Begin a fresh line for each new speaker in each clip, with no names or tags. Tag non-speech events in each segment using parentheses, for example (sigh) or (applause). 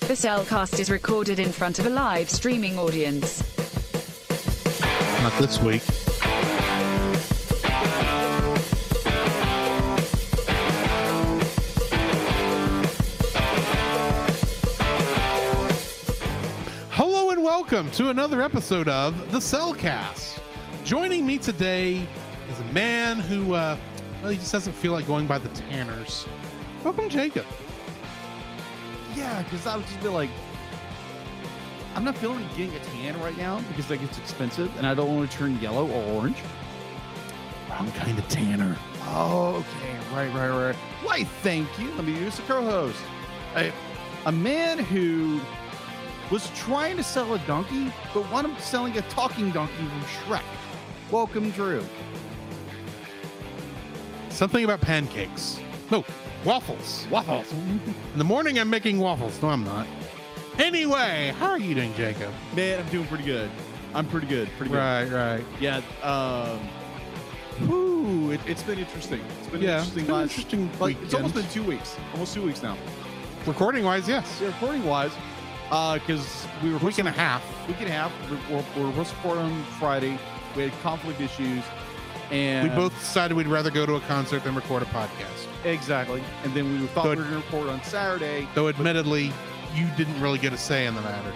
The Cellcast is recorded in front of a live streaming audience.
Not this week. Hello and welcome to another episode of The Cellcast. Joining me today is a man who, uh, well, he just doesn't feel like going by the Tanners. Welcome, Jacob.
Yeah, because I would just be like, I'm not feeling like getting a tan right now because like it's expensive and I don't want to turn yellow or orange.
Wrong kind of Tanner.
Oh, okay, right, right, right. Why? Thank you. Let me use the co-host. A, a man who was trying to sell a donkey, but wound up selling a talking donkey from Shrek. Welcome, Drew.
Something about pancakes. No, waffles.
Waffles.
In the morning, I'm making waffles. No, I'm not. Anyway, how are you doing, Jacob?
Man, I'm doing pretty good. I'm pretty good. Pretty good.
Right, right.
Yeah. Um, whew, it, it's been interesting. It's been
Yeah,
interesting.
it's been
last-
interesting
Like it's almost been
weekend.
two weeks. Almost two weeks now.
Recording wise, yes.
So recording wise, because we were
Week and a half.
we can have we're, we're, we're supporting on Friday. We had conflict issues, and
We both decided we'd rather go to a concert than record a podcast.
exactly. And then we thought
Good.
we were going to record on Saturday.
Though, admittedly, you didn't really get a say in the matter.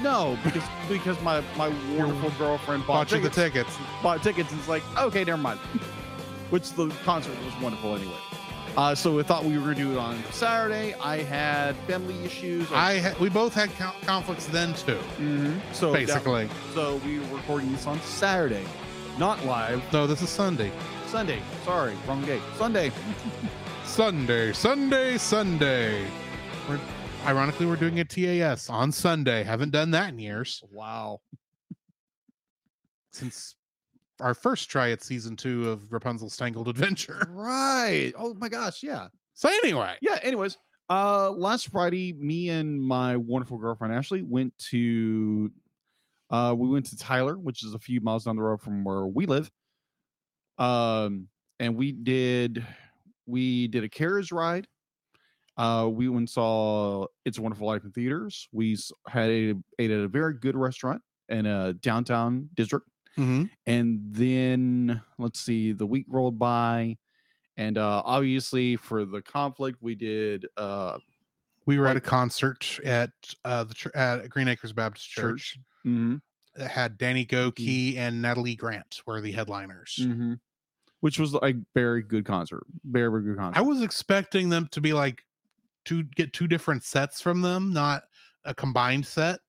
No, because because my my wonderful girlfriend bought
Bought you the
tickets,
tickets.
bought tickets, and it's like okay, never mind. (laughs) Which the concert was wonderful anyway. Uh, so we thought we were going to do it on Saturday. I had family issues.
I ha- we both had co- conflicts then too.
Mhm. so that-
basically,
so we were recording this on Saturday, not live.
no. This is Sunday.
Sunday. Sorry, wrong day. Sunday.
Sunday, Sunday, Sunday. We're, ironically, we're doing a TAS on Sunday. Haven't done that in years
Wow.
since our first try at season two of Rapunzel's Tangled
(laughs)
Adventure.
Right. Oh my gosh. Yeah.
So anyway,
Yeah. Anyways, uh, last Friday, me and my wonderful girlfriend Ashley went to, uh, we went to Tyler, which is a few miles down the road from where we live. Um, and we did, we did a carriage ride. Uh, we went and saw It's a Wonderful Life in theaters. We s- had a, ate at a very good restaurant in a downtown district. Mm-hmm.
Mhm.
and then let's see the week rolled by and uh obviously for the conflict we did uh
we were at a concert at uh, the chur- at Green Acres Baptist Church.
Church. Mm-hmm. mhm,
that had Danny Gokey and Natalie Grant were the headliners.
mhm, which was like very good concert very, very good concert
I was expecting them to be like to get two different sets from them, not a combined set,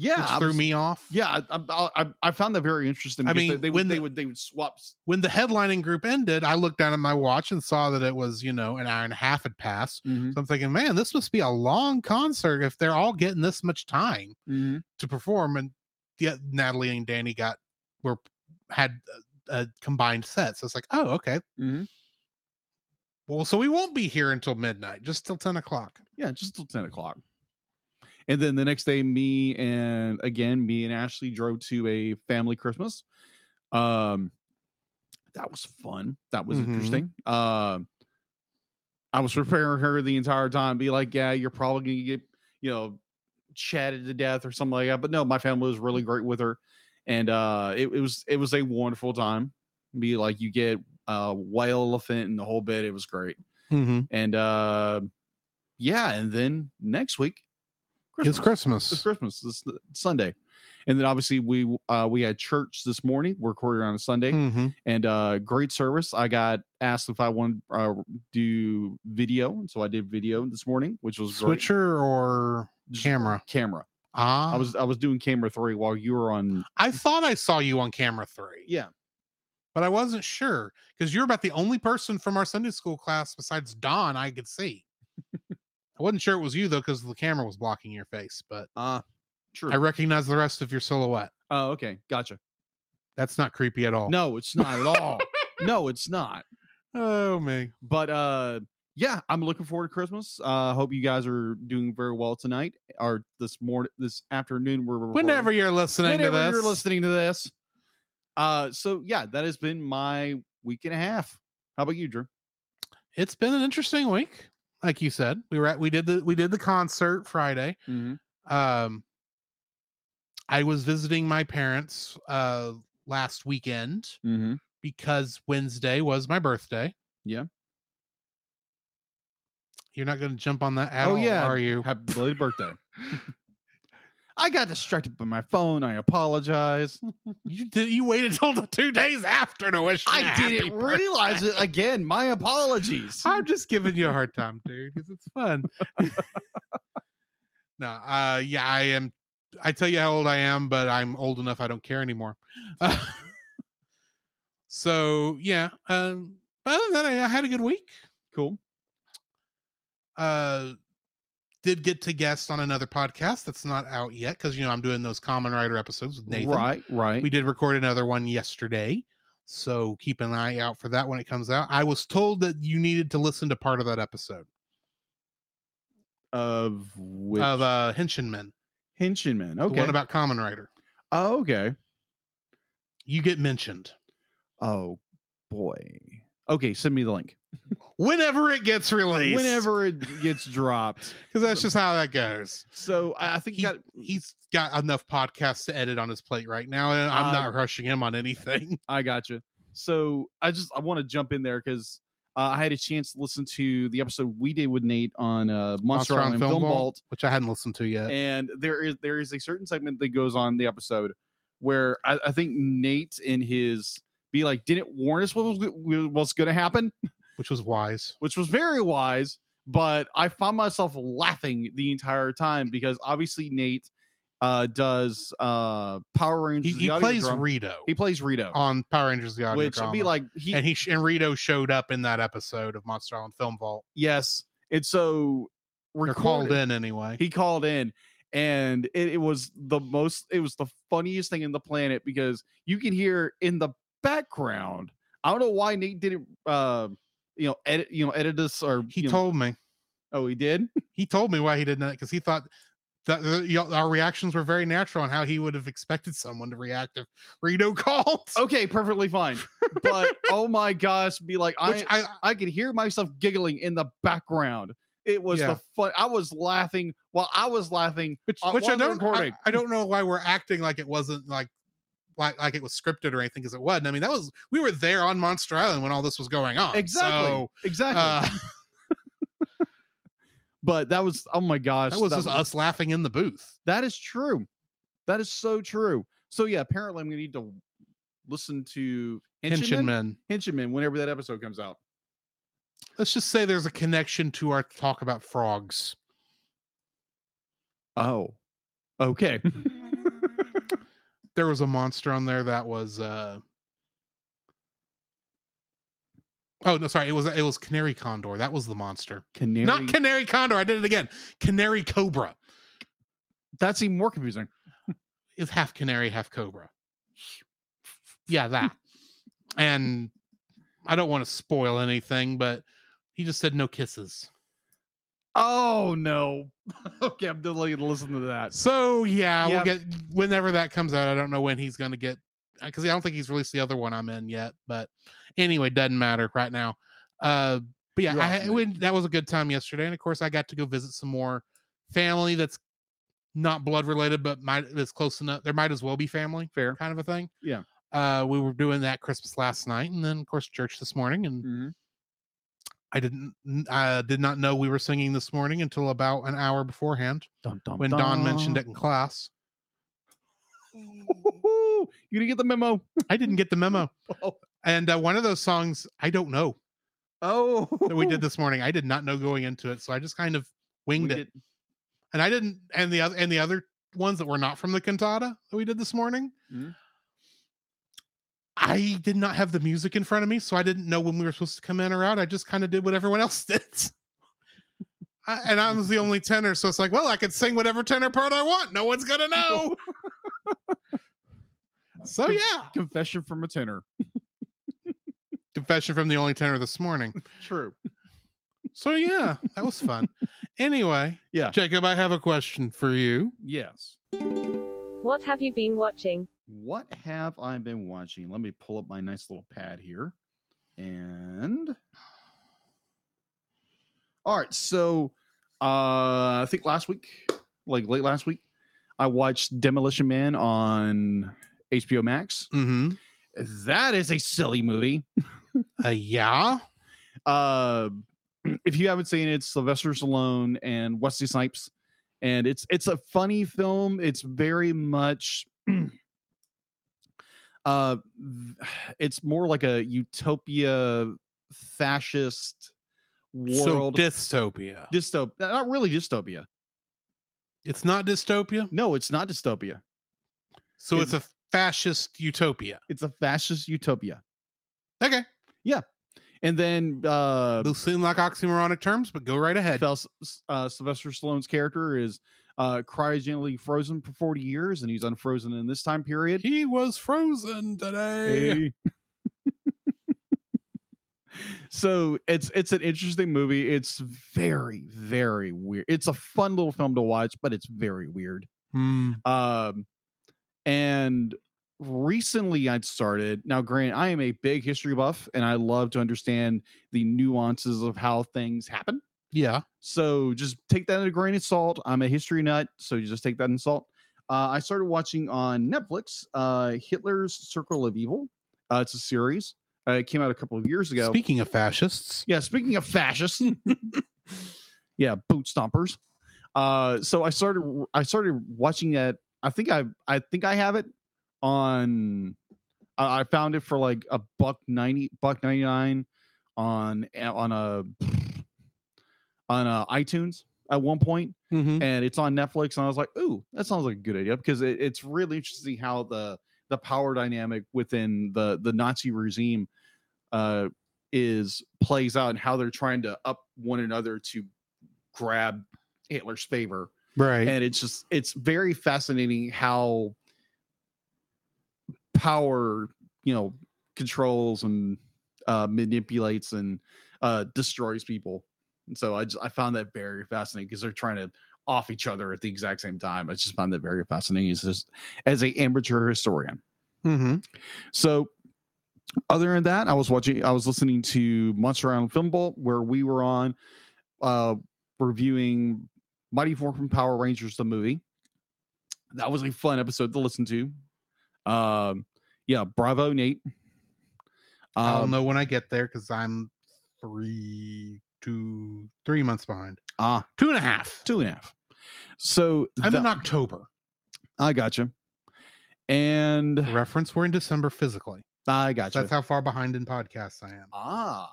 yeah
which
I
threw
was-
me off.
yeah I, I, I- I found that very interesting
I
because
mean,
they- they,
when
would they
the-
would they would swap s-
when the headlining group ended, I looked down at my watch and saw that it was, you know, an hour and a half had passed.
Mm-hmm,
So I'm thinking, man, this must be a long concert if they're all getting this much time
mhm.
to perform. And yet Natalie and Danny got were had a, a combined set. So it's like, oh, okay.
Mhm.
Well, so we won't be here until midnight, just till 10 o'clock.
yeah just till 10 o'clock and then the next day me and again me and ashley drove to a family christmas um that was fun that was
Mhm.
interesting um i was preparing her the entire time be like yeah you're probably gonna get you know chatted to death or something like that but no my family was really great with her and uh it, it was it was a wonderful time be like you get uh white elephant and the whole bit it was great and uh yeah and then next week
It's
it's
Christmas.
christmas this sunday and then obviously we w- uh we had church this morning we're recording on a sunday
Mhm.
and uh great service i got asked if i wanted to uh, do video and so i did video this morning which was great.
Switcher or
Just
camera?
camera
Ah,
i was i was doing camera three while you were on
I thought I saw you on camera three.
yeah
but I wasn't sure because you're about the only person from our Sunday school class besides Don I could see. I wasn't sure it was you though because the camera was blocking your face, but
uh true
I recognize the rest of your silhouette.
oh okay gotcha
That's not creepy at all.
no it's not at all no it's not
(laughs) Oh me.
but uh yeah i'm looking forward to christmas uh hope you guys are doing very well tonight or this morning this afternoon we're recording-
Whenever you're listening
whenever
to this,
you're listening to this uh so yeah that has been my week and a half how about you drew
it's been an interesting week. like you said. We were at we did the we did the concert Friday. Um I was visiting my parents uh last weekend
Mm-hmm.
because Wednesday was my birthday.
Yeah.
You're not going to jump on that at
Oh,
all,
yeah.
are you?
Happy belated birthday. (laughs) I got distracted by my phone. I
(laughs)
apologize.
You did. You waited (laughs) till the two days after to wish. me a
I
happy
didn't
birthday.
realize it again. My apologies.
(laughs) I'm just giving you a hard time, dude, because it's fun. (laughs) no, uh, yeah, I am. I tell you how old I am, but I'm old enough. I don't care anymore. (laughs) Uh, so yeah. Um, but other than that, I, I had a good week.
Cool.
Uh, did get to guest on another podcast that's not out yet because you know I'm doing those Common Writer episodes with Nathan.
Right, right.
We did record another one yesterday. So keep an eye out for that when it comes out. I was told that you needed to listen to part of that episode
of which
of uh Henshinmen.
Hinchinman.
Okay. The
Okay.
one about Common Rider.
oh, okay.
You get mentioned.
Oh boy. Okay, send me the link.
Whenever it gets released.
Whenever it gets dropped.
because that's just how that goes.
So I I think
He,
that
has got enough podcasts to edit on his plate right now, and I'm
Uh,
not rushing him on anything.
I gotcha. So I just I want to jump in there because uh, I had a chance to listen to the episode we did with Nate on uh, (laughs) Monster, Island Film,
Vault,
Vault,
which I hadn't listened to yet.
and there is there is a certain segment that goes on the episode where I, I think Nate in his be like didn't warn us what was go- what's going to happen,
which was wise.
which was very wise. But I found myself laughing the entire time because obviously Nate uh, does uh, Power
He,
Rangers.
he
the audio
plays
drum.
Rito
He plays Rito,
on Power Rangers the Audio
which would be
Drama.
like he
and he sh- and Rito showed up in that episode of Monster Island Film Vault.
Yes. And so
They're called
recorded-
in anyway.
He called in and it, it was the most it was the funniest thing in the planet because you can hear in the background. I don't know why Nate didn't uh you know edit you know edit this or
He
you know-
told me.
oh he did?
He told me why he did that because he thought that the, y'all- our reactions were very natural and how he would have expected someone to react if Rito (laughs) called.
(laughs) Okay, perfectly fine. But oh my gosh, be like I
Which I,
I could hear myself giggling in the background. It was
Yeah.
the fun I was laughing while I was laughing
which,
Uh,
which I
while they're
don't I,
recording.
I don't know why we're acting like it wasn't like like like it was scripted or anything because it wasn't. I mean that was we were there on Monster Island when all this was going on.
exactly.
So,
exactly.
uh,
(laughs) but that was oh my gosh.
that was just us laughing in the booth.
That is true. That is so true. So yeah, apparently I'm gonna need to listen to
Henshin
Henshinman,
men.
Henshinman whenever that episode comes out.
Let's just say there's a connection to our talk about frogs.
Oh, okay.
there was a monster on there that was uh oh no sorry it was it was canary condor that was the monster
(laughs) Canary.
not canary condor i did it again canary cobra
That's even more confusing.
is half canary half cobra yeah that and i don't want to spoil anything but he just said no kisses
Oh no. (laughs) okay, I'm definitely gonna listen to that.
so yeah
Yep.
we'll get whenever that comes out i don't know when he's going to get because i don't think he's released the other one i'm in yet but anyway doesn't matter right now uh but yeah
You're
I,
awesome,
I
mate.
went- that was a good time yesterday and of course i got to go visit some more family that's not blood related but might that's close enough there might as well be family
Fair.
kind of a thing
Yeah.
uh we were doing that christmas last night and then of course church this morning and
Mhm.
i didn't i did not know we were singing this morning until about an hour beforehand
Dun, dun,
when don mentioned
dun.
it in class
Woo-hoo-hoo. You didn't get the memo.
I didn't get the (laughs) memo.
Oh.
And uh, one of those songs, I don't know
Oh,
that we (laughs) did this morning. I did not know going into it, so I just kind of
(laughs) We
winged it.
did-
And I didn't. And the other and the other ones that were not from the cantata that we did this morning,
Mhm.
I did not have the music in front of me, so I didn't know when we were supposed to come in or out. I just kind of did what everyone else (laughs) did. I, and I was the only tenor, so it's like, well, I could sing whatever tenor part I want. No one's (laughs) gonna know. so yeah,
(laughs) Confession from a tenor.
confession from the only tenor this morning.
True.
So yeah, that was fun. anyway,
Yeah.
Jacob, I have a question for you.
Yes.
What have you been watching?
what have I been watching? Let me pull up my nice little pad here. And All right, so uh, I think last week, like late last week, I watched Demolition Man on HBO Max.
Mm-hmm.
That is a silly movie.
Uh, yeah.
Uh, (clears throat) if you haven't seen it, it's Sylvester Stallone and Wesley Snipes, and it's it's a funny film. It's very much, (clears throat) uh, (sighs) it's more like a utopia fascist
So
world
dystopia.
dystopia. Not really dystopia.
It's not dystopia.
No, it's not dystopia.
So it's a fascist utopia.
It's a fascist utopia.
Okay.
And then uh,
Those seem like oxymoronic terms, but go right ahead.
Fel- uh, Sylvester Stallone's character is uh, cryogenically frozen for 40 years, and he's unfrozen in this time period.
He was frozen today.
(laughs) so it's it's an interesting movie. It's very very weird. It's a fun little film to watch, but it's very weird.
Hmm.
Um, and recently I'd started. Now, Grant, I am a big history buff, and I love to understand the nuances of how things happen.
Yeah.
So just take that in a grain of salt. I'm a history nut, so you just take that in salt. Uh, I started watching on Netflix uh, Hitler's Circle of Evil. Uh, it's a series. Uh, it came out a couple of years ago.
Speaking of fascists,
yeah, speaking of fascists, (laughs) yeah, boot stompers. Uh, so I started. I started watching that. I think I. I think I have it on. I I found it for like a buck ninety, buck ninety nine, on on a on a iTunes at one point,
Mhm.
and it's on Netflix. And I was like, "Ooh, that sounds like a good idea," because it, it's really interesting how the the power dynamic within the the Nazi regime uh, is plays out and how they're trying to up one another to grab Hitler's favor.
right.
And it's just it's very fascinating how power you know controls and uh, manipulates and uh, destroys people. And so I just I found that very fascinating because they're trying to off each other at the exact same time. I just found that very fascinating as just, as a amateur historian.
hmm
So, other than that, I was watching, I was listening to Monster Island Film Vault, where we were on uh, reviewing Mighty Morphin Power Rangers, the movie. That was a fun episode to listen to. Um, yeah, bravo, Nate.
I'll
Um,
know when I get there because I'm three, two, three months behind.
ah,
Two and a half.
two and a half. So,
I'm
that-
in October.
I gotcha. And
Reference: We're in December physically.
I
So
gotcha.
that's how far behind in podcasts I am.
Ah.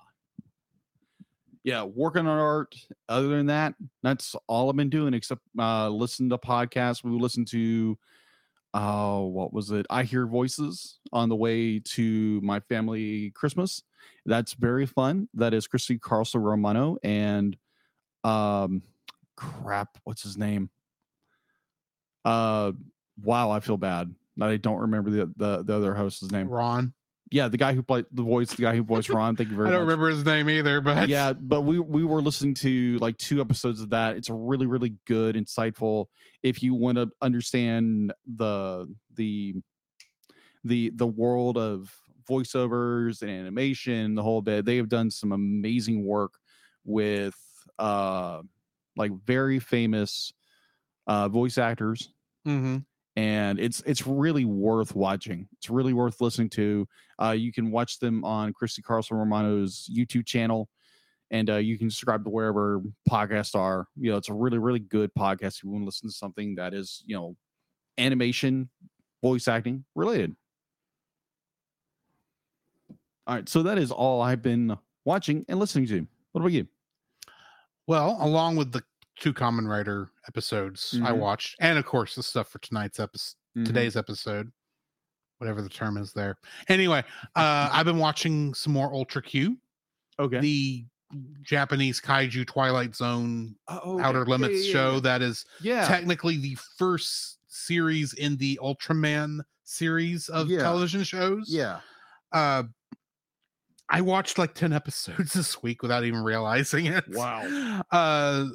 Yeah, working on art. Other than that, that's all I've been doing except uh listen to podcasts. We listen to uh what was it? I Hear Voices on the way to my family Christmas. That's very fun. That is Christy Carlson Romano and um crap, what's his name? Uh wow, I feel bad. I don't remember the the, the other host's name.
Ron.
Yeah, the guy who played the voice,
(laughs)
the guy who voiced Ron. Thank you very
I
much
don't remember his name either, but (laughs)
yeah but we we were listening to like two episodes of that it's really really good insightful if you want to understand the the the the world of voiceovers and animation the whole bit they have done some amazing work with uh like very famous uh voice actors
Mhm.
and it's it's really worth watching. It's really worth listening to. Uh, you can watch them on Christy Carlson Romano's YouTube channel, and uh, you can subscribe to wherever podcasts are. You know, it's a really really good podcast. If you want to listen to something that is you know animation, voice acting related. All right, so that is all I've been watching and listening to. What about you?
Well, along with the two Common Writer episodes I
Mhm.
watched, and of course the stuff for tonight's episode. today's episode, whatever the term is there. Anyway, (laughs) uh, I've been watching some more Ultra Q,
okay.
the Japanese kaiju Twilight Zone
Oh,
Outer Limits show that is
Yeah.
technically the first series in the Ultraman series of
Yeah.
television shows.
yeah.
Uh, I watched like 10 (laughs) episodes this week without even realizing it.
Wow.
Uh,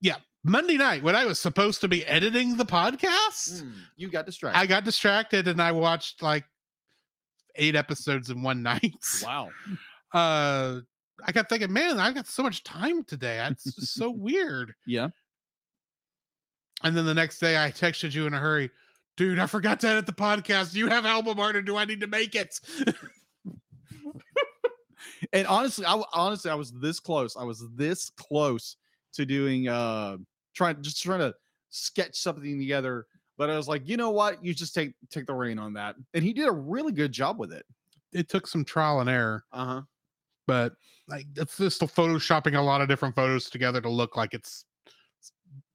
yeah. Monday night when I was supposed to be editing the podcast.
Mm, You got distracted.
I Mm, got distracted and I (laughs) watched like eight episodes in one night.
wow.
Uh I kept thinking, man, I've got so much time today. That's just
(laughs)
so weird.
Yeah.
And then the next day, I texted you in a hurry, dude. I forgot to edit the podcast. Do you have album art, or do I need to make it? (laughs)
And honestly, I w- honestly I was this close. I was this close to doing uh trying just trying to sketch something together. But I was like, you know what? You just take take the reign on that. And he did a really good job with it.
it took some trial and error,
Uh-huh.
but like it's just photoshopping a lot of different photos together to look like it's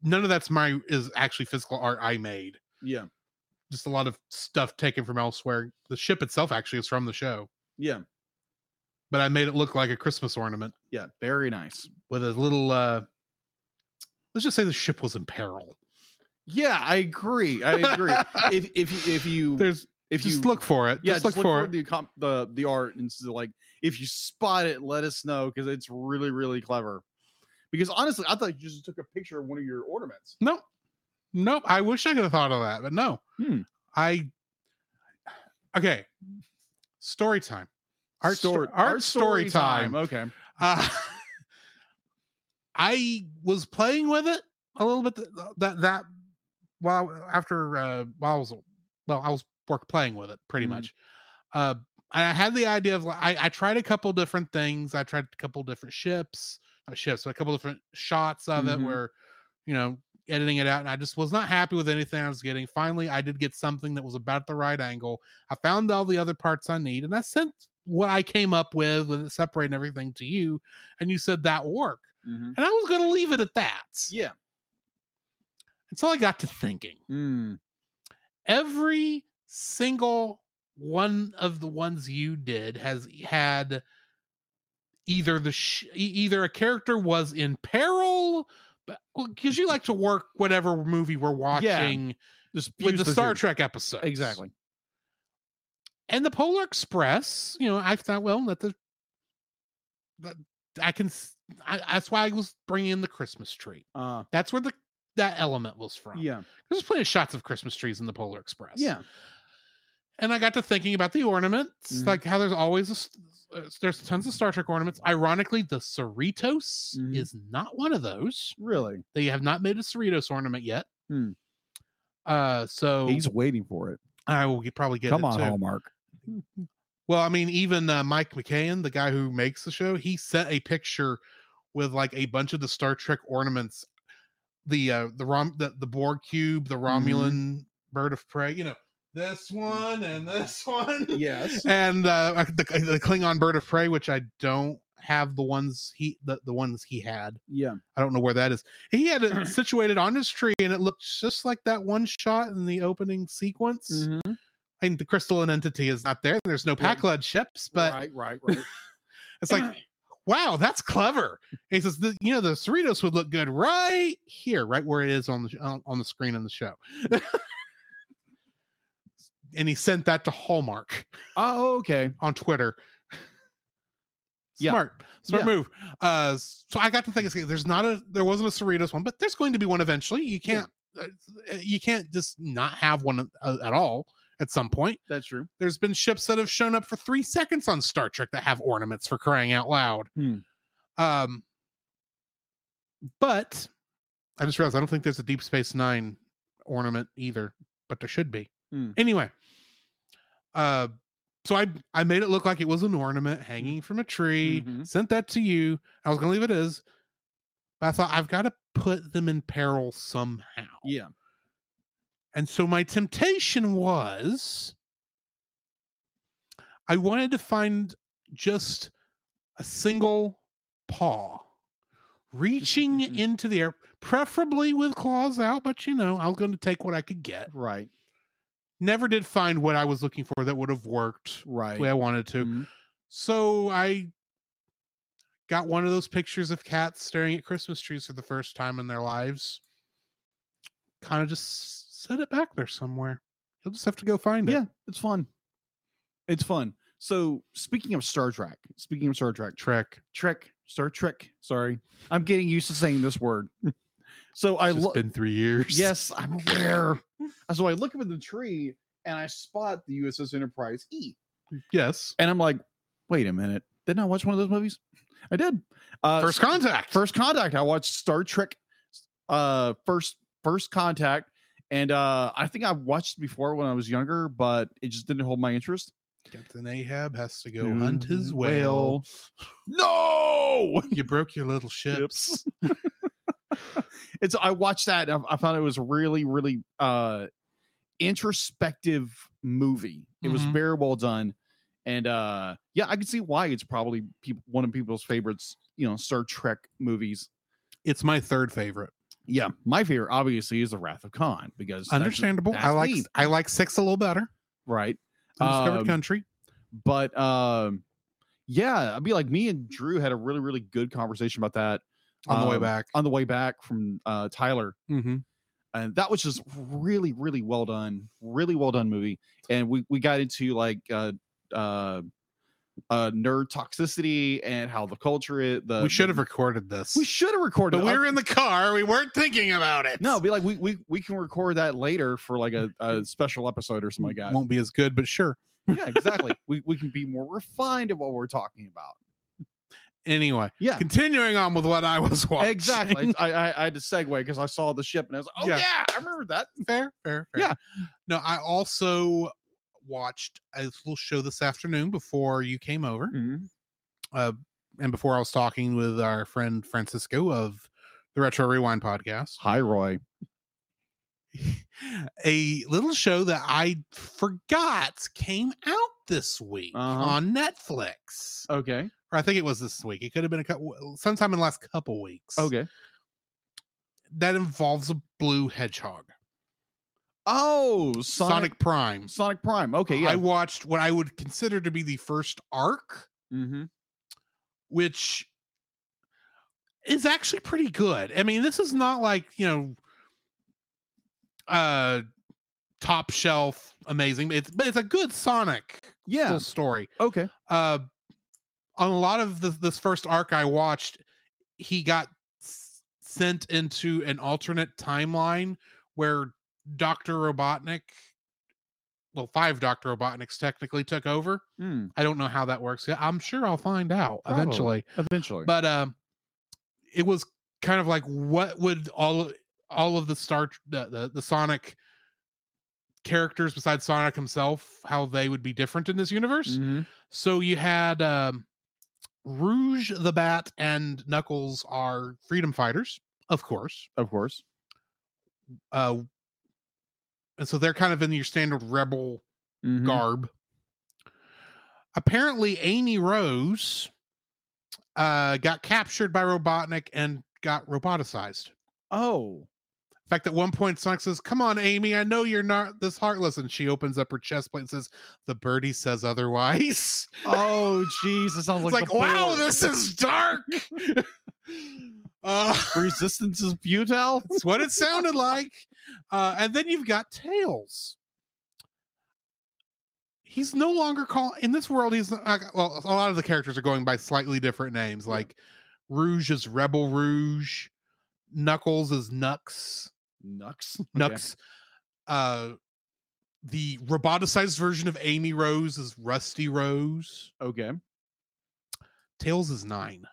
none of that's my is actually physical art I made.
Yeah.
Just a lot of stuff taken from elsewhere. The ship itself actually is from the show,
Yeah.
but I made it look like a Christmas ornament.
Yeah. Very nice.
with a little uh let's just say the ship was in peril
Yeah, I agree. I agree.
(laughs)
if if you if you
there's
if you
just look for it
yeah,
just look, for, it
the comp, the the art and so like if you spot it, let us know because it's really really clever. Because honestly, I thought you just took a picture of one of your ornaments.
nope nope i wish i could have thought of that but no
Hmm.
i okay story time art story art, story, time,
Okay.
Uh, i was playing with it a little bit th- that that while after uh while i was well i was work playing with it pretty
Mhm.
much uh and i had the idea of like, I, I tried a couple different things i tried a couple different ships not ships but a couple different shots of
Mhm.
it where you know editing it out and i just was not happy with anything i was getting finally i did get something that was about the right angle i found all the other parts i need and i sent what i came up with with it separating everything to you and you said that work
Mm-hmm.
and i was going to leave it at that
Yeah.
until i got to thinking
Mm.
every single one of the ones you did has e, had either the sh- e- either a character was in peril because you like to work whatever movie we're watching
Just
with
use
the Star
zoo.
Trek episode
Exactly.
and the Polar Express. You know, I thought well that the that I can s- I, that's why I was bringing in the Christmas tree.
Uh
That's where the that element was from.
yeah.
there's plenty of shots of Christmas trees in the Polar Express.
Yeah.
and I got to thinking about the ornaments,
Mhm.
like how there's always a, s- uh, there's tons of Star Trek ornaments. Ironically, the Cerritos
Mhm.
is not one of those.
Really.
They have not made a Cerritos ornament yet.
Hmm.
Uh, so
He's waiting for it.
I will get, probably get
Come
it
on,
too.
Hallmark.
Well, I mean, even uh, Mike McCann, the guy who makes the show, he sent a picture with like a bunch of the Star Trek ornaments, the uh, the rom the, the Borg cube, the
Mm-hmm.
Romulan bird of prey, you know, this
Mm.
one and this (laughs) one
(laughs) Yes.
and uh, uh, the, the Klingon bird of prey, which I don't have the ones he the, the ones he had.
Yeah.
I don't know where that is. He had it situated on his tree, and it looked just like that one shot in the opening sequence.
Mm-hmm.
And the crystalline entity is not there. There's no
Right.
pack led ships, but
right, right, right.
it's
(coughs) (clears throat)
like, wow, that's clever. And he says, the, you know, the Cerritos would look good right here, right where it is on the sh- on, on the screen in the show. (laughs) and he sent that to Hallmark.
oh, okay.
on Twitter. (laughs)
Yeah.
Smart, smart
Yeah.
move. Uh, s- so I got to think it's- there's not a there wasn't a Cerritos one, but there's going to be one eventually. You
Yeah.
can't uh, uh, you can't just not have one uh, at all at some point.
That's true.
There's been ships that have shown up for three seconds on Star Trek that have ornaments for crying out loud.
Hmm.
Um, but I just realized I don't think there's a Deep Space Nine ornament either, but there should be.
Hmm.
Anyway, uh, so I I made it look like it was an ornament hanging from a tree.
Mhm.
Sent that to you. I was gonna leave it as. But I thought I've got to put them in peril somehow.
Yeah.
And so my temptation was I wanted to find just a single paw reaching into the air, preferably with claws out, but you know, I was going to take what I could get.
Right.
Never did find what I was looking for that would have worked
Right.
the way I wanted to.
Mhm.
So I got one of those pictures of cats staring at Christmas trees for the first time in their lives. Kind of just set it back there somewhere. You'll just have to go find it.
Yeah, it's fun. It's fun. So speaking of Star Trek, speaking of Star Trek,
Trek.
Trek, Star Trek. Sorry, I'm getting used to saying this word. (laughs) so I
It's just
look.
been three years.
Yes, I'm aware. so I look up at the tree and I spot the USS Enterprise E,
(laughs) Yes.
and I'm like, wait a minute, didn't I watch one of those movies? I did. Uh,
First contact.
First Contact. I watched Star Trek uh first first contact and uh I think I watched it before when I was younger, but it just didn't hold my interest.
Captain Ahab has to go
Mm,
hunt his whale.
No.
You broke your little
(laughs)
ships.
And so I watched that and I, I found it was a really, really uh introspective movie. It was
Mhm.
very well done. And uh yeah, I can see why it's probably peop one of people's favorites, you know, Star Trek movies.
(laughs) It's my third favorite.
Yeah, my favorite obviously is The Wrath of Khan because that's-
Understandable. I
that's
like
me,
I like six a little better.
right.
Undiscovered
Um,
country.
but um yeah i'd be like me and drew had a really really good conversation about that
On the way
um,
back.
on the way back from uh tyler
Mm-hmm.
and that was just really really well done really well done movie and we we got into like uh uh uh nerd toxicity and how the culture is uh, the
we should have recorded this.
we should have recorded
but
it.
we
I-
were in the car. We weren't thinking about it.
no be like we, we we can record that later for like a, a special episode or something like that
won't be as good, but sure.
yeah exactly we, we can be more refined of what we're talking about
Anyway,
yeah
continuing on with what I was watching.
Exactly. I, I, I had to segue because I saw the ship and I was like, oh yeah,
Yeah.
I remember that.
(laughs) fair, fair, fair.
Yeah.
No, I also watched a little show this afternoon before you came over, uh, and before I was talking with our friend Francisco of the Retro Rewind podcast.
Hi, Roy.
a little show that I forgot came out this week
Uh-huh.
on Netflix.
Okay.
Or I think it was this week. It could have been a couple, sometime in the last couple weeks.
Okay.
That involves a blue hedgehog,
Oh, Sonic Sonic,
Sonic, Prime.
Prime. Okay.
I
Yeah.
watched what I would consider to be the first arc,
mm-hmm.
which is actually pretty good. I mean, this is not like, you know, uh top shelf amazing. It's but it's a good Sonic
Yeah.
little story.
Okay.
uh on a lot of this, this first arc i watched he got s- sent into an alternate timeline where dr robotnik well five dr robotniks technically took over
Mm,
i don't know how that works yet i'm sure i'll find out
Probably.
eventually
eventually.
but um it was kind of like what would all all of the star Tr- the, the, the sonic characters besides sonic himself how they would be different in this universe
Mhm.
so you had um, Rouge the Bat and Knuckles are freedom fighters, of course.
of course.
Uh, and so they're kind of in your standard rebel
Mhm.
garb. Apparently, Amy Rose uh, got captured by Robotnik and got roboticized.
Oh.
In fact, at one point, Sonic says, Come on, Amy, I know you're not this heartless. And she opens up her chest plate and says, The birdie says otherwise.
Oh, jeez. It sounds
It's
like,
like,
the
wow,
Borg.
this is dark. uh,
resistance is futile.
that's what it sounded like. Uh, and then you've got Tails. He's no longer called in this world. He's not, well, a lot of the characters are going by slightly different names. Like Rouge is Rebel Rouge, Knuckles is Nux,
Nux. Okay.
Nux. Uh, the roboticized version of Amy Rose is Rusty Rose.
Okay.
Tails is nine.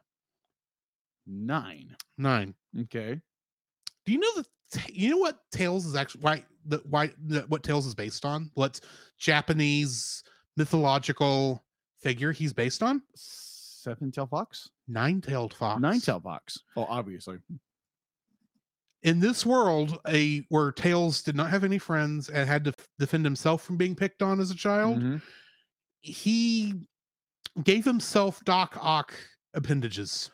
Nine.
Nine.
Okay.
Do you know the Ta- you know what Tails is actually why the why the, what Tails is based on? What Japanese mythological figure he's based on?
Seven tail fox.
Nine-tailed fox.
Nine tail fox. Oh, obviously.
In this world, a where Tails did not have any friends and had to f- defend himself from being picked on as a child,
Mhm.
he gave himself Doc Ock appendages,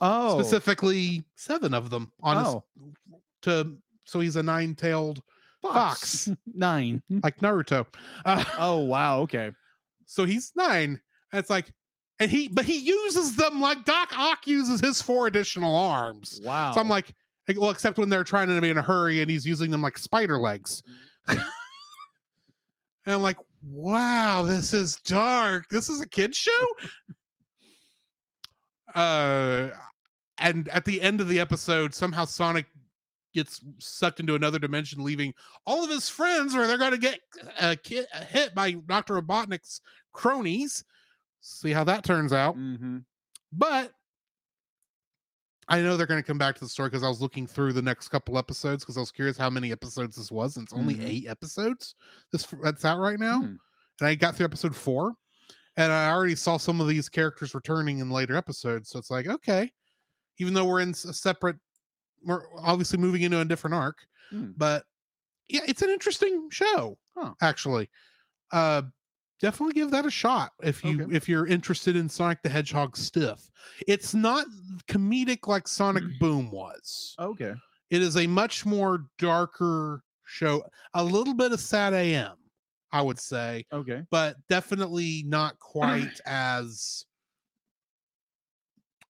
Oh.
specifically seven of them on his,
oh.
to so he's a nine-tailed fox.
(laughs) Nine.
like Naruto. Uh,
Oh wow. Okay.
So he's nine. And it's like, and he, but he uses them like Doc Ock uses his four additional arms.
Wow.
So I'm like, like, well, except when they're trying to be in a hurry and he's using them like spider legs. (laughs) and I'm like, wow, this is dark. This is a kid show. (laughs) uh, and at the end of the episode, somehow Sonic gets sucked into another dimension, leaving all of his friends where they're going to get uh, ki- hit by Dr. Robotnik's cronies. See how that turns out
Mm-hmm.
But I know they're going to come back to the story because I was looking through the next couple episodes because I was curious how many episodes this was. And it's only
Mhm.
eight episodes this that's out right now.
Hmm.
And I got through episode four, and I already saw some of these characters returning in later episodes. So it's like, okay, even though we're in s- a separate, we're obviously moving into a different arc,
Hmm.
but yeah, it's an interesting show
Huh.
actually. Uh, definitely give that a shot if you
Okay.
if you're interested in Sonic the Hedgehog stiff. It's not comedic like Sonic Boom was.
Okay.
It is a much more darker show, a little bit of sad AM, I would say
Okay.
but definitely not quite as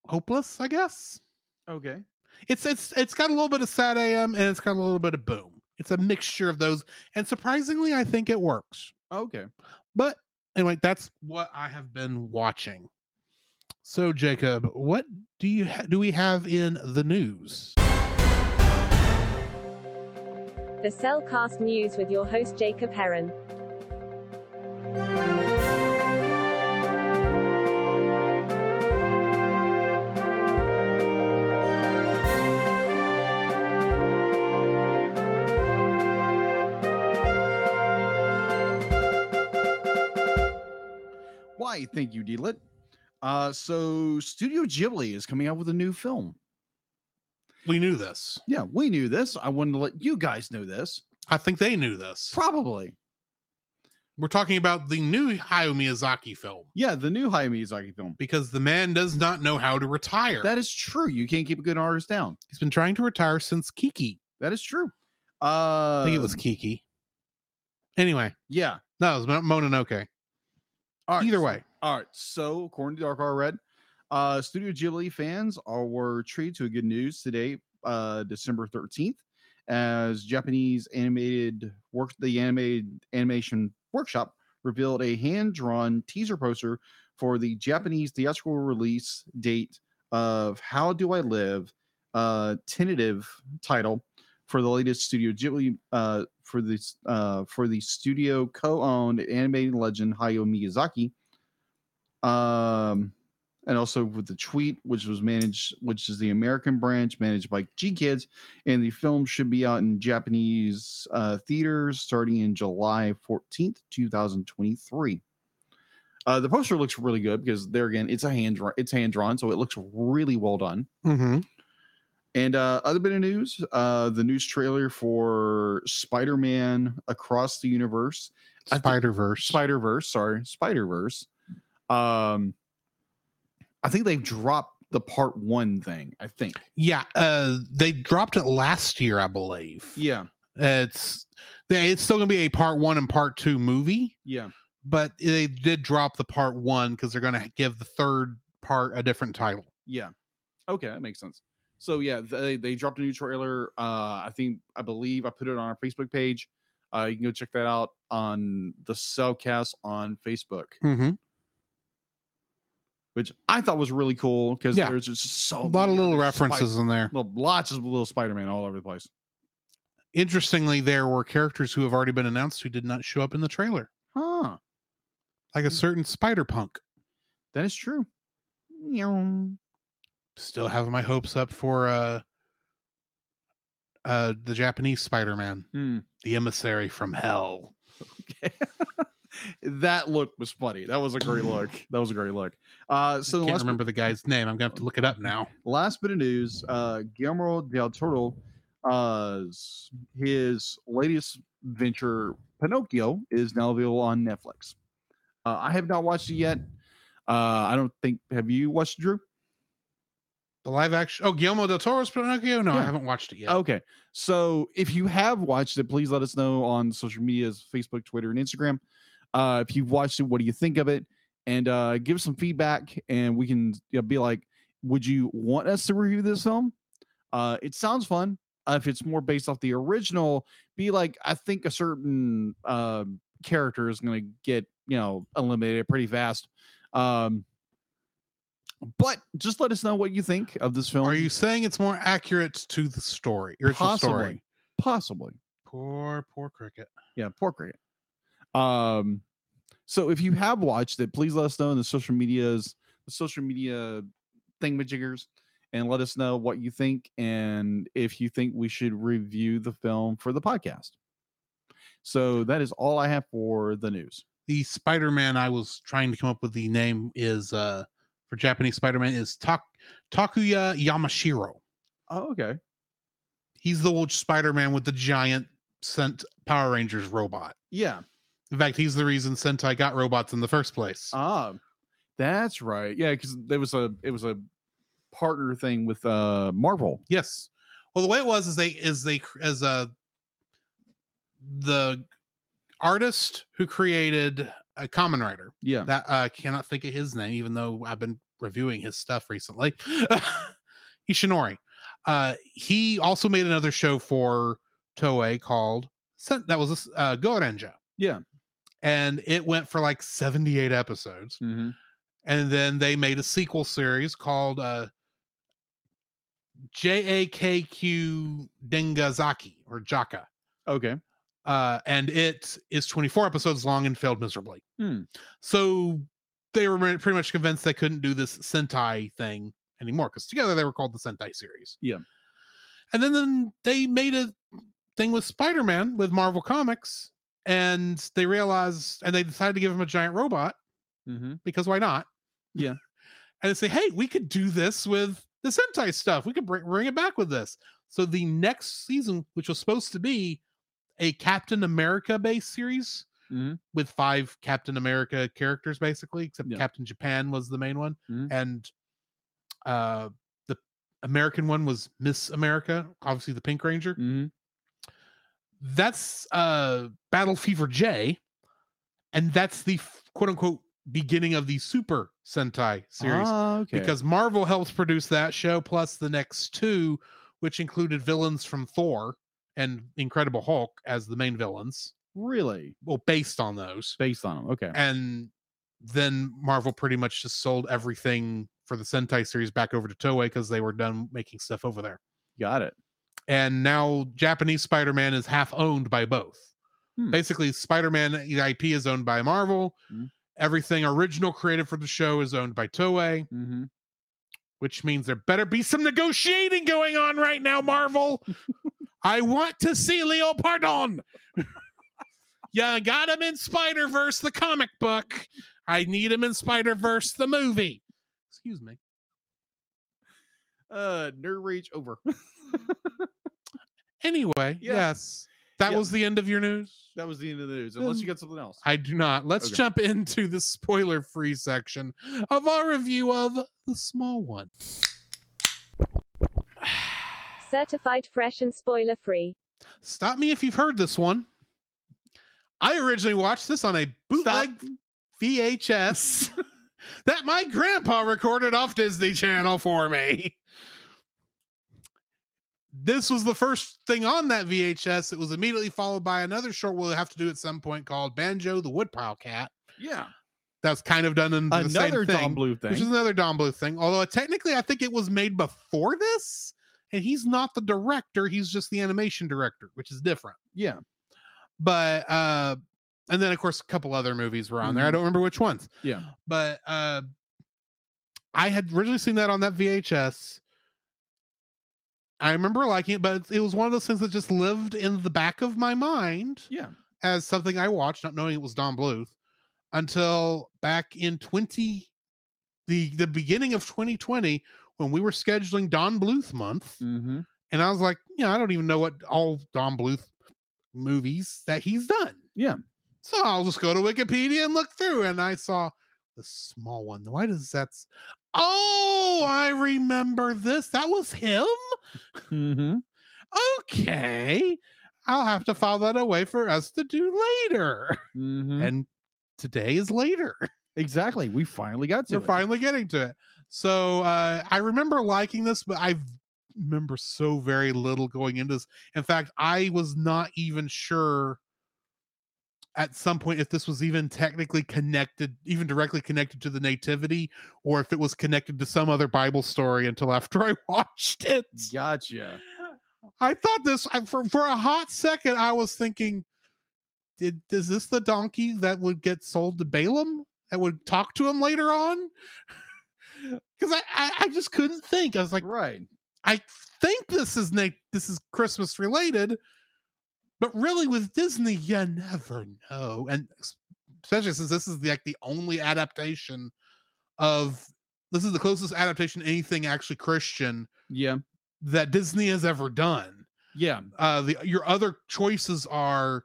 hopeless, I guess.
Okay.
It's it's it's got a little bit of sad AM and it's got a little bit of boom. It's a mixture of those, and surprisingly, I think it works.
Okay.
But anyway, that's what I have been watching. So Jacob, what do you ha- do we have in the news?
The Cellcast News with your host Jacob Heron.
Why? Thank you, Delit. Uh, so Studio Ghibli is coming out with a new film.
We knew this.
Yeah, we knew this. I wanted to let you guys know this.
I think they knew this.
Probably.
We're talking about the new Hayao Miyazaki film
Yeah, the new Hayao Miyazaki film.
because the man does not know how to retire.
That is true. You can't keep a good artist down.
He's been trying to retire since Kiki.
That is true.
I
Uh,
think it was Kiki. Anyway,
Yeah.
no, it was Mo- Mononoke.
All right.
Either way,
All right. So, according to Dark R Red, uh, Studio Ghibli fans are were treated to a good news today, uh, December thirteenth, as Japanese animated work the animated animation workshop revealed a hand drawn teaser poster for the Japanese theatrical release date of "How Do I Live," uh, tentative title for the latest Studio Ghibli uh, for this uh, for the studio co-owned animated legend Hayao Miyazaki um, and also with the tweet, which was managed, which is the American branch managed by G Kids, and the film should be out in Japanese uh, theaters starting in July fourteenth, two thousand twenty-three. Uh, the poster looks really good because there again, it's a hand drawn, it's hand drawn, so it looks really well done.
mm-hmm.
And uh, other bit of news, uh, the news trailer for Spider-Man Across the Universe I think-
Spider Verse.
Spider Verse, sorry, Spider Verse. Um, I think they've dropped the part one thing. I think.
yeah, uh, they dropped it last year, I believe.
Yeah,
it's they, it's still gonna be a part one and part two movie,
yeah,
but they did drop the part one because they're gonna give the third part a different title.
yeah. Okay, that makes sense. So yeah, they they dropped a new trailer. Uh, I think I believe I put it on our Facebook page. Uh, you can go check that out on the Cellcast on Facebook,
Mm-hmm.
which I thought was really cool because
Yeah.
there's just
A
so
lot of
many
little
other Spid-
references in
(laughs)
there.
little lots of little Spider Man all over the place.
Interestingly, there were characters who have already been announced who did not show up in the trailer,
Huh.
like
Mm.
a certain Spider Punk.
That is true. Meow.
still having my hopes up for uh uh the Japanese Spider-Man,
Hmm.
the emissary from hell.
that look was funny. That was a
(laughs)
great look. That was a great look. Uh, so the
Can't
last,
remember the guy's name. I'm gonna have to look it up now.
last bit of news: uh, Guillermo del Toro, uh, his latest venture, Pinocchio, is now available on Netflix. Uh, I have not watched it yet. Uh, I don't think. Have you watched it, Drew?
The live action. Oh, Guillermo del Toro's Pinocchio. No, I
Yeah.
haven't watched it yet.
Okay. So if you have watched it, please let us know on social medias Facebook, Twitter, and Instagram. Uh, if you've watched it, what do you think of it? And uh, give us some feedback, and we can you know, be like, would you want us to review this film? Uh, it sounds fun. Uh, if it's more based off the original, be like, I think a certain uh, character is going to get, you know, eliminated pretty fast. Um, but just let us know what you think of this film.
Are you saying it's more accurate to the story? Or it's the
possibly,
story.
possibly.
Poor, poor cricket.
Yeah, pork cricket. Um, Mm-hmm. so if you have watched it, please let us know in the social medias, the social media thingamajiggers and let us know what you think and if you think we should review the film for the podcast. So that is all I have for the news.
The Spider Man I was trying to come up with the name is uh for Japanese Spider Man is Tak Takuya Yamashiro.
Oh, okay.
He's the old Spider Man with the giant sent Power Rangers robot.
Yeah.
In fact, he's the reason Sentai got robots in the first place.
Ah, that's right. Yeah, because there was a it was a partner thing with uh Marvel.
Yes. Well, the way it was is they is they cr- as a the artist who created a common writer
Yeah.
that uh, I cannot think of his name, even though I've been reviewing his stuff recently. (laughs) Ishinori. Uh, he also made another show for Toei called Sen- that was a s- uh, Gorenja.
Yeah.
and it went for like seventy eight episodes
Mm-hmm.
and then they made a sequel series called uh JAKQ Dengazaki or Jaka.
Okay.
Uh and it is 24 episodes long and failed miserably.
Hmm.
So they were pretty much convinced they couldn't do this Sentai thing anymore cuz together they were called the Sentai series.
Yeah.
And then, then they made a thing with Spider-Man with Marvel Comics and they realized and they decided to give him a giant robot
Mm-hmm.
because why not?
Yeah.
And they say, hey, we could do this with the Sentai stuff. We could bring, bring it back with this. So the next season, which was supposed to be a Captain America based series
Mhm.
with five Captain America characters, basically, except
Yeah.
Captain Japan was the main one.
Mhm.
And uh, the American one was Miss America, obviously the Pink Ranger
Mm-hmm.
that's uh battle fever j and that's the f- quote unquote beginning of the super sentai series
Ah, okay.
because marvel helped produce that show plus the next two which included villains from thor and incredible hulk as the main villains
really
well based on those
based on them. Okay.
and then marvel pretty much just sold everything for the sentai series back over to toei because they were done making stuff over there
Got it.
and now Japanese Spider-Man is half owned by both.
Hmm.
Basically, Spider-Man IP is owned by Marvel.
Mhm.
Everything original created for the show is owned by Toei,
Mm-hmm.
which means there better be some negotiating going on right now,
(laughs)
Marvel. I want to see Leopardon. (laughs) you got him in Spider-Verse, the comic book. I need him in Spider-Verse, the movie. Excuse me.
Uh, nerd rage (laughs) over.
Anyway,
Yeah.
yes. That
Yeah.
was the end of your news.
that was the end of the news. Unless you got something else.
I do not. Let's
Okay.
jump into the spoiler free section of our review of The Small One.
Certified fresh and spoiler free.
Stop me if you've heard this one. I originally watched this on a bootleg
(laughs)
VHS that my grandpa recorded off Disney Channel for me. This was the first thing on that VHS. It was immediately followed by another short we'll have to do at some point called Banjo the Woodpile Cat.
Yeah.
That's kind of done in the same
Another
thing.
Don Blue thing.
Which is another Don Bluth thing. Although uh, technically, I think it was made before this, and he's not the director; he's just the animation director, which is different.
yeah.
But uh, and then of course a couple other movies were on there. I don't remember which ones.
Mm-hmm. Yeah.
But uh, I had originally seen that on that VHS. I remember liking it, but it was one of those things that just lived in the back of my mind
Yeah.
as something I watched, not knowing it was Don Bluth, until back in twenty, the the beginning of 2020, when we were scheduling Don Bluth month,
Mm-hmm.
and I was like, yeah, I don't even know what all Don Bluth movies that he's done.
Yeah.
so I'll just go to Wikipedia and look through, and I saw the small one. Why does that? s- Oh, I remember this. That was him
Mm-hmm.
okay i'll have to file that away for us to do later
Mm-hmm.
and today is later (laughs)
exactly. We finally got to.
we're
it.
finally getting to it so uh i remember liking this but i remember so very little going into this in fact i was not even sure at some point if this was even technically connected even directly connected to the nativity or if it was connected to some other bible story until after (laughs) i watched it
Gotcha.
I thought this I, for for a hot second. I was thinking, did is this the (laughs) donkey that would get sold to Balaam that would talk to him later on? because I, I I just couldn't think. I was like,
right.
I think this is Nate. This is Christmas related, but really with Disney, you never know. And s- especially since this is like the only adaptation of this is the closest adaptation to anything actually Christian
Yeah.
that Disney has ever done.
Yeah.
Uh, the your other choices are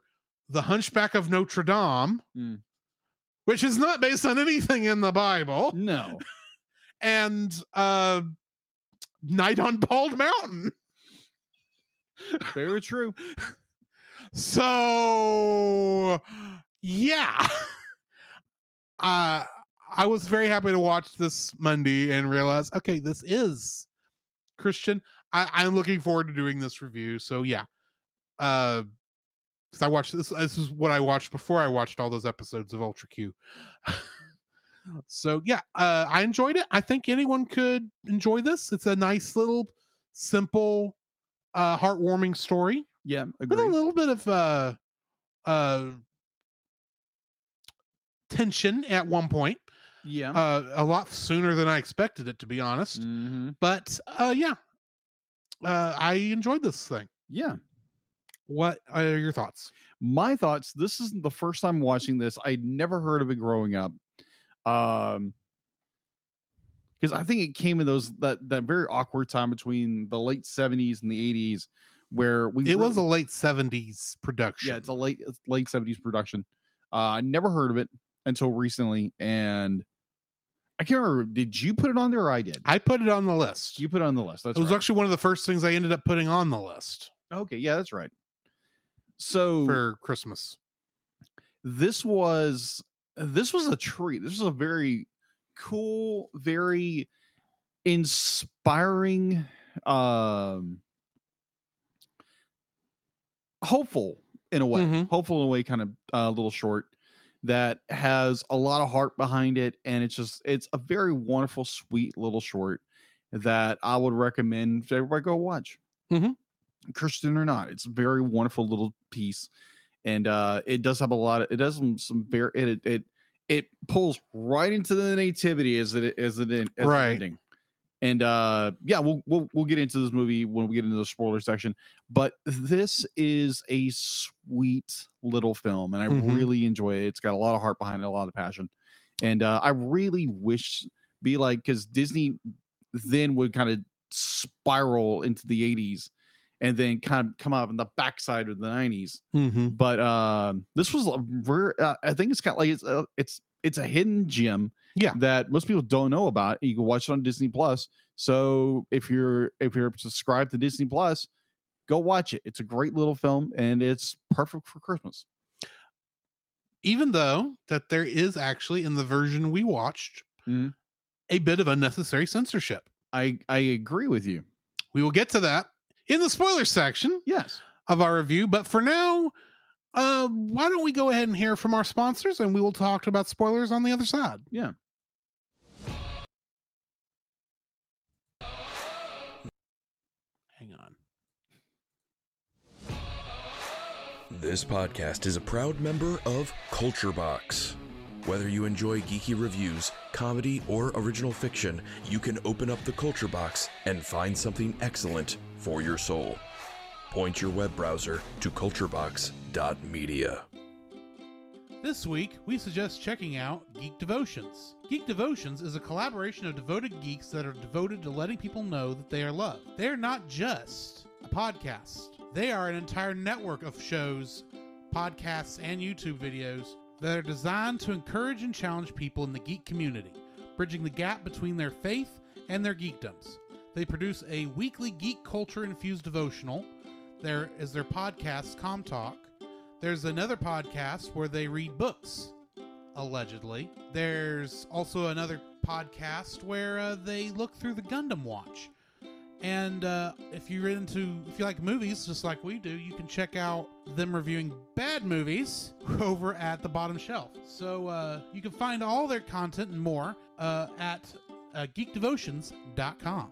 the Hunchback of Notre Dame,
Mm.
which is not based on anything in the Bible,
No.
and uh, Night on Bald Mountain.
Very true.
So yeah. (laughs) Uh I was very happy to watch this Monday and realize, okay, this is Christian. I, I'm looking forward to doing this review. So yeah. Uh 'cause I watched this this is what I watched before I watched all those episodes of Ultra Q. (laughs) so yeah, uh I enjoyed it. I think anyone could enjoy this. It's a nice little simple uh heartwarming story
(laughs) Yeah.
with a
Agree.
little bit of uh uh tension at one point
Yeah.
uh a lot sooner than i expected it to be honest
hmm
but uh yeah uh i enjoyed this thing
Yeah.
what are your thoughts
my thoughts this isn't the first time watching this i'd never heard of it growing up um because i think it came in those that that very awkward time between the late 70s and the 80s where we
it was a
really-
late 70s production
yeah it's a late it's late 70s production uh i never heard of it until recently and i can't remember did you put it on there or i did
i put it on the list
you put it on the list that's
it was
right.
actually one of the first things i ended up putting on the list
okay yeah that's right so
for christmas
this was this was a treat. This was a very cool, very inspiring, um hopeful in a way,
Mhm.
hopeful in a way kind of uh, little short that has a lot of heart behind it and it's just it's a very wonderful sweet little short that I would recommend to everybody go watch.
Mhm.
Christian or not, it's a very wonderful little piece, and uh, it does have a lot. Of, it does some, some very it it it pulls right into the nativity as it as it in as
Right.
It ending. And uh, yeah, we'll, we'll we'll get into this movie when we get into the spoiler section. But this is a sweet little film, and I
Mhm.
really enjoy it. It's got a lot of heart behind it, a lot of passion, and uh, I really wish be like because Disney then would kind of spiral into the 80s and then kind of come up in the backside of the 90s
mm-hmm.
but um this was a ver- uh, i think it's kind of like it's a, it's it's a hidden gem
Yeah.
that most people don't know about you can watch it on disney plus so if you're if you're subscribed to disney plus go watch it it's a great little film and it's perfect for christmas
even though that there is actually in the version we watched
Mhm.
a bit of unnecessary censorship
i i agree with you
We will get to that in the spoiler section
yes
of our review. But for now, uh, why don't we go ahead and hear from our sponsors and we will talk about spoilers on the other side.
Yeah.
Hang on.
This podcast is a proud member of Culture Box. Whether you enjoy geeky reviews, comedy, or original fiction, you can open up the Culture Box and find something excellent for your soul. Point your web browser to culturebox.media.
This week, we suggest checking out Geek Devotions. Geek Devotions is a collaboration of devoted geeks that are devoted to letting people know that they are loved. They are not just a podcast, they are an entire network of shows, podcasts, and YouTube videos that are designed to encourage and challenge people in the geek community, bridging the gap between their faith and their geekdoms. They produce a weekly geek culture infused devotional. There is their podcast, Com Talk. There's another podcast where they read books, allegedly. There's also another podcast where uh, they look through the Gundam Watch. And uh, if you're into, if you like movies just like we do, you can check out them reviewing bad movies (laughs) over at the bottom shelf. So uh, you can find all their content and more uh, at uh, geekdevotions.com.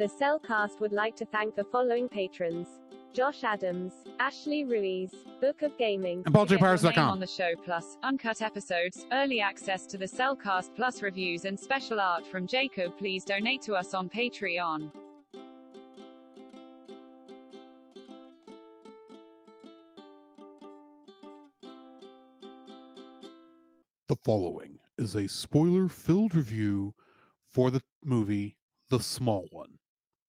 The Cellcast would like to thank the following patrons Josh Adams, Ashley Ruiz, Book of Gaming.
And balltopirates.com.
Get your name on the show plus uncut episodes, early access to the Cellcast plus reviews and special art from Jacob. Please donate to us on Patreon.
The following is a spoiler filled review for the movie The Small One.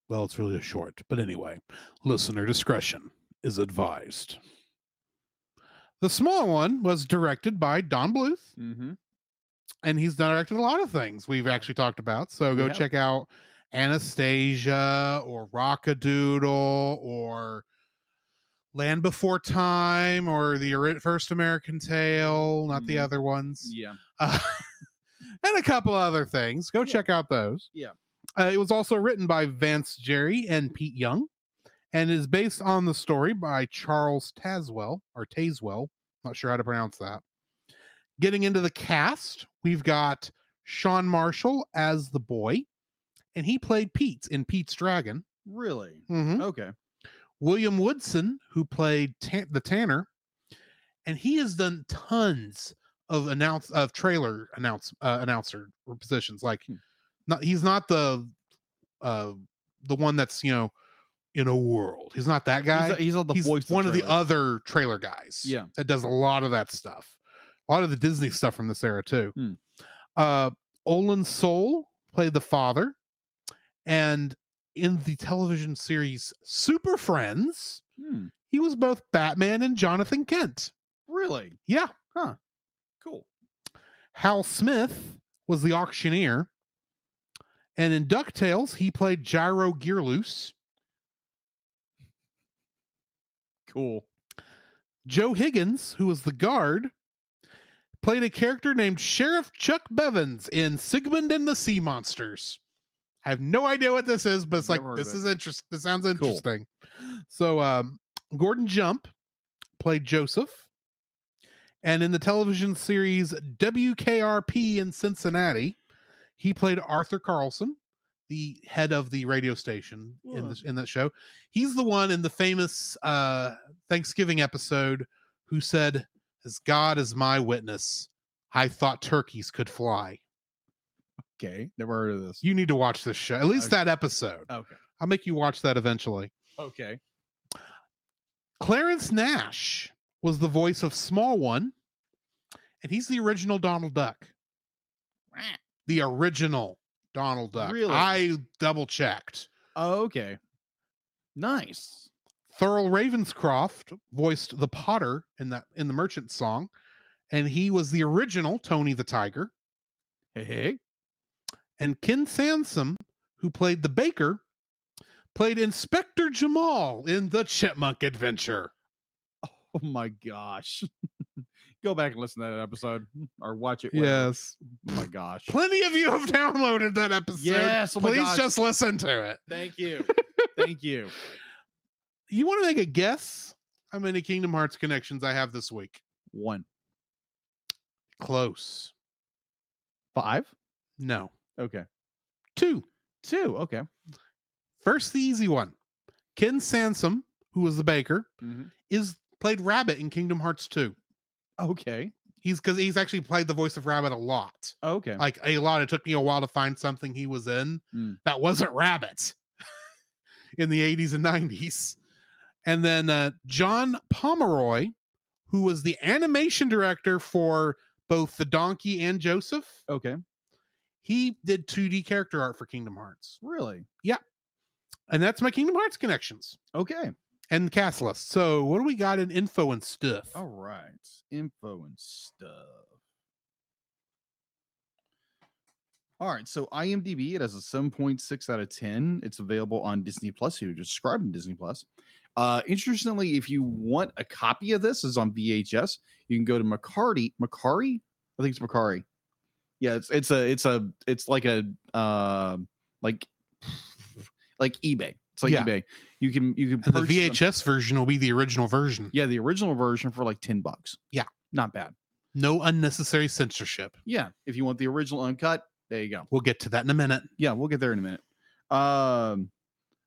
Well, it's really a short, but anyway, listener discretion is advised. The Small One was directed by Don Bluth,
Mm-hmm.
and he's directed a lot of things we've actually talked about. So go
Yeah.
check out Anastasia or Rockadoodle or Land Before Time or the ori- first American Tale, not the
Mhm.
other ones
Yeah.
uh, and a couple other things. Go check out those.
Yeah.
Uh, it was also written by Vance Jerry and Pete Young and is based on the story by Charles Taswell or Taswell. Not sure how to pronounce that. Getting into the cast, we've got Sean Marshall as the boy, and he played Pete in Pete's Dragon.
Really?
Mhm.
Okay.
William Woodson, who played Tan- the Tanner, and he has done tons of announce of trailer announce uh, announcer positions. Like,
Hmm.
not he's not the uh the one that's you know in a world. He's not that guy.
He's, he's on the
He's
voice.
one of the
trailers.
other trailer guys.
Yeah.
that does a lot of that stuff. A lot of the Disney stuff from this era too.
Hmm.
Uh, Olin Soul played the father, and in the television series Super Friends,
Hmm.
he was both Batman and Jonathan Kent.
Really?
Yeah.
Cool.
Hal Smith was the auctioneer. And in DuckTales, he played Gyro Gearloose.
Cool.
Joe Higgins, who was the guard, played a character named Sheriff Chuck Bevins in Sigmund and the Sea Monsters. I have no idea what this is, but it's like
Never heard of
this
it.
is interesting. This sounds
Cool.
interesting. So um, Gordon Jump played Joseph, and in the television series WKRP in Cincinnati, he played Arthur Carlson, the head of the radio station in
Whoa.
this in that show. He's the one in the famous uh, Thanksgiving episode who said, "As God is my witness, I thought turkeys could fly."
Okay. Never heard of this.
You need to watch this show, at least
Okay.
that episode.
Okay.
I'll make you watch that eventually.
Okay.
Clarence Nash was the voice of Small One, and he's the original Donald Duck. The original Donald Duck.
Really?
I double checked.
Okay. Nice.
Thurl Ravenscroft voiced the Potter in that in the Merchant Song, and he was the original Tony the Tiger.
Hey, hey.
And Ken Sansom, who played the Baker, played Inspector Jamal in the Chipmunk Adventure.
Oh my gosh. (laughs) Go back and listen to that episode or watch it. whatever.
Yes.
Oh my gosh.
Plenty of you have downloaded that episode.
Yes, oh my
Please
gosh.
just listen to it.
Thank you. Thank you.
You want to make a guess how many Kingdom Hearts connections I have this week?
One.
Close.
Five?
No.
Okay.
Two.
Two. Okay.
First, the easy one. Ken Sansom, who was the baker,
Mhm.
is played Rabbit in Kingdom Hearts 2.
Okay.
He's because he's actually played the voice of Rabbit a lot.
Okay.
Like a lot. It took me a while to find something he was in
Mm.
that wasn't Rabbit (laughs) in the 80s and 90s. And then uh, John Pomeroy, who was the animation director for both the Donkey and Joseph,
Okay.
he did 2D character art for Kingdom Hearts.
Really?
And that's my Kingdom Hearts connections
Okay.
and cast list. So, what do we got in info and stuff?
All right. Info and stuff. All right. So IMDb, it has a 7.6 out of 10. It's available on Disney Plus. You just subscribed in Disney Plus. Uh, interestingly, if you want a copy of this, is on VHS. You can go to Macari. Macari? I think it's Macari. Yeah, it's it's a it's a it's like a uh, like (sighs) like eBay. It's like
Yeah.
eBay. You can you
And
can
the
purchase them.
VHS version will be the original version.
Yeah, the original version for like 10 bucks.
Yeah.
Not bad.
No unnecessary censorship.
Yeah. If you want the original uncut, there you go.
We'll get to that in a minute.
Yeah, we'll get there in a minute. Um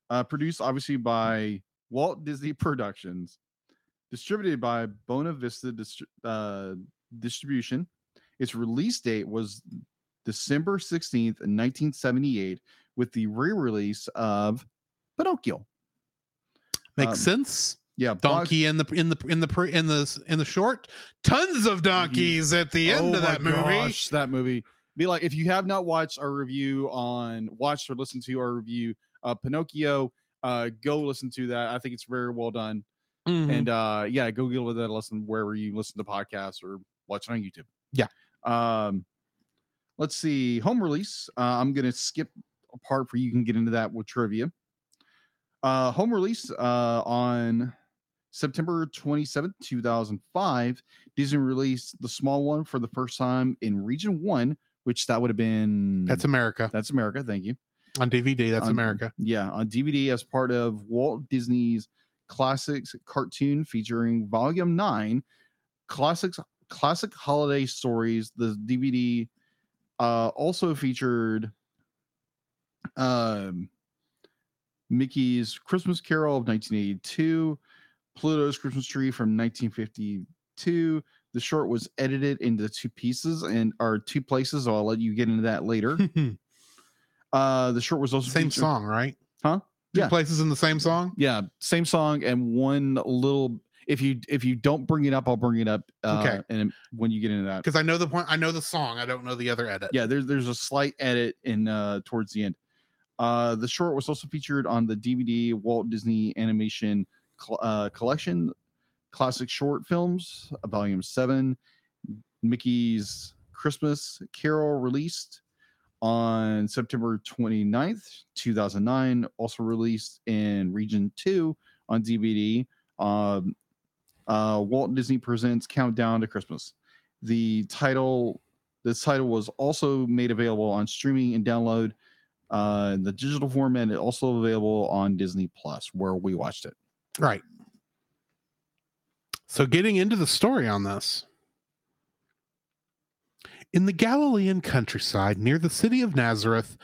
uh produced obviously by Walt Disney (laughs) Productions, distributed by Bona Vista Distri- uh, Distribution. Its release date was December 16th, 1978, with the re release of Pinocchio.
Makes
Um,
sense.
Yeah, Box-
Donkey in the in the in the pr- in the in the short. Tons of donkeys at the end
Oh
of
my
that movie.
gosh, that movie. Be like, if you have not watched our review on, watched or listened to our review of Pinocchio, uh, go listen to that. I think it's very well done.
Mhm.
And uh, yeah, go give that a listen wherever you listen to podcasts or watch it on YouTube.
Yeah.
Um, let's see. Home release. Uh, I'm going to skip a part where you can get into that with trivia. Uh, home release uh, on September 27th, 2005. Disney released the small one for the first time in Region 1, which that would have been.
that's America
That's America. Thank you.
on DVD. That's
on- (laughs)
America.
Yeah, on DVD as part of Walt Disney's Classics cartoon featuring Volume 9, Classics Classic Holiday Stories. The DVD uh also featured um Mickey's Christmas Carol of 1982, Pluto's Christmas Tree from 1952. The short was edited into two pieces and or two places. So I'll let you get into
(laughs)
that later. Uh, the short was also
same
featured-
song, right?
Huh?
Two
Yeah.
places in the same song.
yeah same song and one little if you if you don't bring it up i'll bring it up uh,
Okay.
and when you get into that
Because I know the point. I know the song. I don't know the other edit.
yeah there's there's a slight edit in uh towards the end uh the short was also featured on the dvd walt disney animation cl- uh, collection classic short films uh, volume 7 mickey's christmas carol released on september 29th 2009 also released in region 2 on dvd um, uh, walt disney presents countdown to christmas the title this title was also made available on streaming and download uh, in the digital form, and it also available on Disney Plus, where we watched it.
Right. So, getting into the story on this. In the Galilean countryside near the city of Nazareth,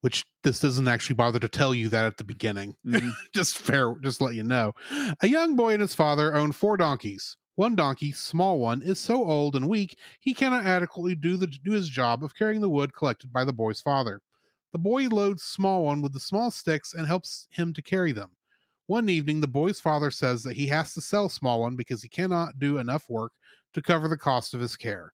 which this doesn't actually bother to tell you that at the beginning,
Mm-hmm, (laughs)
(laughs) just fair, just let you know. A young boy and his father own four donkeys. One donkey, small one, is so old and weak he cannot adequately do the do his job of carrying the wood collected by the boy's father. The boy loads small one with the small sticks and helps him to carry them. One evening, the boy's father says that he has to sell small one because he cannot do enough work to cover the cost of his care.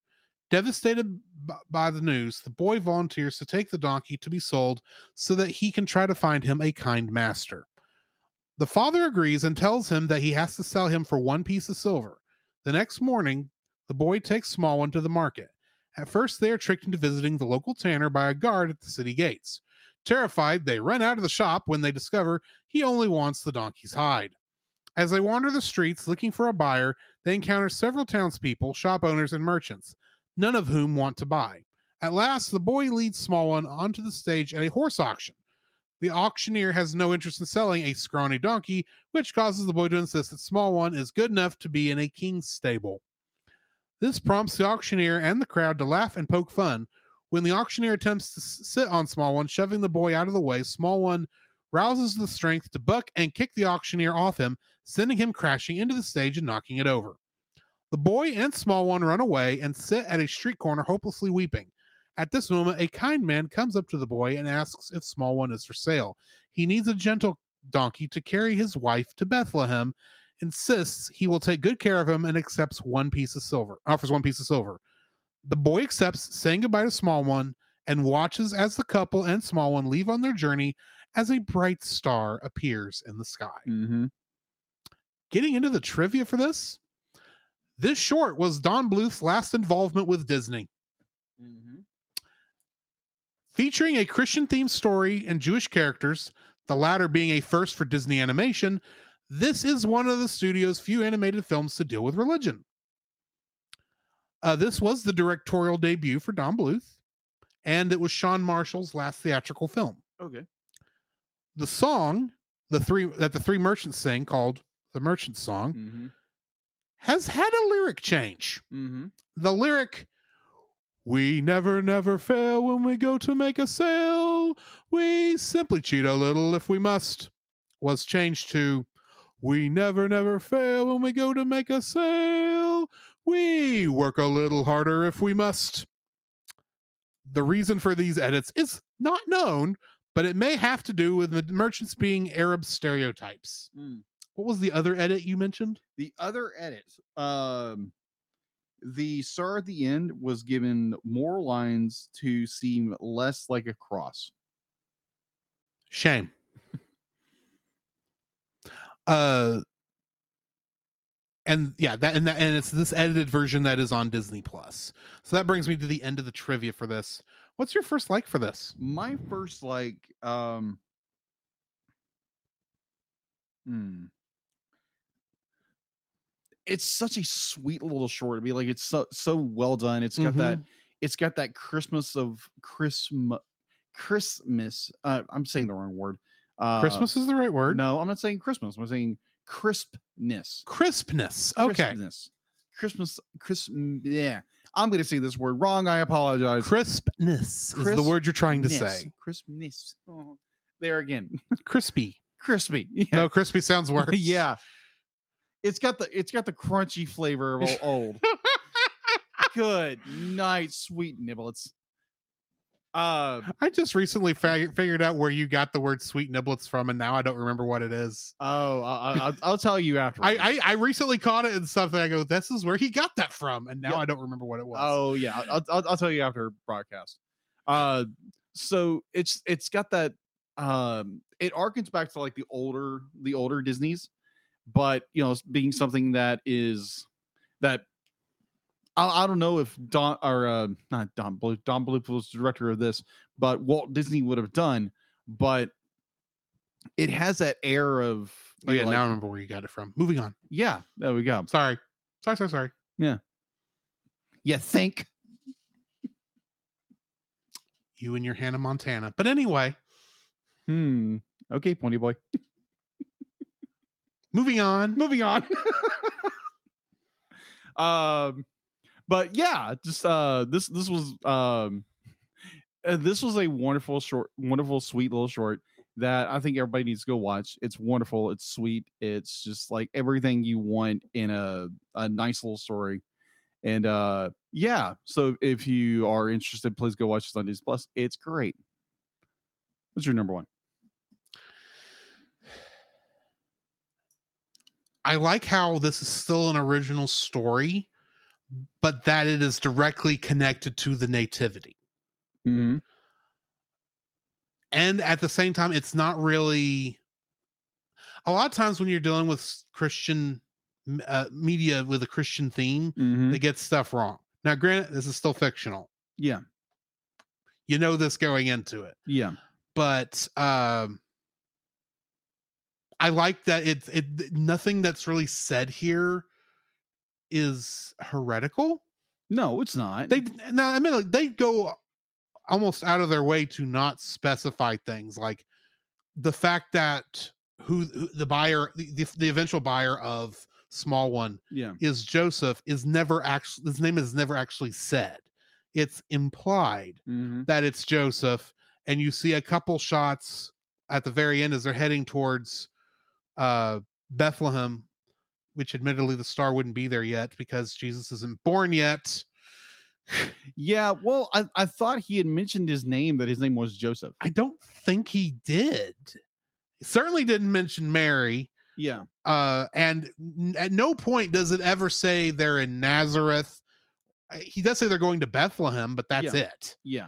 Devastated b- by the news, the boy volunteers to take the donkey to be sold so that he can try to find him a kind master. The father agrees and tells him that he has to sell him for one piece of silver. The next morning, the boy takes Small One to the market. At first, they are tricked into visiting the local tanner by a guard at the city gates. Terrified, they run out of the shop when they discover he only wants the donkey's hide. As they wander the streets looking for a buyer, they encounter several townspeople, shop owners, and merchants, none of whom want to buy. At last, the boy leads Small One onto the stage at a horse auction. The auctioneer has no interest in selling a scrawny donkey, which causes the boy to insist that small one is good enough to be in a king's stable. This prompts the auctioneer and the crowd to laugh and poke fun. When the auctioneer attempts to s- sit on small one, shoving the boy out of the way, small one rouses the strength to buck and kick the auctioneer off him, sending him crashing into the stage and knocking it over. The boy and small one run away and sit at a street corner hopelessly weeping. At this moment, a kind man comes up to the boy and asks if small one is for sale. He needs a gentle donkey to carry his wife to Bethlehem, insists he will take good care of him and accepts one piece of silver, offers one piece of silver. The boy accepts, saying goodbye to small one, and watches as the couple and small one leave on their journey as a bright star appears in the sky
Mm-hmm.
getting into the trivia for this, this short was Don Bluth's last involvement with Disney.
Mm-hmm.
Featuring a Christian themed story and Jewish characters, the latter being a first for Disney animation, this is one of the studio's few animated films to deal with religion. Uh, this was the directorial debut for Don Bluth, and it was Sean Marshall's last theatrical film.
Okay.
The song the three that the three merchants sing called the Merchant Song
Mm-hmm.
has had a lyric change.
Mm-hmm.
the lyric we never never fail when we go to make a sale we simply cheat a little if we must was changed to We never, never fail when we go to make a sale. We work a little harder if we must. The reason for these edits is not known, but it may have to do with the merchants being Arab stereotypes.
mm.
What was the other edit you mentioned?
The other edit, um, the star at the end was given more lines to seem less like a cross.
Shame. (laughs) Uh and yeah, that and that and it's this edited version that is on Disney Plus. So that brings me to the end of the trivia for this. What's your first like for this?
My first, like, um, hmm. It's such a sweet little short. I mean, like, it's so so well done. It's got that.
Mm-hmm.
It's got that Christmas of Christmas. Christmas. Uh, I'm saying the wrong word. Uh,
Christmas is the right word.
No, I'm not saying Christmas. I'm saying crispness.
Crispness. Okay.
Crispness. Christmas. Crisp. Yeah. I'm going to say this word wrong. I apologize.
Crispness is the word you're trying to say.
Crispness. Oh, there again. (laughs)
Crispy.
Crispy. (laughs)
No, crispy sounds worse.
yeah. It's got the it's got the crunchy flavor of o- (laughs) old. Good night, sweet niblets. Uh
I just recently fa- figured out where you got the word sweet niblets from, and now I don't remember what it is.
oh, I, I- I'll, I'll tell you after.
I, I I recently caught it in something. I go, this is where he got that from, and now
Yeah.
I don't remember what it was.
Oh yeah, I'll, I'll, I'll tell you after broadcast. Uh, so it's it's got that. Um, it harkens back to like the older the older Disney's, but you know, it's being something that is that I, I don't know if Don or uh, not Don Bluth, Don Bluth was the director of this, but Walt Disney would have done. But it has that air of
Oh,
you
yeah,
know,
now I
like-
remember where you got it from. Moving on.
yeah. There we go.
Sorry, sorry, sorry, sorry.
You think?
You and your Hannah Montana. But anyway,
Hmm. Okay, Pony Boy.
moving on.
moving on. (laughs) um, but yeah, just uh, this this was um, uh, this was a wonderful short, wonderful sweet little short that I think everybody needs to go watch. It's wonderful. It's sweet. It's just like everything you want in a a nice little story. And uh, yeah, so if you are interested, please go watch this on Disney Plus. It's great. What's your number one?
I like how this is still an original story, but that it is directly connected to the nativity.
Mm-hmm.
and at the same time it's not really a lot of times when you're dealing with s- christian m- uh, media with a christian theme
Mm-hmm.
they get stuff wrong now granted this is still fictional
Yeah,
you know this going into it
yeah.
but um i like that it it th- nothing that's really said here is heretical
No, it's not.
they d- now i mean like, they go almost out of their way to not specify things like the fact that who, who the buyer the, the, the eventual buyer of small one
yeah.
is joseph is never actually his name is never actually said it's implied
Mm-hmm.
that it's joseph and you see a couple shots at the very end as they're heading towards uh bethlehem which admittedly the star wouldn't be there yet because jesus isn't born yet
Yeah, well, I, I thought he had mentioned his name that his name was Joseph.
I don't think he did. Certainly didn't mention Mary.
Yeah.
Uh, and n- at no point does it ever say they're in Nazareth. Uh, He does say they're going to Bethlehem, but that's it.
Yeah.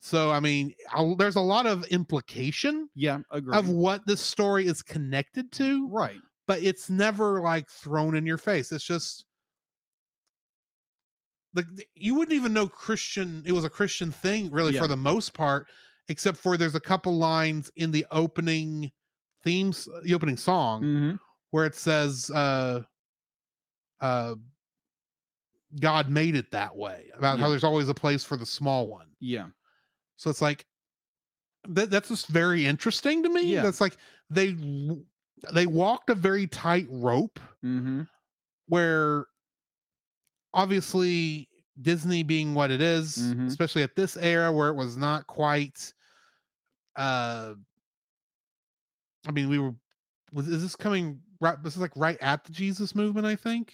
So, I mean, I'll- there's a lot of implication
Yeah. Agree.
of what this story is connected to,
right.
but it's never like thrown in your face. It's just like th- you wouldn't even know Christian. It was a Christian thing, really,
Yeah.
for the most part, except for there's a couple lines in the opening themes, uh, the opening song,
Mm-hmm.
where it says, uh, uh, "God made it that way." About
Yeah.
how there's always a place for the small one.
Yeah.
So it's like that that's just very interesting to me.
Yeah.
That's like they w- they walked a very tight rope
Mm-hmm.
where obviously Disney being what it is,
Mhm.
especially at this era where it was not quite uh I mean we were was is this coming right this is like right at the Jesus movement, I think.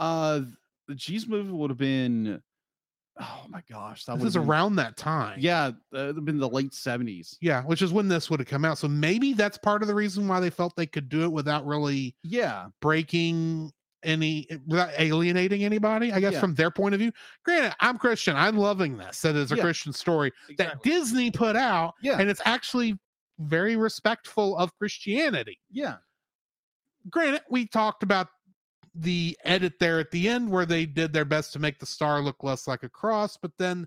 Uh, the G's movement would have been. Oh my gosh, that
This
would
is
have been-
around that time.
Yeah, uh, it'd have been the late seventies.
Yeah, which is when this would have come out. So maybe that's part of the reason why they felt they could do it without really
Yeah,
breaking any eh, without alienating anybody, I guess
Yeah.
from their point of view. Granted, I'm Christian. I'm loving this. That is a
Yeah.
Christian story that
exactly.
Disney put out.
Yeah.
And it's actually very respectful of Christianity.
yeah,
Granted, we talked about the edit there at the end where they did their best to make the star look less like a cross, but then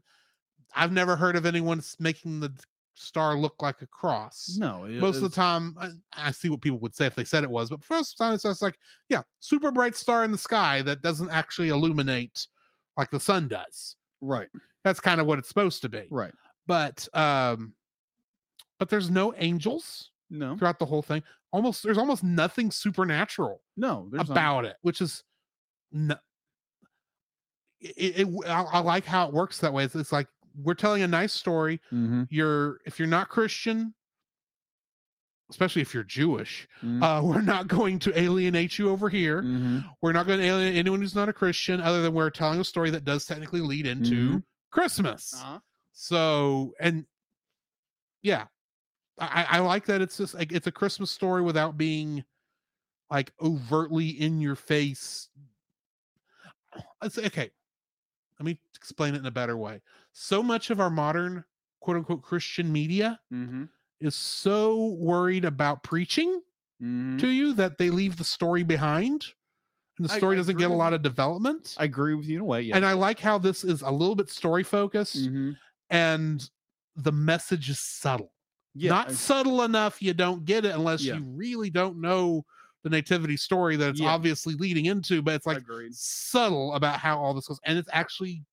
I've never heard of anyone s- making the star look like a cross
no, it-
most of the
it's-
time I, I see what people would say if they said it was but for most time it's just like yeah super bright star in the sky that doesn't actually illuminate like the sun does
right,
that's kind of what it's supposed to be
right,
but um but there's no angels
no,
throughout the whole thing almost there's almost nothing supernatural
no, there's not.
about it which is no it, it, I, I like how it works that way it's, it's like we're telling a nice story
Mhm,
you're if you're not Christian, especially if you're Jewish,
mhm,
uh, we're not going to alienate you over here.
mhm,
We're not going to alienate anyone who's not a Christian, other than we're telling a story that does technically lead into Christmas.
uh-huh,
So and yeah, I, I I like that it's just like it's a Christmas story without being like overtly in your face. It's okay. Let me explain it in a better way. So much of our modern quote unquote Christian media
mhm,
is so worried about preaching
mhm.
to you that they leave the story behind and the
I-
story
I
doesn't
agree
get a
with
lot
you.
of development.
I agree with you in a way. Yeah.
And I like how this is a little bit story focused
Mhm.
and the message is subtle.
Yeah,
Not
I-
subtle enough you don't get it unless
Yeah.
you really don't know the nativity story that it's
Yeah.
obviously leading into, but it's like
agreed.
subtle about how all this goes. And it's actually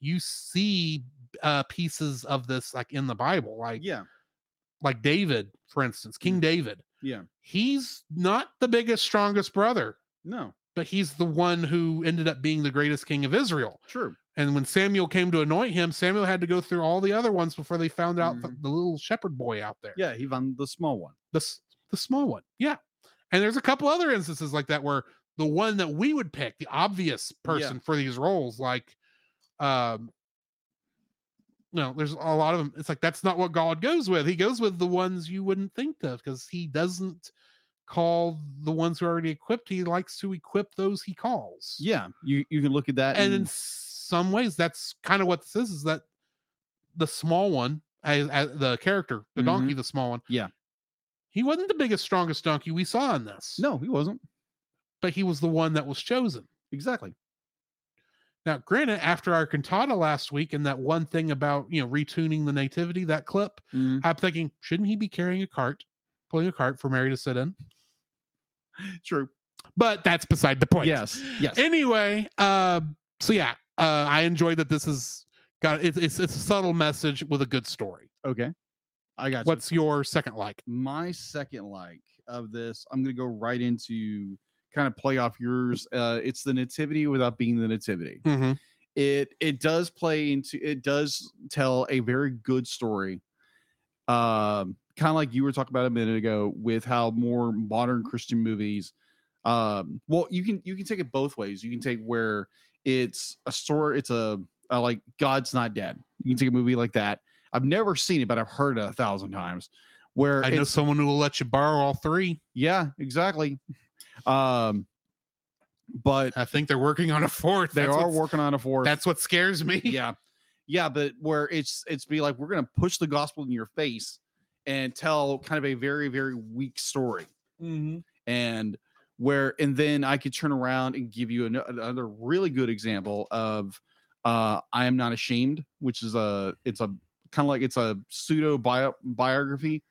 you see uh pieces of this like in the Bible. Like
Yeah, Mm-hmm.
like David, for instance, King David.
Yeah.
He's not the biggest, strongest brother,
no,
but he's the one who ended up being the greatest king of Israel.
true.
And when Samuel came to anoint him, Samuel had to go through all the other ones before they found out the,
Mhm.
the little shepherd boy out there.
Yeah, he found the small one.
The, s- the small one. Yeah. And there's a couple other instances like that where the one that we would pick, the obvious
Yeah.
person for these roles, like, um, no, there's a lot of them. It's like that's not what God goes with. He goes with the ones you wouldn't think of because he doesn't call the ones who are already equipped. He likes to equip those he calls
Yeah, you you can look at that
and in some ways that's kind of what this is is that the small one as, as the character the
Mhm.
donkey the small one
Yeah.
he wasn't the biggest strongest donkey we saw in this
no, he wasn't
but he was the one that was chosen
exactly.
now granted after our cantata last week and that one thing about you know retuning the nativity that clip
Mhm.
i'm thinking shouldn't he be carrying a cart pulling a cart for mary to sit in
(laughs) True.
but that's beside the point
Yes. Yes.
anyway uh so yeah uh i enjoyed that this is got it's it's, it's a subtle message with a good story
okay. I got you.
What's your second like?
my second like of this i'm going to go right into kind of play off yours uh it's the nativity without being the nativity
Mm-hmm.
it it does play into it does tell a very good story um kind of like you were talking about a minute ago with how more modern
Mm-hmm.
christian movies um well you can you can take it both ways you can take where it's a story it's a, a like god's not dead you can take a movie like that i've never seen it but i've heard it a thousand times where
I know
it's-
someone who will let you borrow all three.
yeah, exactly. Um, but
I think they're working on a fourth.
they
That's
are
what's-
working on a fourth.
That's what scares (laughs) me.
yeah, yeah. But where it's it's be like we're gonna push the gospel in your face and tell kind of a very very weak story,
Mm-hmm.
and where and then I could turn around and give you ano- another really good example of uh, I am not ashamed, which is a it's a kind of like it's a pseudo bio, biography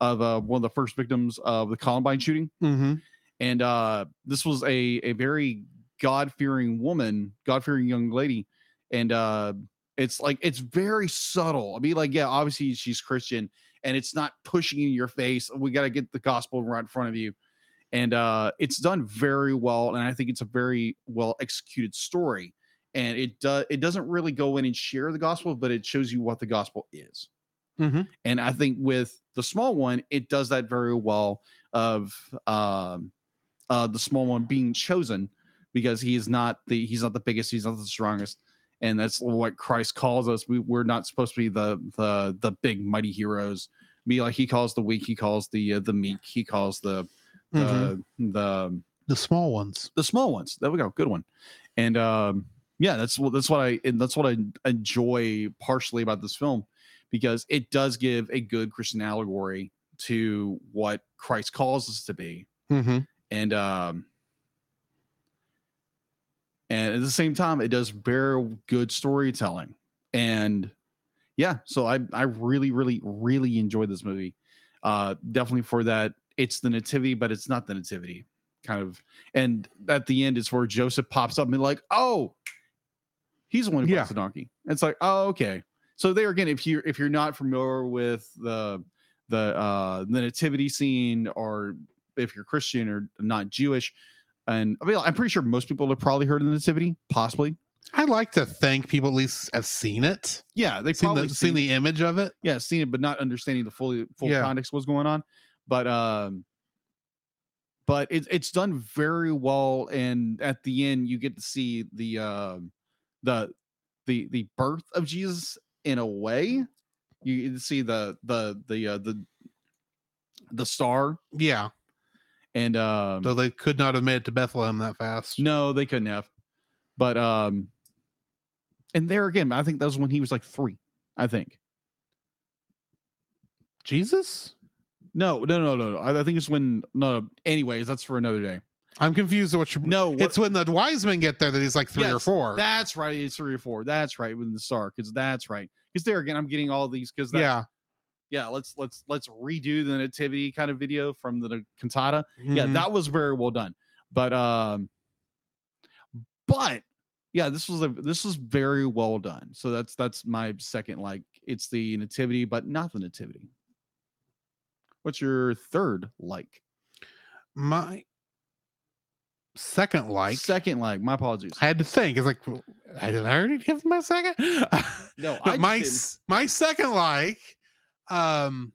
of uh, one of the first victims of the Columbine shooting
Mm-hmm.
and uh, this was a a very God fearing woman, God fearing young lady, and uh, it's like it's very subtle. I mean, like yeah, obviously she's Christian, and it's not pushing you in your face. "Oh, We got to get the gospel right in front of you, and uh, it's done very well. And I think it's a very well executed story. And it does it doesn't really go in and share the gospel, but it shows you what the gospel is. Mm-hmm.
Mhm.
And I think with the small one, it does that very well. Of um, uh, the small one being chosen because he is not the he's not the biggest, he's not the strongest, and that's what Christ calls us. We we're not supposed to be the the the big mighty heroes. Be like he calls the weak, he calls the uh, the meek, he calls the the
Mhm.
the
The small ones.
the small ones. There we go, good one. And um, yeah, that's what that's what I and that's what I enjoy partially about this film because it does give a good Christian allegory to what Christ calls us to be
Mm-hmm.
and um and at the same time it does very good storytelling and yeah so i i really really really enjoyed this movie uh definitely for that it's the nativity but it's not the nativity kind of and at the end it's where joseph pops up and they're like oh he's the one who
Yeah.
yeah. the donkey And it's like oh okay so there again if you're if you're not familiar with the the uh the nativity scene or if you're Christian or not Jewish. And I mean, I'm pretty sure most people have probably heard of the Nativity, possibly.
I like to think people at least have seen it,
Yeah, they've
seen
probably
the, seen the image of it.
yeah seen it, but not understanding the fully full
Yeah.
context of what's going on. But um, but it's it's done very well, and at the end you get to see the um the the the birth of Jesus in a way. You get to see the the the uh, the the star
Yeah.
and um
So they could not have made it to Bethlehem that fast.
No, they couldn't have. But um and there again, I think that was when he was like three, I think.
Jesus?
No, no, no, no, no. I, I think it's when no, no anyways, that's for another day.
I'm confused what you
No, what-
It's when the wise men get there that he's like three or
Yes,
four.
that's right. It's three or four. That's right. Within the star, because that's right. Because there again, I'm getting all these because yeah.
yeah.
yeah, let's let's let's redo the nativity kind of video from the na- cantata. yeah
Mhm.
that was very well done but um but yeah this was a this was very well done so that's that's my second like it's the nativity but not the nativity what's your third like
Mm-hmm. my second like.
second like my apologies
I had to think. It's like, well, I did I already give my second? (laughs)
no
But
just
my
didn't-
s- my second like, um,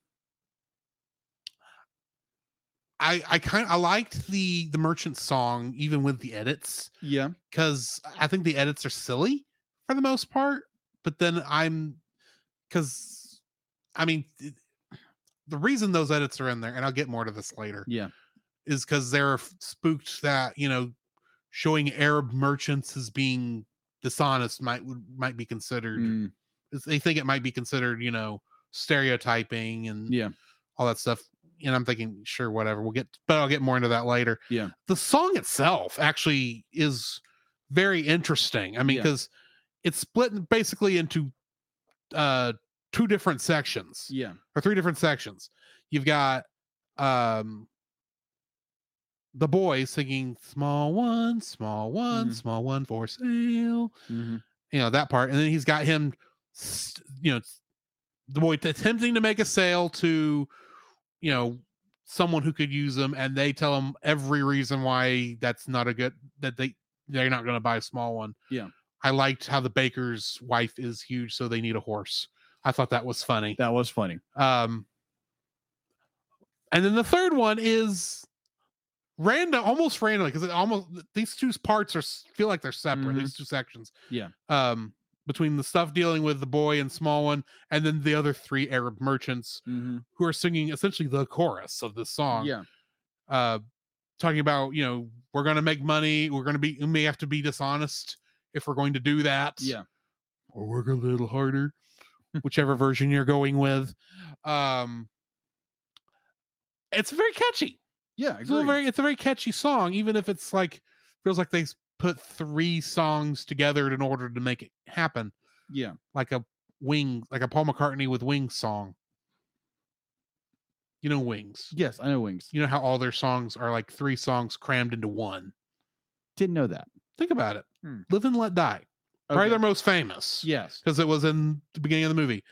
I I kind I liked the the merchant song even with the edits
yeah
because I think the edits are silly for the most part. But then I'm because I mean th- the reason those edits are in there, and I'll get more to this later,
yeah
is because they're f- spooked that you know showing Arab merchants as being dishonest might would- might be considered
mm,
is they think it might be considered, you know, stereotyping and
yeah
all that stuff. And I'm thinking, sure, whatever. We'll get, but I'll get more into that later.
Yeah.
The song itself actually is very interesting. I mean,
Yeah.
because it's split in- basically into uh two different sections
yeah
or three different sections. You've got um the boy singing small one, small one,
Mhm.
small one for sale
mhm,
you know that part and then he's got him s- you know s- the boy t- attempting to make a sale to you know someone who could use them and they tell him every reason why that's not a good that they they're not going to buy a small one
Yeah.
i liked how the baker's wife is huge so they need a horse i thought that was funny
that was funny
um and then the third one is random almost randomly because it almost th- these two parts are s- feel like they're separate
Mhm.
these two sections
Yeah.
um between the stuff dealing with the boy and small one and then the other three arab merchants
Mhm,
who are singing essentially the chorus of the song
yeah
uh talking about you know we're gonna make money we're gonna be we may have to be dishonest if we're going to do that
yeah
or work a little
(laughs)
harder, whichever version you're going with. Um, it's very catchy.
yeah
It's a
agreed.
very, it's a very catchy song, even if it's like feels like they s- put three songs together in order to make it happen,
yeah
like a wing, like a Paul McCartney with Wings song. You know, Wings.
yes i know wings
You know how all their songs are like three songs crammed into one.
didn't know that
Think about it.
Hmm.
Live and Let Die. Probably
Okay,
their most famous.
yes
because it was in the beginning of the movie.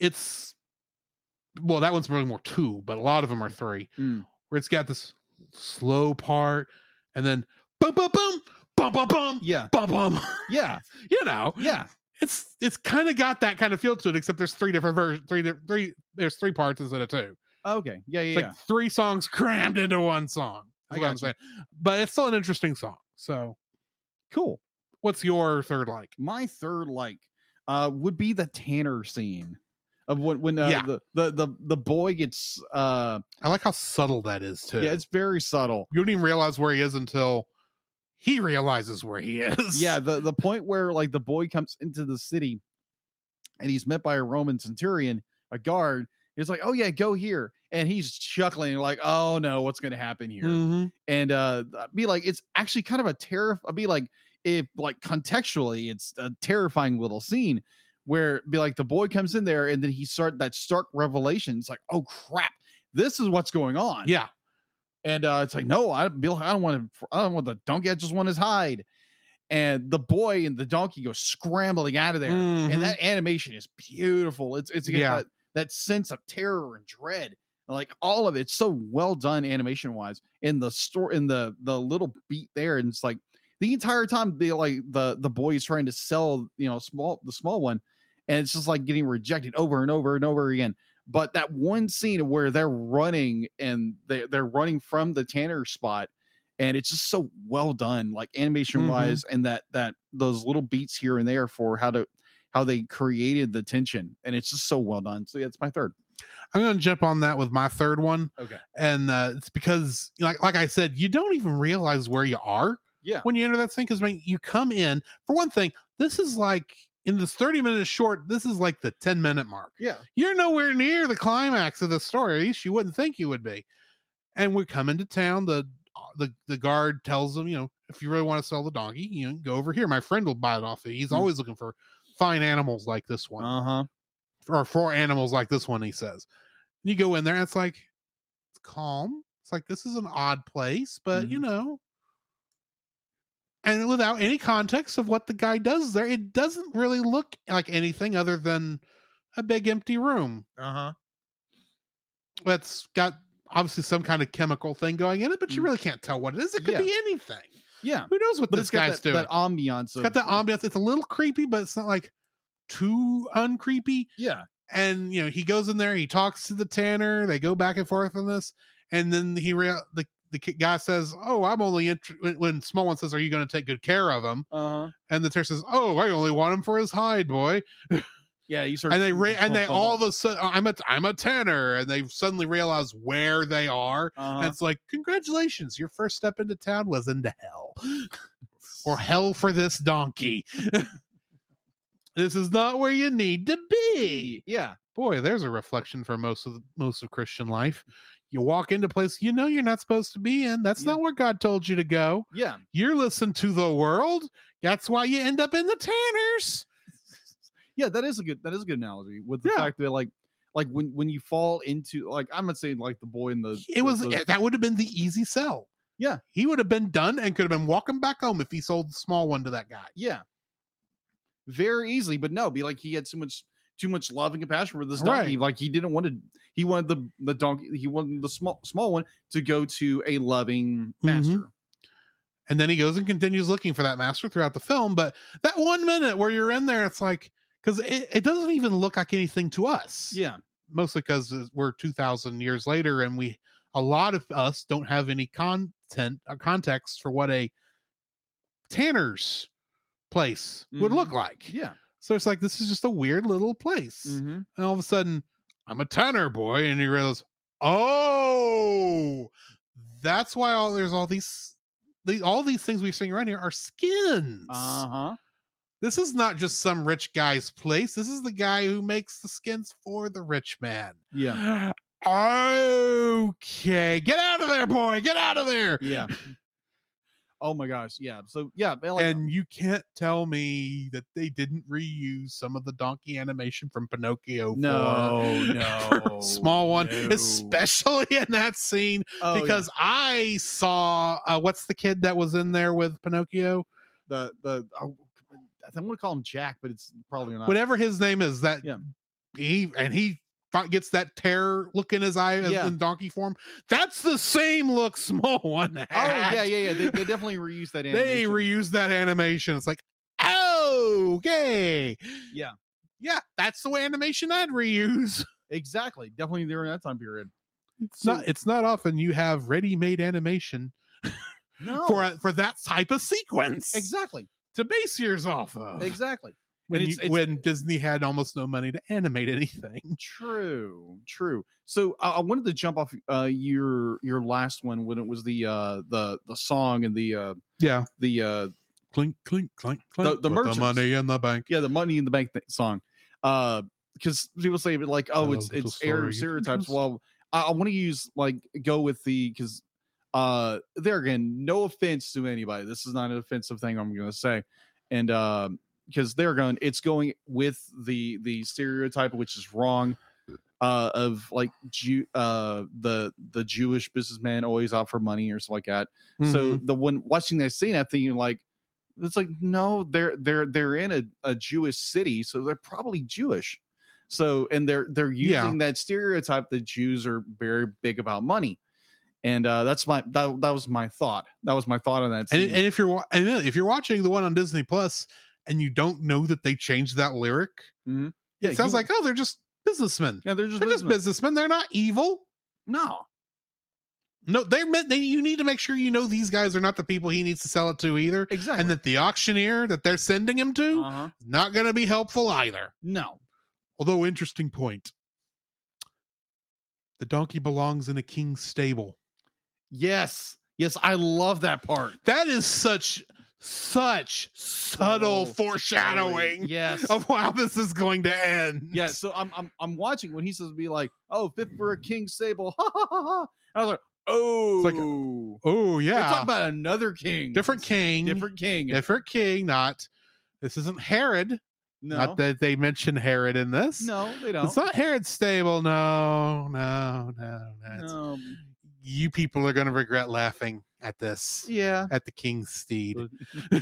It's well, that one's really more two, but a lot of them are three,
Mm.
where it's got this slow part and then boom, boom, boom, bum, bum, bum,
yeah
bum, bum. (laughs) (gasps)
yeah
you know,
yeah
it's it's kind of got that kind of feel to it, except there's three different versions, three, di- three, there's three parts instead of two.
okay yeah yeah,
It's (laughs)
yeah.
like three songs crammed into one song. That's what I'm saying. But it's still an interesting song. So,
Cool.
what's your third like?
My third like uh would be the Tanner scene of when when uh,
Yeah.
the, the the the boy gets uh
I like how subtle that is too.
yeah it's very subtle.
you don't even realize where he is until he realizes where he is. (laughs)
Yeah, the the point where like the boy comes into the city and he's met by a Roman centurion, a guard. He's like, "Oh yeah, go here," and he's chuckling like, "Oh no, what's gonna happen here?"
Mhm.
and uh th- be like it's actually kind of a terror i'd be like if like contextually it's a terrifying little scene where be like the boy comes in there and then he start that stark revelation it's like oh crap this is what's going on
Yeah.
and uh it's like no i bill i don't want to i don't want the donkey i just want his hide and the boy and the donkey go scrambling out of there
Mhm.
and that animation is beautiful it's it's again,
Yeah.
that, that sense of terror and dread like all of it's so well done animation wise in the store in the the little beat there and it's like the entire time they like the the boy is trying to sell you know small the small one and it's just like getting rejected over and over and over again but that one scene where they're running and they, they're running from the tanner spot and it's just so well done like animation
Mhm.
wise and that that those little beats here and there for how to how they created the tension and it's just so well done so yeah it's my third
I'm going to jump on that with my third one.
Okay.
And uh, it's because, like, like I said, you don't even realize where you are
yeah
when you enter that thing. Because when you come in, for one thing, this is like in this 30 minutes short, this is like the 10 minute mark.
yeah
You're nowhere near the climax of the story. At least you wouldn't think you would be. And we come into town. The uh, the the guard tells them, you know, if you really want to sell the donkey, you know, go over here. My friend will buy it off you. He's
Mm.
always looking for fine animals like this one
uh-huh
or for animals like this one, he says. And you go in there, and it's like it's calm. It's like this is an odd place, but you know. And without any context of what the guy does there, it doesn't really look like anything other than a big empty room
uh-huh
that's got obviously some kind of chemical thing going in it, but you
Mm.
really can't tell what it is. It could
Yeah.
be anything.
yeah
Who knows what
but
this
it's got
guy's
that,
doing?
that ambiance
it's
of
got the ambiance. It's a little creepy, but it's not like too uncreepy.
yeah
and you know he goes in there he talks to the tanner they go back and forth on this and then he rea- the, the ki- guy says oh i'm only inter-, when, when small one says are you going to take good care of him
uh-huh
and the tanner says oh i only want him for his hide boy
yeah you sort
and they ra- and
(laughs)
they all of a sudden i'm a i'm a tanner and they suddenly realize where they are and
uh
it's like congratulations your first step into town was into hell
(laughs)
or hell for this donkey (laughs) this is not where you need to be
yeah
boy there's a reflection for most of the, most of christian life you walk into place you know you're not supposed to be in that's
Yeah.
not where god told you to go
yeah
you're listening to the world that's why you end up in the tanners
yeah that is a good that is a good analogy with the
Yeah.
fact that like like when when you fall into like i'm not saying like the boy in the
it was
the,
eh, that would have been the easy sell
Yeah.
he would have been done and could have been walking back home if he sold the small one to that guy
yeah very easily but no be like he had so much too much love and compassion for this donkey
Right.
like he didn't want to he wanted the the donkey he wanted the small small one to go to a loving
Mhm.
master
and then he goes and continues looking for that master throughout the film but that one minute where you're in there it's like because it, it doesn't even look like anything to us
yeah
mostly because we're 2000 years later and we a lot of us don't have any content or context for what a tanner's place would look like
Mm-hmm. yeah
so it's like this is just a weird little place
Mhm.
and all of a sudden i'm a tanner boy and you realize oh that's why all there's all these the, all these things we've seen around here are skins
uh-huh
this is not just some rich guy's place this is the guy who makes the skins for the rich man
yeah
Okay, get out of there, boy. Get out of there. (laughs)
yeah oh my gosh yeah so yeah but, like,
And you can't tell me that they didn't reuse some of the donkey animation from Pinocchio.
no (laughs)
for- for
no
small one,
Oh, no.
especially in that scene,
Oh, yeah.
because I saw uh, what's the kid that was in there with Pinocchio,
the the oh, I think I'm gonna call him Jack, but it's probably (laughs) not.
whatever his name is. That
Uh, Yeah.
he and he fi- gets that terror look in his eye as-
Yeah.
in donkey form. That's the same look (laughs) small one.
Oh yeah, yeah,
had.
yeah. They, they definitely reuse
(laughs)
that.
they
animation.
reuse that animation. It's like, oh, okay.
Yeah.
Yeah, that's the way animation I'd reuse. (laughs)
exactly definitely during that time period.
It's not it's not often you have ready-made animation
No.
for a, for that type of sequence
(sighs) exactly.
to base yours off of.
Exactly.
When,
And
you,
it's- it's-
when Disney had almost no money to animate anything.
True, true. So I I wanted to jump off uh, your your last one when it was the uh, the the song and the uh,
(laughs) Yeah.
the uh,
Clink, clink, clink,
The-
clink.
the
with
merchants.
money in the bank.
yeah the money in the bank th- song. Because people say like, oh, it's
little
it's error
story.
stereotypes. Well, I, I want to use like go with the because uh, there again, no offense to anybody. This is not an offensive thing I'm going to say, and um, because they're going, it's going with the the stereotype which is wrong. uh, of like Jew, uh, the the Jewish businessman always out for money or something like that. So
Mhm.
the one watching that scene, I'm thinking like, it's like no, they're they're they're in a, a Jewish city, so they're probably Jewish. So and they're they're
Yeah.
using that stereotype that Jews are very big about money, and uh, that's my that, that was my thought. That was my thought on that.
and,
scene.
and if you're wa- and then if you're watching the one on Disney Plus and you don't know that they changed that lyric,
Mhm.
it
Yeah,
sounds
you-
like oh they're just businessmen.
yeah, they're just,
They're just
businessmen.
businessmen. They're not evil.
no.
No, they're meant. They, you need to make sure you know these guys are not the people he needs to sell it to either,
Exactly.
and that the auctioneer that they're sending him to
uh-huh.
is not going to be helpful either.
no.
Although interesting point, the donkey belongs in a king's stable.
Yes. Yes, I love that part.
That is such such subtle
Oh,
foreshadowing
Yes.
of how this is going to end.
Yeah, so I'm I'm I'm watching when he says be like, oh, fit for a king stable. (laughs) Ha ha ha ha. I was like, oh,
like a- Oh
They're
yeah.
talking about another king.
different king.
different king.
different king. Not this isn't Herod.
no.
Not that they mention Herod in this.
no, they don't.
It's not Herod's stable. No, no, no, no. it's-
Um,
You people are going to regret laughing at this,
yeah.
at the king's steed.
Uh,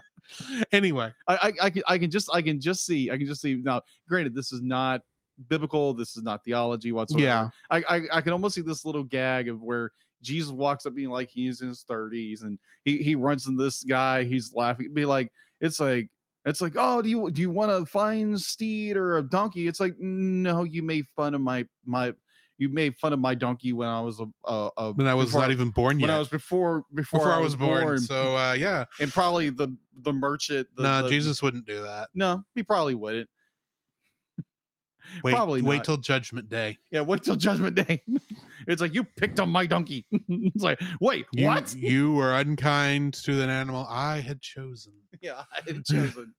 (laughs) anyway,
I, I I can I can just I can just see I can just see now. Granted, this is not biblical. This is not theology whatsoever.
yeah,
I, I I can almost see this little gag of where Jesus walks up being like he's in his 30s and he he runs into this guy, he's laughing, be like, it's like it's like, oh, do you do you want a fine steed or a donkey? It's like, no, you made fun of my my you made fun of my donkey when I was a, a, a
when I was
before-
not even born yet.
when I was before before,
before I was born. So uh, yeah,
and probably the the merchant the,
no,
the-
Jesus wouldn't do that.
no he probably wouldn't
Wait,
Probably
wait
not.
till Judgment Day.
yeah wait till judgment day (laughs) it's like you picked on my donkey (laughs) it's like wait
You,
what
You were unkind to an animal I had chosen.
(laughs) yeah, (laughs) I had chosen.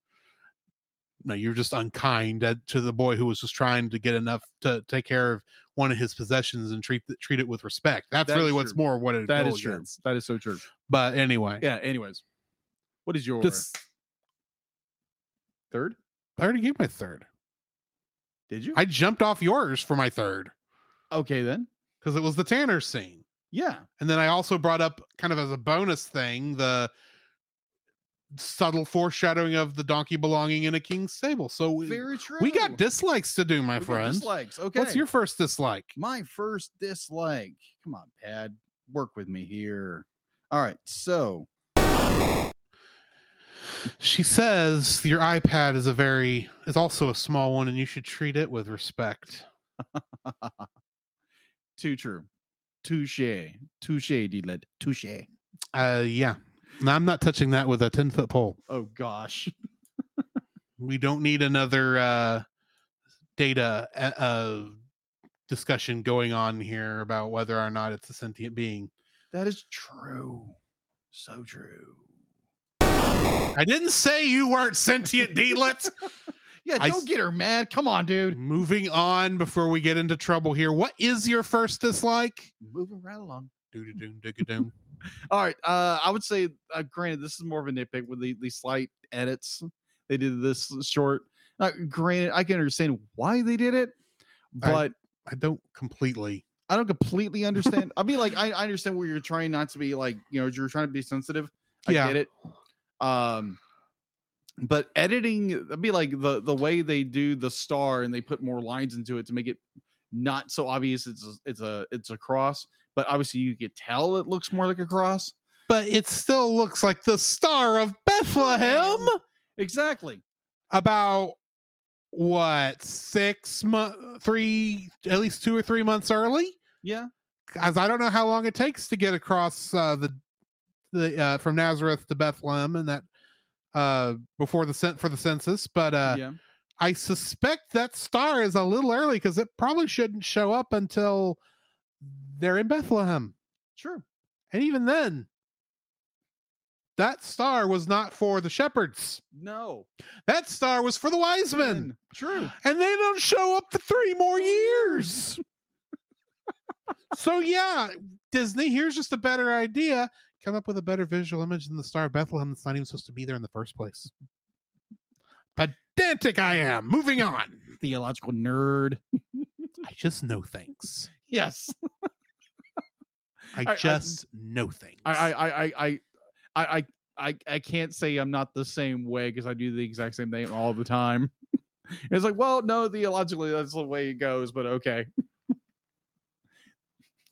No, you're just unkind uh, to the boy who was just trying to get enough to take care of one of his possessions and treat th- treat it with respect. That's
That
really
is
what's
true.
more what it
That
goes
is true.
against.
That is so true.
But anyway,
Yeah. Anyways, what is your
this
third?
I already gave my third.
Did you?
I jumped off yours for my third
okay then.
because it was the Tanner scene.
Yeah.
And then I also brought up kind of as a bonus thing the subtle foreshadowing of the donkey belonging in a king's stable. So we,
Very true.
we got dislikes to do, my
We got
friend.
Dislikes. Okay.
What's your first dislike?
my first dislike? Come on, Pad. Work with me here. All right. So
She says your iPad is a very is also a small one and you should treat it with respect.
too true. Touche. Touche. Delid. Touche.
Uh yeah. And I'm not touching that with a 10 foot pole.
Oh gosh.
We don't need another uh data uh, uh discussion going on here about whether or not it's a sentient being.
That is true. So true.
I didn't say you weren't sentient Delet.
(laughs) Yeah.
I
Don't
s- Mm.
get her mad. Come on, dude.
Moving on before we get into trouble here. What is your first dislike?
Moving right along.
Doo-doo-doom, doo-doo-doom.
All right. Uh, I would say, uh, granted, this is more of a nitpick with the, the slight edits they did this short. Uh, granted, I can understand why they did it,
I-
but
I don't completely.
I, don't completely understand. I mean, like, I, I understand where you're trying not to be like, you know, you're trying to be sensitive. I
Yeah.
get it. Um, but editing, I mean, like the the way they do the star and they put more lines into it to make it not so obvious. It's a, it's a it's a cross, but obviously you could tell it looks more like a cross.
but it still looks like the Star of Bethlehem.
Exactly.
About what six month, three, at least two or three months early,
Yeah.
because I don't know how long it takes to get across uh, the the uh, from Nazareth to Bethlehem, and that uh, before the cent for the census. But uh,
yeah.
I suspect that star is a little early because it probably shouldn't show up until they're in Bethlehem.
Sure.
And even then, that star was not for the shepherds.
No.
That star was for the wise men.
Then, True.
And they don't show up for three more years. so, yeah, Disney, here's just a better idea. Come up with a better visual image than the star of Bethlehem that's not even supposed to be there in the first place. Pedantic I am. Moving on.
Theological nerd.
I just know things.
Yes.
I
I- I-
just know things.
I I I I I I I I, I can't say I'm not the same way because I do the exact same thing all the time. (laughs) it's like, well, no, theologically that's the way it goes, but okay. (laughs)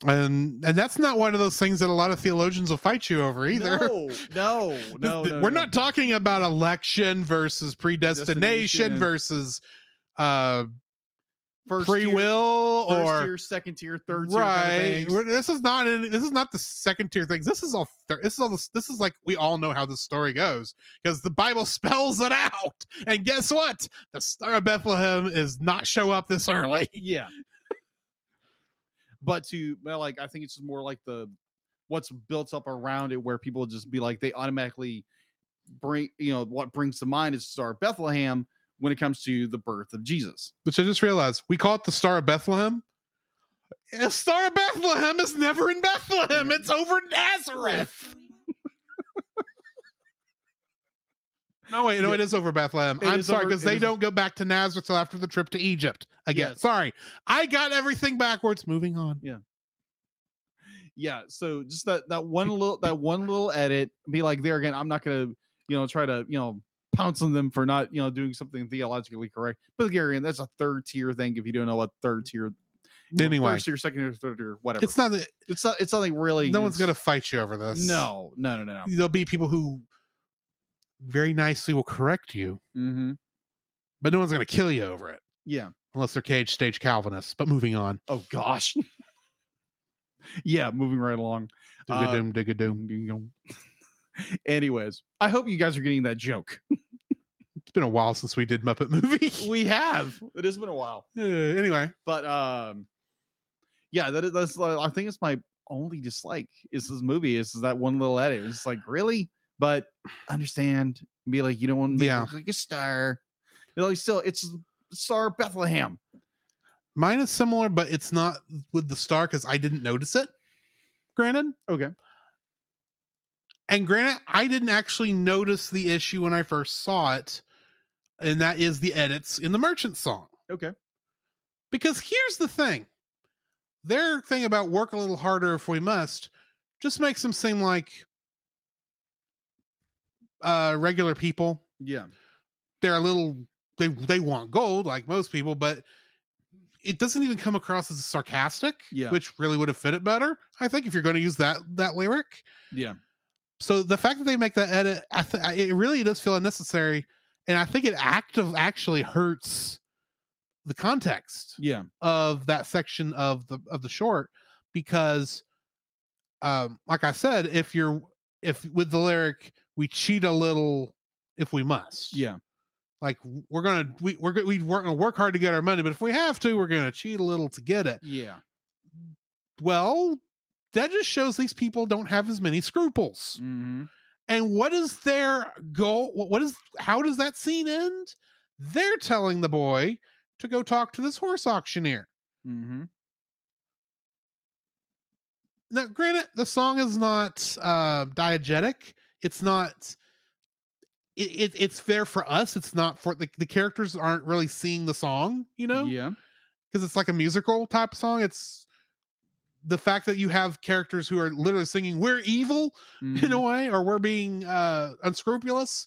and and that's not one of those things that a lot of theologians will fight you over (laughs) either.
No, (laughs) no,
This-
no,
th-
no,
we're
no.
not talking about election versus predestination
Predestination.
versus uh
first
free
tier-
will
first
or
tier, second tier, third tier. kind of
right
things.
We're- this is not any, this is not the second tier things this is all thir- this is all this, this is like we all know how this story goes because the bible (laughs) spells it out and guess what the star of bethlehem is not show up this early
yeah. But to well, like I think it's more like the what's built up around it, where people just be like they automatically bring you know what brings to mind is Star of Bethlehem when it comes to the birth of Jesus.
which i just realized we call it the star of bethlehem the star of bethlehem is never in bethlehem it's over nazareth no wait no it is over bethlehem
It
i'm
is
sorry
over-
because
it
they
is-
don't go back to nazareth till after the trip to egypt again
Yes.
sorry i got everything backwards moving on
Yeah, so just that that one little that one little edit, be like there again. I'm not gonna you know try to you know pounce on them for not you know doing something theologically correct. But again, that's a third tier thing if you don't know what third tier
anyway
first tier, second tier, third tier, whatever.
it's not that
It's not. It's something really.
no one's
it's-
gonna fight you over this
No, no, no, no.
there'll be people who very nicely will correct you
Mm-hmm.
but no one's gonna kill you over it
Yeah.
unless they're cage stage calvinists but moving on
Oh gosh. (laughs) yeah. Moving right along. Uh,
Dig-a-doom, dig-a-doom.
Anyways, I hope you guys are getting that joke.
It's been a while since we did Muppet (laughs) movie.
We have. It has been a while,
Uh, anyway,
but um, yeah. That is. That's. like- I think it's my only dislike is this movie is that one little edit. It's like really, but understand. Be like you don't want to make it
Yeah.
look like a star. You're like still, it's Star of Bethlehem.
mine is similar, but it's not with the star because I didn't notice it. Granted,
Okay.
and granted, I didn't actually notice the issue when I first saw it, and that is the edits in the Merchant Song.
Okay.
Because here's the thing their thing about work a little harder if we must just makes them seem like uh, regular people
Yeah.
they're a little they they want gold like most people but it doesn't even come across as sarcastic
Yeah.
which really would have fit it better i think if you're going to use that that lyric
Yeah.
so the fact that they make that edit i th- I- it really does feel unnecessary and i think it active actually hurts the context
Yeah.
of that section of the of the short because um like i said if you're if with the lyric we cheat a little if we must
Yeah.
like w- we're gonna we, we're go- we we're gonna work hard to get our money but if we have to we're gonna cheat a little to get it
Yeah.
well that just shows these people don't have as many scruples
Mm-hmm.
and what is their goal wh- what is how does that scene end they're telling the boy to go talk to this horse auctioneer
Mm-hmm.
now granted the song is not uh diegetic it's not it, it it's there for us it's not for the, the characters aren't really seeing the song you know
(laughs) Yeah.
because it's like a musical type song. It's the fact that you have characters who are literally singing "We're evil" (laughs) in
Mm-hmm.
a way, or "We're being uh, unscrupulous."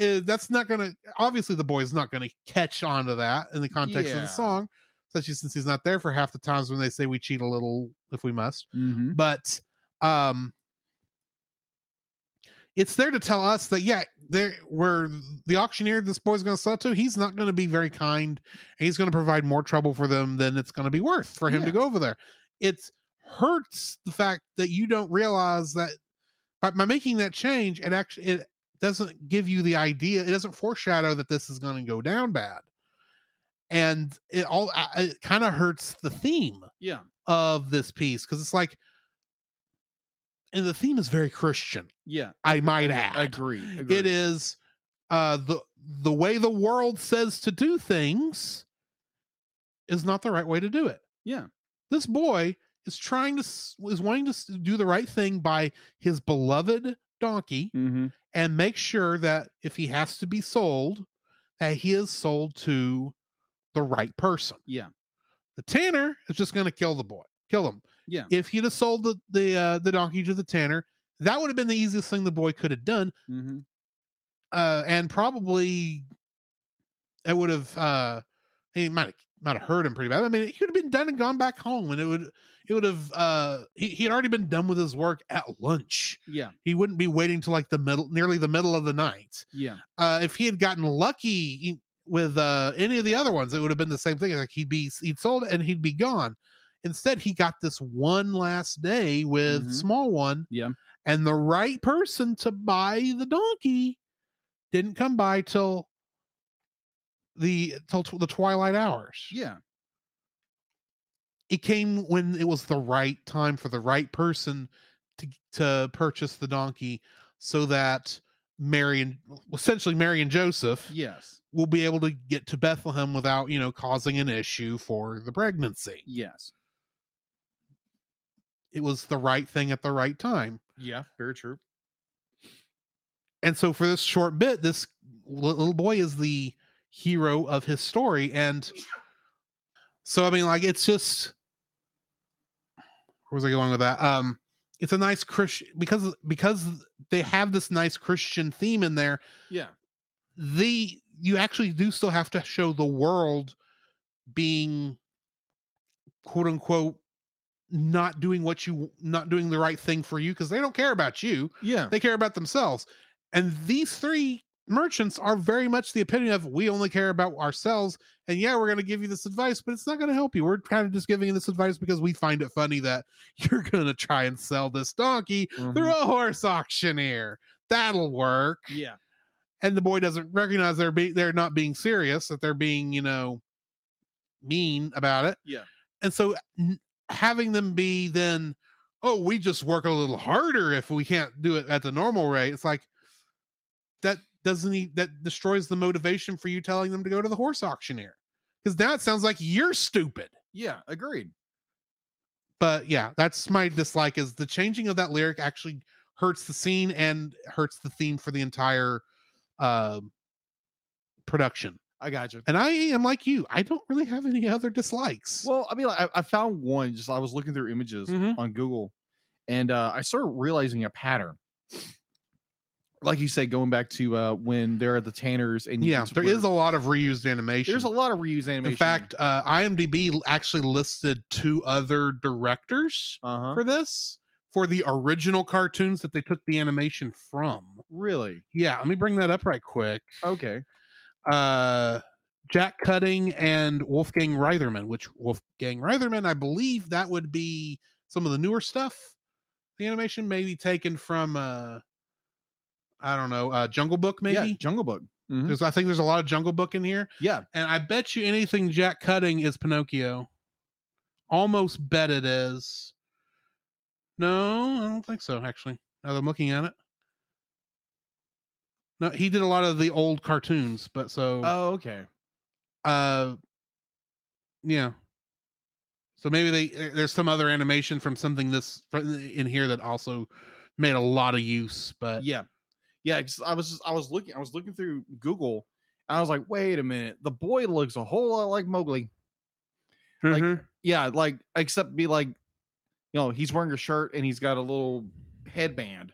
Uh, that's not gonna. Obviously, the boy's not gonna catch on to that in the context of
Yeah.
the song, especially since he's not there for half the times when they say we cheat a little if we must
Mm-hmm.
but um it's there to tell us that yeah there where the auctioneer this boy's going to sell to he's not going to be very kind and he's going to provide more trouble for them than it's going to be worth for him to
Yeah.
go over there it hurts the fact that you don't realize that by, by making that change, it actually it doesn't give you the idea. It doesn't foreshadow that this is going to go down bad, and it all I- I- it kind of hurts the theme
Yeah.
of this piece because it's like, and the theme is very Christian.
Yeah.
I might add,
Agree.
it is uh the the way the world says to do things is not the right way to do it
Yeah.
this boy is trying to s- is wanting to s- do the right thing by his beloved donkey
Mm-hmm.
and make sure that if he has to be sold that he is sold to the right person
Yeah.
the tanner is just going to kill the boy kill him
Yeah.
if he'd have sold the the uh, the donkey to the tanner that would have been the easiest thing the boy could have done
Mm-hmm.
uh, and probably it would have uh he might have might have hurt him pretty bad. I mean, he would have been done and gone back home, and it would it would have uh he he had already been done with his work at lunch.
Yeah.
He wouldn't be waiting till like the middle, nearly the middle of the night.
Yeah.
Uh, if he had gotten lucky he- with uh any of the other ones, it would have been the same thing. Like he'd be he'd sold it and he'd be gone. Instead, he got this one last day with
Mhm.
small one.
Yeah.
And the right person to buy the donkey didn't come by till the till tw- the twilight hours.
Yeah.
It came when it was the right time for the right person to g- to purchase the donkey, so that Mary and essentially Mary and Joseph
Yes.
will be able to get to Bethlehem without you know causing an issue for the pregnancy.
Yes.
It was the right thing at the right time.
Yeah. Very true.
and so for this short bit this li- little boy is the hero of his story and so i mean like it's just where was i going with that um it's a nice christian because because they have this nice christian theme in there
Yeah.
the you actually do still have to show the world being quote unquote not doing what you not doing the right thing for you because they don't care about you
Yeah.
they care about themselves. And these three merchants are very much the opinion of we only care about ourselves. And yeah, we're going to give you this advice, but it's not going to help you. We're kind of just giving you this advice because we find it funny that (laughs) you're going to try and sell this donkey
Mm-hmm.
through a horse auctioneer. That'll work.
Yeah.
And the boy doesn't recognize they're be- they're not being serious, that they're being, you know, mean about it.
Yeah.
And so n- having them be then, oh, we just work a little harder if we can't do it at the normal rate. It's like that doesn't e- that destroys the motivation for you telling them to go to the horse auctioneer because now it sounds like you're stupid.
Yeah. Agreed.
But yeah, that's my dislike is the changing of that lyric actually hurts the scene and hurts the theme for the entire um production.
I got you.
And I am like you, I don't really have any other dislikes.
Well, I mean, like, I, I found one. Just I was looking through images
Mhm.
on Google, and uh, I started realizing a pattern. Like you said, going back to uh, when they're at the Tanners, and you
yeah,
can
there is a
swear-
lot of reused animation.
there's a lot of reuse animation.
In fact, uh, IMDb l- actually listed two other directors
uh huh.
for this for the original cartoons that they took the animation from.
Really?
Yeah, let me bring that up right quick.
Okay.
Uh, Jack Cutting and Wolfgang Reitherman, which Wolfgang Reitherman, I believe that would be some of the newer stuff. The animation may be taken from, uh, I don't know, uh, Jungle Book, maybe. Mm-hmm.
Yeah, Jungle Book. Mhm.
There's, I think there's a lot of Jungle Book in here.
Yeah.
And I bet you anything Jack Cutting is Pinocchio. Almost bet it is. No, I don't think so, actually. Now that I'm looking at it. No, he did a lot of the old cartoons, but so
Oh, okay.
uh yeah. So maybe they there- there's some other animation from something this from in here that also made a lot of use, but
Yeah, yeah. 'cause I was just, I was looking I was looking through Google, and I was like, wait a minute, the boy looks a whole lot like Mowgli. like-
Mhm.
Yeah, like except be like, you know, he's wearing a shirt and he's got a little headband,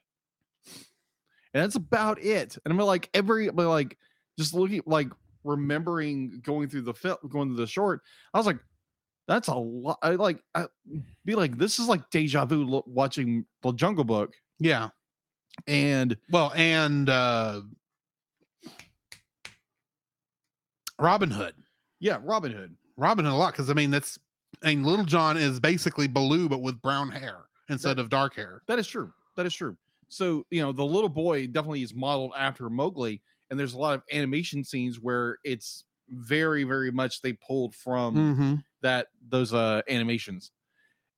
and that's about it. And I'm like every but like just looking like remembering going through the film going through the short, I was like. That's a lot. I like I, be like this is like deja vu lo- watching the Jungle Book,
yeah.
and
Well, and uh Robin Hood.
yeah, Robin Hood.
Robin Hood a lot because I mean that's and Little John is basically Baloo but with brown hair instead of dark hair.
That is true. That is true. So, you know, the little boy definitely is modeled after Mowgli, and there's a lot of animation scenes where it's very, very much they pulled from
Mm-hmm.
that those uh animations.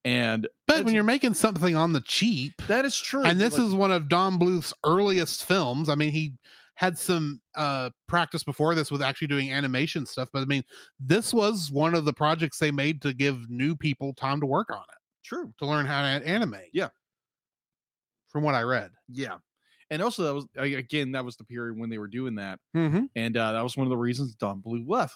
And
But
That's-
when you're making something on the cheap,
that is true.
and this
like-
is one of Don Bluth's earliest films. I mean, he had some uh practice before this with actually doing animation stuff, but I mean, this was one of the projects they made to give new people time to work on it,
true.
to learn how to animate.
Yeah.
From what I read.
Yeah. And also that was a- again, that was the period when they were doing that.
Mm-hmm.
And uh, that was one of the reasons Don Blue left.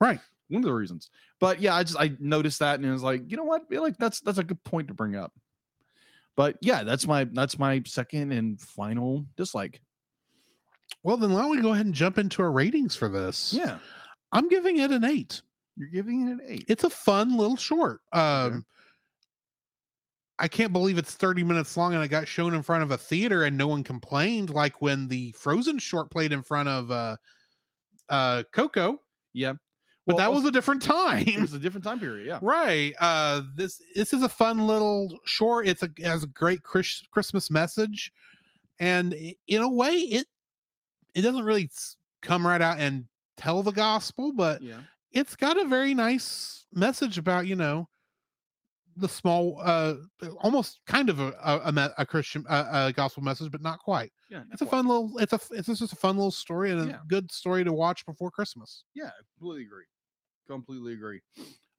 Right.
One of the reasons. But yeah, I just I noticed that and it was like, you know what? Yeah, Like that's that's a good point to bring up. But yeah, that's my that's my second and final dislike.
Well, then why don't we go ahead and jump into our ratings for this?
Yeah.
I'm giving it an eight.
You're giving it an eight.
It's a fun little short. Um
Okay.
I can't believe it's 30 minutes long and it got shown in front of a theater and no one complained like when the Frozen short played in front of uh uh Coco,
yeah.
but that was
also-
a different
(laughs) it
time.
was a different time period, yeah.
(laughs) right. Uh this this is a fun little short. It's a it has a great Chris, Christmas message and i- in a way it it doesn't really s- come right out and tell the gospel, but
Yeah.
it's got a very nice message about you know the small uh almost kind of a a, a, me- a christian uh, a gospel message but not quite
Yeah. not
it's a
quite.
fun little it's a f- it's just a fun little story and a
Yeah.
good story to watch before christmas
Yeah, I completely agree. Completely agree.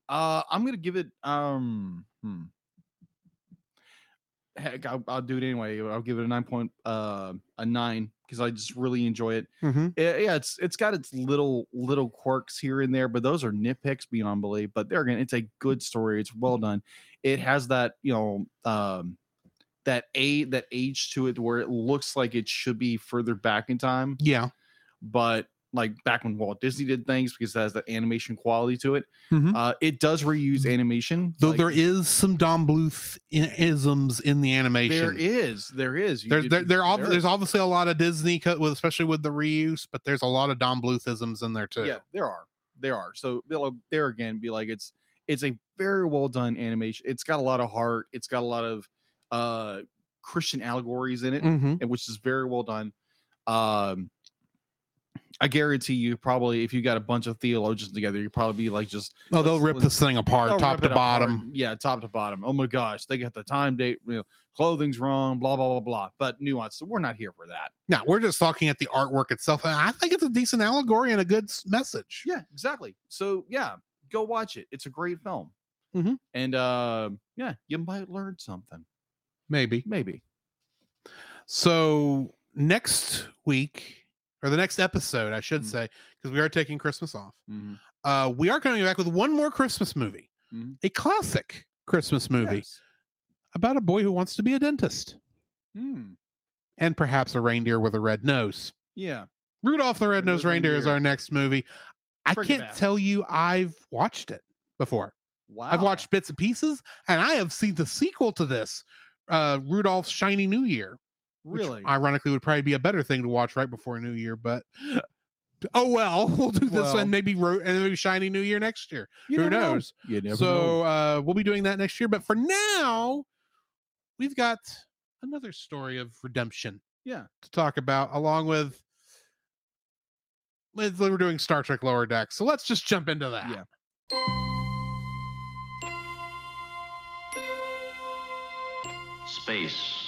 Uh, I'm gonna give it. Um, hmm. Heck, I'll, I'll do it anyway. I'll give it a nine point, uh, a nine because I just really enjoy it.
mm-hmm.
Eh, yeah, it's it's got its little little quirks here and there, but those are nitpicks beyond belief. But there again, it's a good story. It's well done. It has that you know um, that a that age to it where it looks like it should be further back in time
yeah
but like back when Walt Disney did things because it has that animation quality to it.
Mhm.
Uh, it does reuse animation.
Mm-hmm. though
like,
there is some don bluth in- isms in the animation
there is, there is. You
There-
did-
there, there, ob-
there
there's
is.
obviously a lot of Disney, co- with, especially with the reuse, but there's a lot of Don Bluthisms in there too.
yeah, there are, there are. So they'll there again be like it's it's a very well done animation. It's got a lot of heart. It's got a lot of uh Christian allegories in it,
Mm-hmm.
and which is very well done. Um, I guarantee you, probably if you got a bunch of theologians together, you'd probably be like just
Oh, they'll
Let's-
rip
let's-
this thing apart,
They'll
top
rip
to
it apart.
bottom.
Yeah, top to bottom. Oh my gosh, they got the time date, you know, clothing's wrong, blah blah blah blah. But nuance. So we're not here for that.
No, we're just talking at the artwork itself. And I think it's a decent allegory and a good s- message.
Yeah, exactly. So yeah, go watch it. It's a great film.
Mhm.
And uh, yeah, you might learn something.
Maybe.
Maybe.
So next week, or the next episode, I should
Mhm.
say, because we are taking Christmas off,
Mm-hmm.
uh, we are coming back with one more Christmas movie,
Mhm.
a classic Christmas movie
Yes.
about a boy who wants to be a dentist
Mm,
and perhaps a reindeer with a red nose.
Yeah.
Rudolph the Red-Nosed
Red-Nosed
Reindeer, is
Reindeer.
our next movie. I
Bring it
can't
back.
tell you I've watched it before.
Wow.
I've watched bits and pieces, and I have seen the sequel to this, uh, Rudolph's Shiny New Year. which
really.
ironically, would probably be a better thing to watch right before New Year,
(gasps)
but oh well, (laughs) we'll do this
Well.
and maybe Ro- and maybe Shiny New Year next year.
You
Who
never know.
knows?
You never know.
so uh, we'll be doing that next year. But for now, we've got another story of redemption.
Yeah.
to talk about along with. with- We're doing Star Trek Lower Deck, so let's just jump into that.
Yeah.
Space,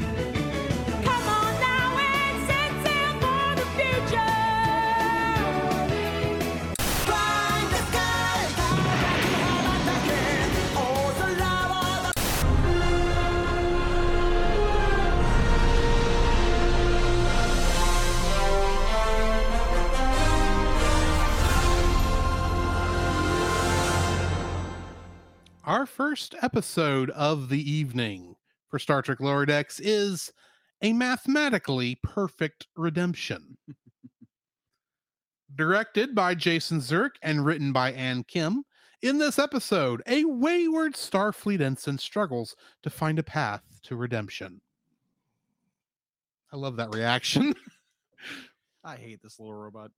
Come on now and set sail for the future. Climb the sky and fly back to hell and back again. Oh, the love of the
Our first episode of the evening for Star Trek Lower Decks is a mathematically perfect redemption. Directed by Jason Zurich and written by Ann Kim, in this episode, a wayward Starfleet ensign struggles to find a path to redemption. I love that reaction. (laughs)
I hate this little robot.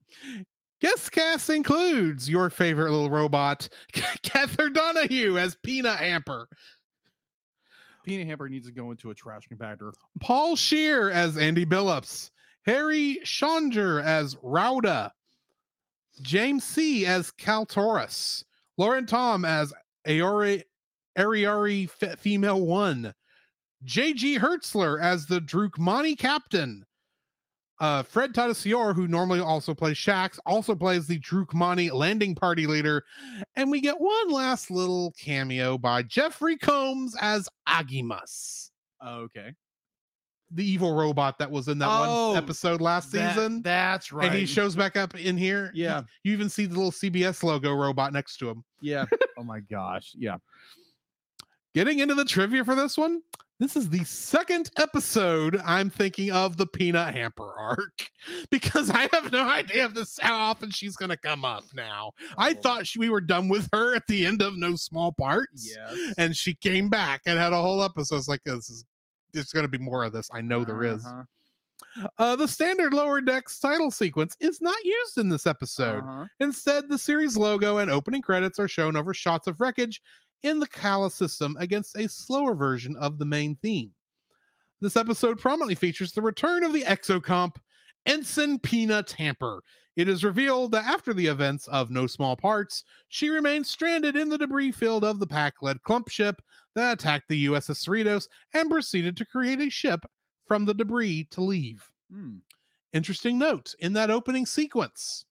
Guest cast includes your favorite little robot, (laughs) Cather Donahue as Peanut Hamper,
Peanut Hamper needs to go into a trash compactor.
Paul Shear as Andy Billups, Harry Chandler as Rauda, James C as Cal Taurus, Lauren Tom as Aori Ariari Fe- Female One, J.G. Hertzler as the Drukmani Captain. Uh, Fred Tatasciore, who normally also plays Shax, also plays the Drukmani landing party leader. And we get one last little cameo by Jeffrey Combs as Agimas
Oh, okay.
the evil robot that was in that one
Oh,
episode last
That-
season.
that's right.
And he shows back up in here.
Yeah.
You even see the little CBS logo robot next to him. (laughs)
Yeah. oh my gosh. Yeah.
Getting into the trivia for this one, this is the second episode I'm thinking of the peanut hamper arc (laughs) because I have no idea if this how often she's going to come up now.
Oh.
I thought she, we were done with her at the end of No Small Parts.
Yes.
And she came back and had a whole episode. It's like, this is, there's going to be more of this. I (laughs) know there is.
Uh-huh,
Uh, the standard lower decks title sequence is not used in this episode.
uh-huh.
Instead, the series logo and opening credits are shown over shots of wreckage in the Kala system against a slower version of the main theme. This episode prominently features the return of the exocomp, Ensign Peanut Hamper. It is revealed that after the events of No Small Parts, she remains stranded in the debris field of the pack led clump ship that attacked the USS Cerritos and proceeded to create a ship from the debris to leave.
Hmm.
Interesting note in that opening sequence,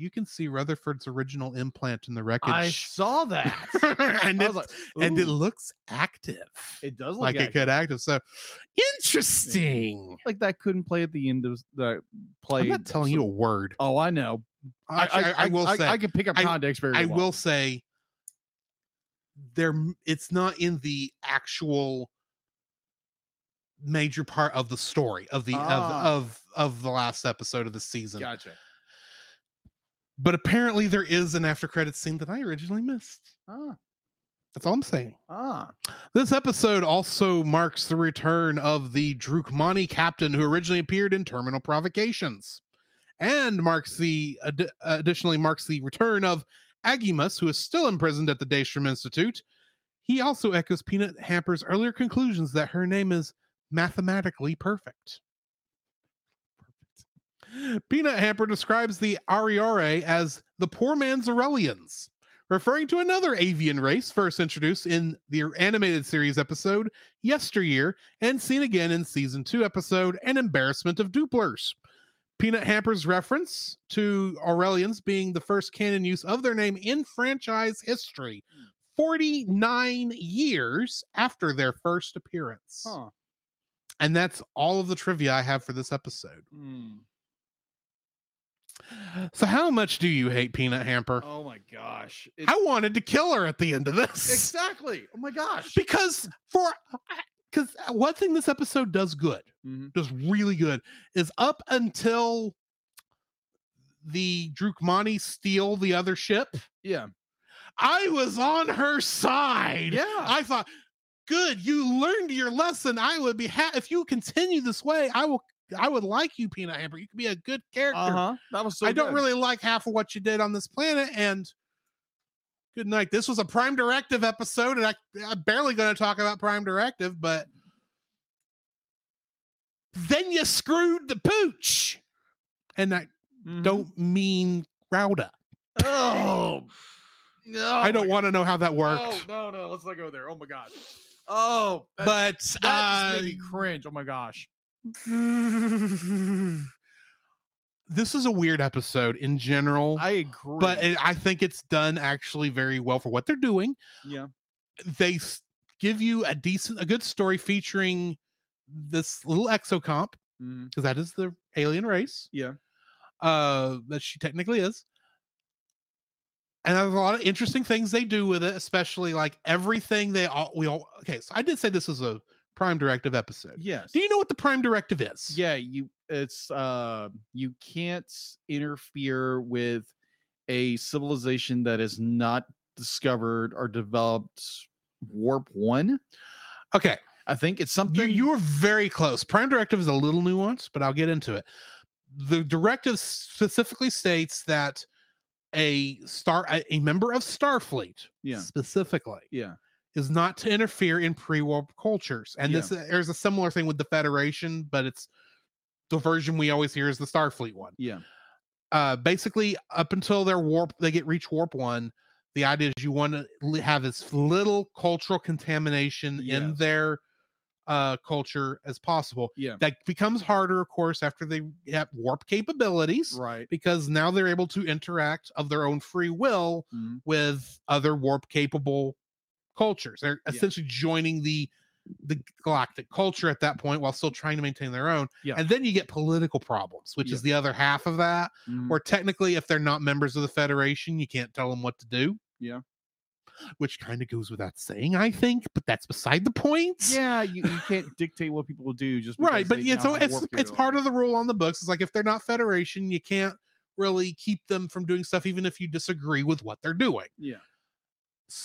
you can see Rutherford's original implant in the
I
wreckage.
saw that.
(laughs) and,
I
it,
was like,
and it
"Ooh,
looks active.
it does look
like it could active. So interesting.
like that couldn't play at the end of the play.
I'm not telling you a word.
Oh, I know.
Actually, I, I will say
I
I,
can pick up
I-
context very well.
will say there m- it's not in the actual major part of the story of the
Ah.
of, of of the last episode of the season.
Gotcha.
But apparently there is an after credit scene that I originally missed.
Ah,
That's all I'm saying.
ah.
This episode also marks the return of the Drukmani captain who originally appeared in Terminal Provocations, and marks the addi- additionally marks the return of Agimus, who is still imprisoned at the Daystrom Institute. He also echoes Peanut Hamper's earlier conclusions that her name is mathematically perfect. Peanut Hamper describes the Ariore as the poor man's Aurelians referring to another avian race first introduced in the animated series episode Yesteryear and seen again in season 2 episode An Embarrassment of Duplers. Peanut Hamper's reference to Aurelians being the first canon use of their name in franchise history 49 years after their first appearance.
Huh.
And that's all of the trivia I have for this episode. (gasps)
Hmm.
So how much do you hate Peanut Hamper?
Oh my gosh. It's-
I wanted to kill her at the end of (laughs) this.
exactly. Oh my gosh.
because for because one thing this episode does good
Mhm.
does really good is up until the drukmani steal the other ship
Yeah.
i was on her side
Yeah.
i thought good you learned your lesson i would be ha- if you continue this way i will i would like you peanut hamper you could be a good character
Uh huh. That was so.
i don't
good.
really like half of what you did on this planet and good night this was a prime directive episode and I, i'm barely going to talk about prime directive but then you screwed the pooch and i
Mhm.
don't mean Rauda.
Oh. No.
i don't
Oh my
want to know how that worked
Oh no, no, let's not go there. Oh my gosh. Oh, that,
but
that
uh,
just made me cringe. Oh my gosh.
(laughs) this is a weird episode in general
I agree.
Oh. but it, i think it's done actually very well for what they're doing
yeah,
they s- give you a decent, a good story featuring this little exocomp
Mhm.
because that is the alien race.
Yeah.
uh, that she technically is. and there's a lot of interesting things they do with it, especially like everything they all we all okay. So I did say this was a Prime Directive episode.
Yes.
Do you know what the Prime Directive is?
yeah you it's uh you can't interfere with a civilization that is not discovered or developed warp one
Okay.
i think it's
You,
something
you were very close. Prime directive is a little nuanced, but I'll get into it. The directive specifically states that a star a, a member of Starfleet
yeah
specifically
yeah
is not to interfere in pre-war cultures. And
Yeah.
this uh, there's a similar thing with the Federation, but it's the version we always hear is the Starfleet one.
yeah
Uh basically up until their warp they get reach warp 1, the idea is you want to have as little cultural contamination in
Yes.
their uh culture as possible
yeah
that becomes harder of course after they have warp capabilities
right
because now they're able to interact of their own free will
Mhm.
with other warp capable cultures they're
Yeah.
essentially joining the the galactic culture at that point while still trying to maintain their own
Yeah.
and then you get political problems which
Yeah.
is the other half of that
Mhm.
where technically if they're not members of the federation you can't tell them what to do
Yeah.
which kind of goes without saying i think but that's beside the point
yeah you, you can't dictate what people will do just
right
because
but
they
it's
now
al-
have
it's
warp
it's part
capability.
of the rule on the books it's like if they're not federation you can't really keep them from doing stuff even if you disagree with what they're doing
yeah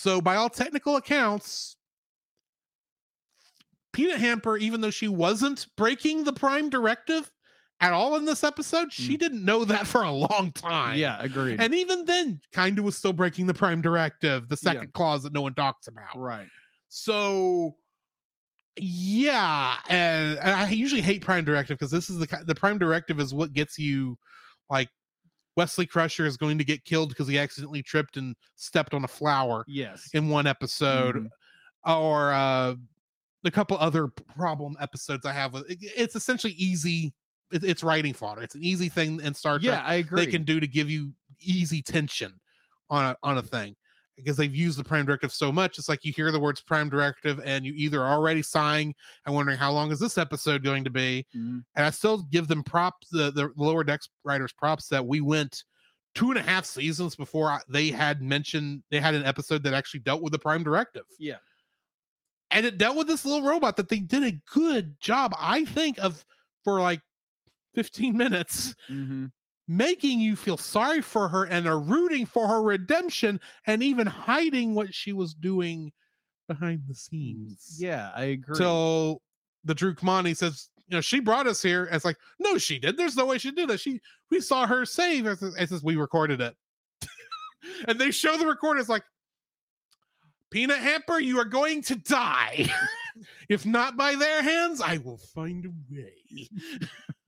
so by all technical accounts peanut hamper even though she wasn't breaking the prime directive at all in this episode she didn't know that for a long time
Mm. yeah agreed
and even then kind of was still breaking the prime directive the
Yeah.
second clause that no one talks about
right
so yeah, and, and I usually hate Prime Directive because this is the ki- the Prime Directive is what gets you like Wesley Crusher is going to get killed because he accidentally tripped and stepped on a flower
yes
in one episode, or uh, a couple other p- problem episodes I have with it, it's essentially easy. It, it's writing fodder. It's an easy thing in Star Trek
yeah i agree
they can do to give you easy tension on a, on a thing because they've used the prime directive so much it's like you hear the words prime directive and you either are already sighing and wondering how long is this episode going to be
Mhm.
and i still give them props the, the lower decks writers props that we went two and a half seasons before I- they had mentioned they had an episode that actually dealt with the prime directive
Yeah.
and it dealt with this little robot that they did a good job i think of for like 15 (laughs) minutes
Mhm.
making you feel sorry for her and are rooting for her redemption and even hiding what she was doing behind the scenes.
yeah i agree
So the Drew Kamani says, you know, she brought us here. And it's like, no, she did. There's no way she did that. She we saw her save as says we recorded it. (laughs) and they show the recorder. It's like, Peanut Hamper, you are going to die. (laughs) if not by their hands, I will find a way. (laughs)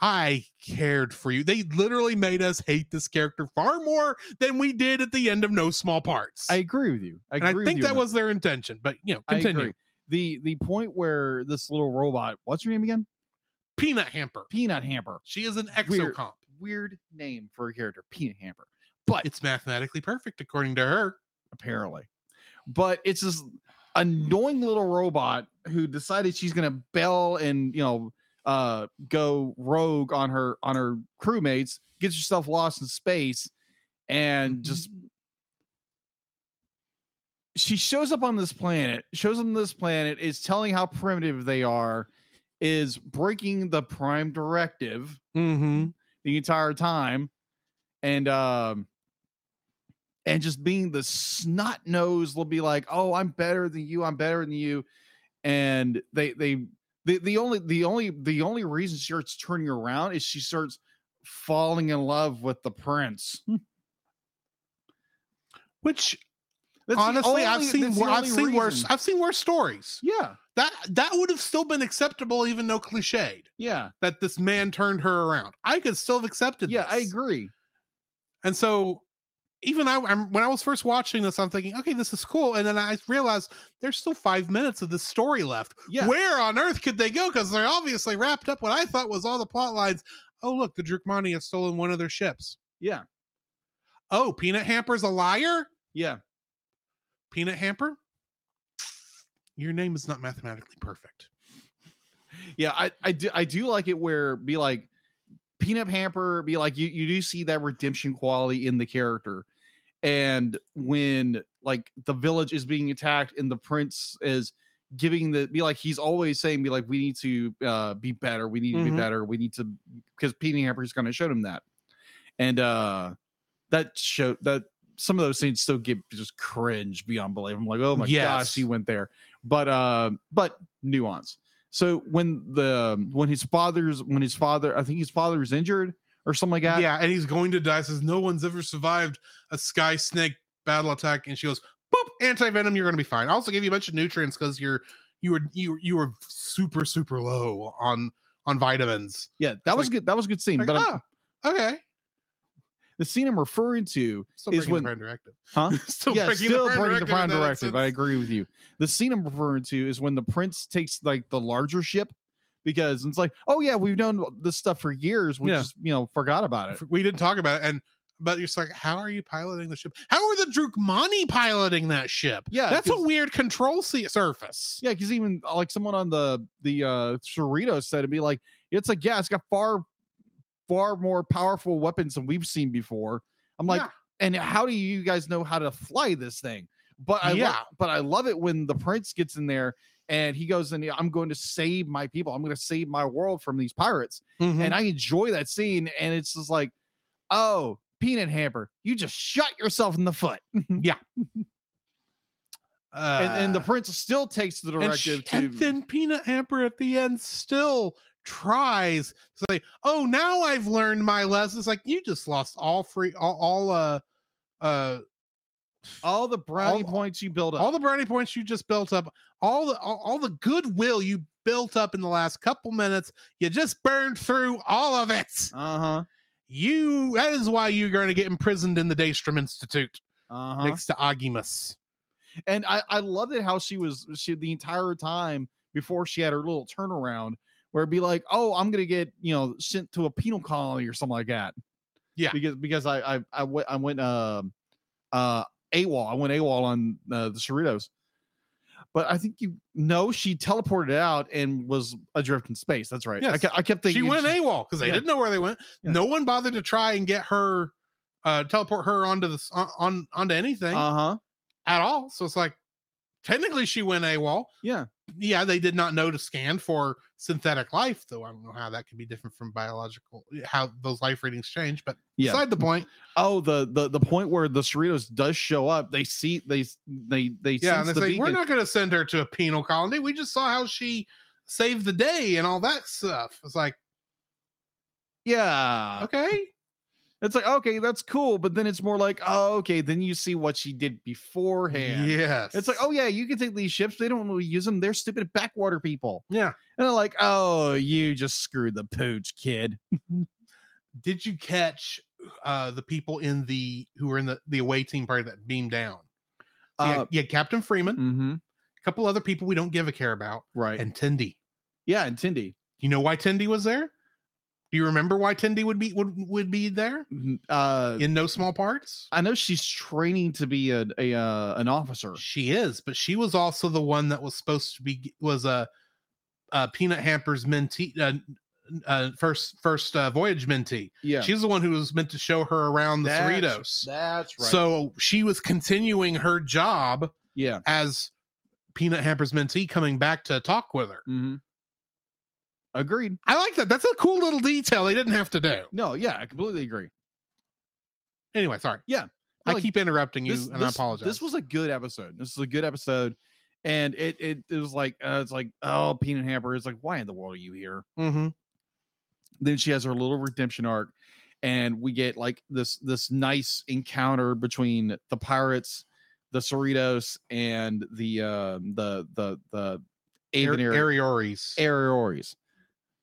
I cared for you. They literally made us hate this character far more than we did at the end of No Small Parts.
i agree with you i,
and I
agree with
think
you
that
on that.
was their intention. But you know,
I
continue.
agree. The the point where this little robot, what's her name again?
Peanut Hamper.
Peanut Hamper.
She is an
Weird.
exocomp.
Weird name for a character, Peanut Hamper,
But it's mathematically perfect according to her.
apparently. But it's this annoying little robot who decided she's gonna bail and you know uh go rogue on her on her crewmates, gets herself lost in space, and just she shows up on this planet, shows them this planet, is telling how primitive they are, is breaking the prime directive
Mm-hmm.
the entire time, and um and just being the snot nose will be like, oh, I'm better than you, I'm better than you. And they they the, the only the only the only reason she starts turning around is she starts falling in love with the prince.
Hmm, Which
That's the
honestly, I've
only-
seen
that's the
wor- I've
only
seen worse.
reason.
I've seen worse stories.
Yeah,
That that would have still been acceptable, even though cliched.
yeah,
That this man turned her around. I could still have accepted.
yeah. I
this.
agree.
And so, even I I'm, when I was first watching this, I'm thinking, okay, this is cool. And then I realized there's still five minutes of this story left.
Yeah,
Where on earth could they go? Because they're obviously wrapped up what I thought was all the plot lines. Oh, look, the Drukmani have stolen one of their ships.
yeah,
Oh, Peanut Hamper's a liar?
yeah.
Peanut Hamper? Your name is not mathematically perfect.
yeah I, I do i do like it where be like peanut hamper be like you you do see that redemption quality in the character and when like the village is being attacked and the prince is giving the be like he's always saying be like we need to uh be better we need to
Mhm.
be better we need to because Petey Hamper's kind of showed him that and uh that showed that some of those scenes still get just cringe beyond belief I'm like oh my
Yes.
gosh he went there but uh but nuance so when the when his father's when his father I think his father is injured or something like that
Yeah, and he's going to die. Says no one's ever survived a sky snake battle attack, and she goes, "Boop, anti venom. You're gonna be fine." I also gave you a bunch of nutrients because you're you were you were- you were super super low on on vitamins.
yeah that was
like-
good that was a good scene
Like,
but I'm-
ah, okay.
the scene I'm referring to
Still
is
breaking
when-
the prime directive.
Huh?
(laughs) still
yeah,
breaking
still
the prime
breaking the
directive. in
prime
that
directive. I
instance.
agree with you. The scene I'm referring to is when the prince takes like the larger ship because it's like, oh yeah, we've known this stuff for years. We
Yeah.
just you know forgot about it.
F- We didn't talk about it, and but it's like, how are you piloting the ship? How are the Drukmani piloting that ship?
Yeah,
that's a
'cause-
weird control se- surface.
Yeah, because even uh, like someone on the the uh Cerritos said it'd be like, it's like yeah, it's got far far more powerful weapons than we've seen before. I'm like,
Yeah.
and how do you guys know how to fly this thing? But I yeah.
Yeah.
but I love it when the prince gets in there and he goes and I'm going to save my people. I'm going to save my world from these pirates.
Mhm.
And I enjoy that scene. And it's just like, oh, peanut hamper, you just shot yourself in the foot. and,
uh,
and the prince still takes the
and, sh-
directive
and
to.
then Peanut Hamper at the end still tries to say, "Oh, now I've learned my lesson." It's like you just lost all free, all, all uh, uh,
all the brownie
all-
points you build up.
all the brownie points you just built up, all the all, all the goodwill you built up in the last couple minutes. You just burned through all of it.
uh huh.
You that is why you're going to get imprisoned in the Daystrom Institute
Uh huh.
next to Agimus.
And I, I loved it how she was she the entire time before she had her little turnaround where it'd be like, oh, I'm gonna get you know sent to a penal colony or something like that.
Yeah.
because because I I I went I went um uh AWOL I went AWOL on uh, the Cerritos. But I think you no, she teleported out and was adrift in space. That's right. I,
Yes.
ke- I kept
she
thinking
went AWOL because they
Yeah.
didn't know where they went.
Yeah.
No one bothered to try and get her, uh, teleport her onto this on, on onto anything
Uh huh.
at all. So it's like technically she went AWOL.
Yeah.
Yeah, they did not know to scan for synthetic life, though. I don't know how that could be different from biological, how those life readings change. But
Yeah.
beside the point,
Oh, the the the point where the Cerritos does show up, they see they they they
yeah, and
sense
they say
the
we're
beacon."
not going to send her to a penal colony. We just saw how she saved the day and all that stuff. It's like
yeah.
okay,
(laughs) It's like, okay, that's cool. But then it's more like, oh, okay, then you see what she did beforehand.
yes,
It's like, oh, yeah, you can take these ships. They don't really use them. They're stupid backwater people.
yeah.
And they're like, oh, you just screwed the pooch, kid.
did you catch uh the people in the who were in the the away team party that beamed down so you,
Uh,
had, you had captain freeman
Mm-hmm.
a couple other people we don't give a care about
Right.
and tindy
yeah, and Tindy.
you know why tindy was there do you remember why tindy would be would, would be there
Mhm, Uh,
in no small parts
I know she's training to be a, a uh, an officer.
she is but she was also the one that was supposed to be was a uh, uh peanut hampers mentee uh, uh first first uh, voyage mentee
Yeah.
she's the one who was meant to show her around the cerritos
That's right.
So she was continuing her job
yeah.
as Peanut Hampers mentee coming back to talk with her.
Mm-hmm. Agreed.
I like that. That's a cool little detail they didn't have to do.
No, yeah, I completely agree.
Anyway, sorry.
Yeah.
I
Like,
keep interrupting you
this,
and I
this-
apologize.
This was a good episode. This is a good episode, and it it, it was like uh, it's like oh peanut hamper. It's like why in the world are you here?
Mhm.
Then she has her little redemption arc, and we get like this this nice encounter between the pirates, the Cerritos, and the um the the the
Air-
Avenir
Ariores.
Aeroris.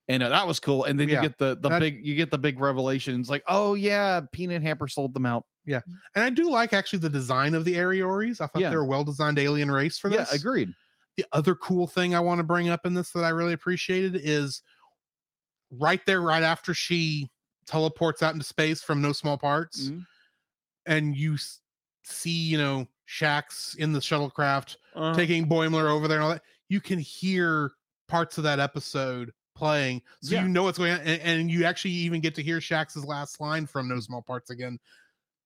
And uh, that was cool. And then
Yeah,
you get the the
that-
big you get the big revelation. It's like, oh yeah, Peanut Hamper sold them out.
and I do like actually the design of the Ariores. I thought
Yeah.
they're a well designed alien race for
Yeah,
this.
agreed.
the other cool thing I want to bring up in this that I really appreciated is right there, right after she teleports out into space from no small parts,
Mhm.
and you s- see, you know, Shax in the shuttlecraft
Uh, Uh-huh.
taking Boimler over there and all that, you can hear parts of that episode playing. So
Yeah.
you know what's going on. And, and you actually even get to hear Shax's last line from No Small Parts again.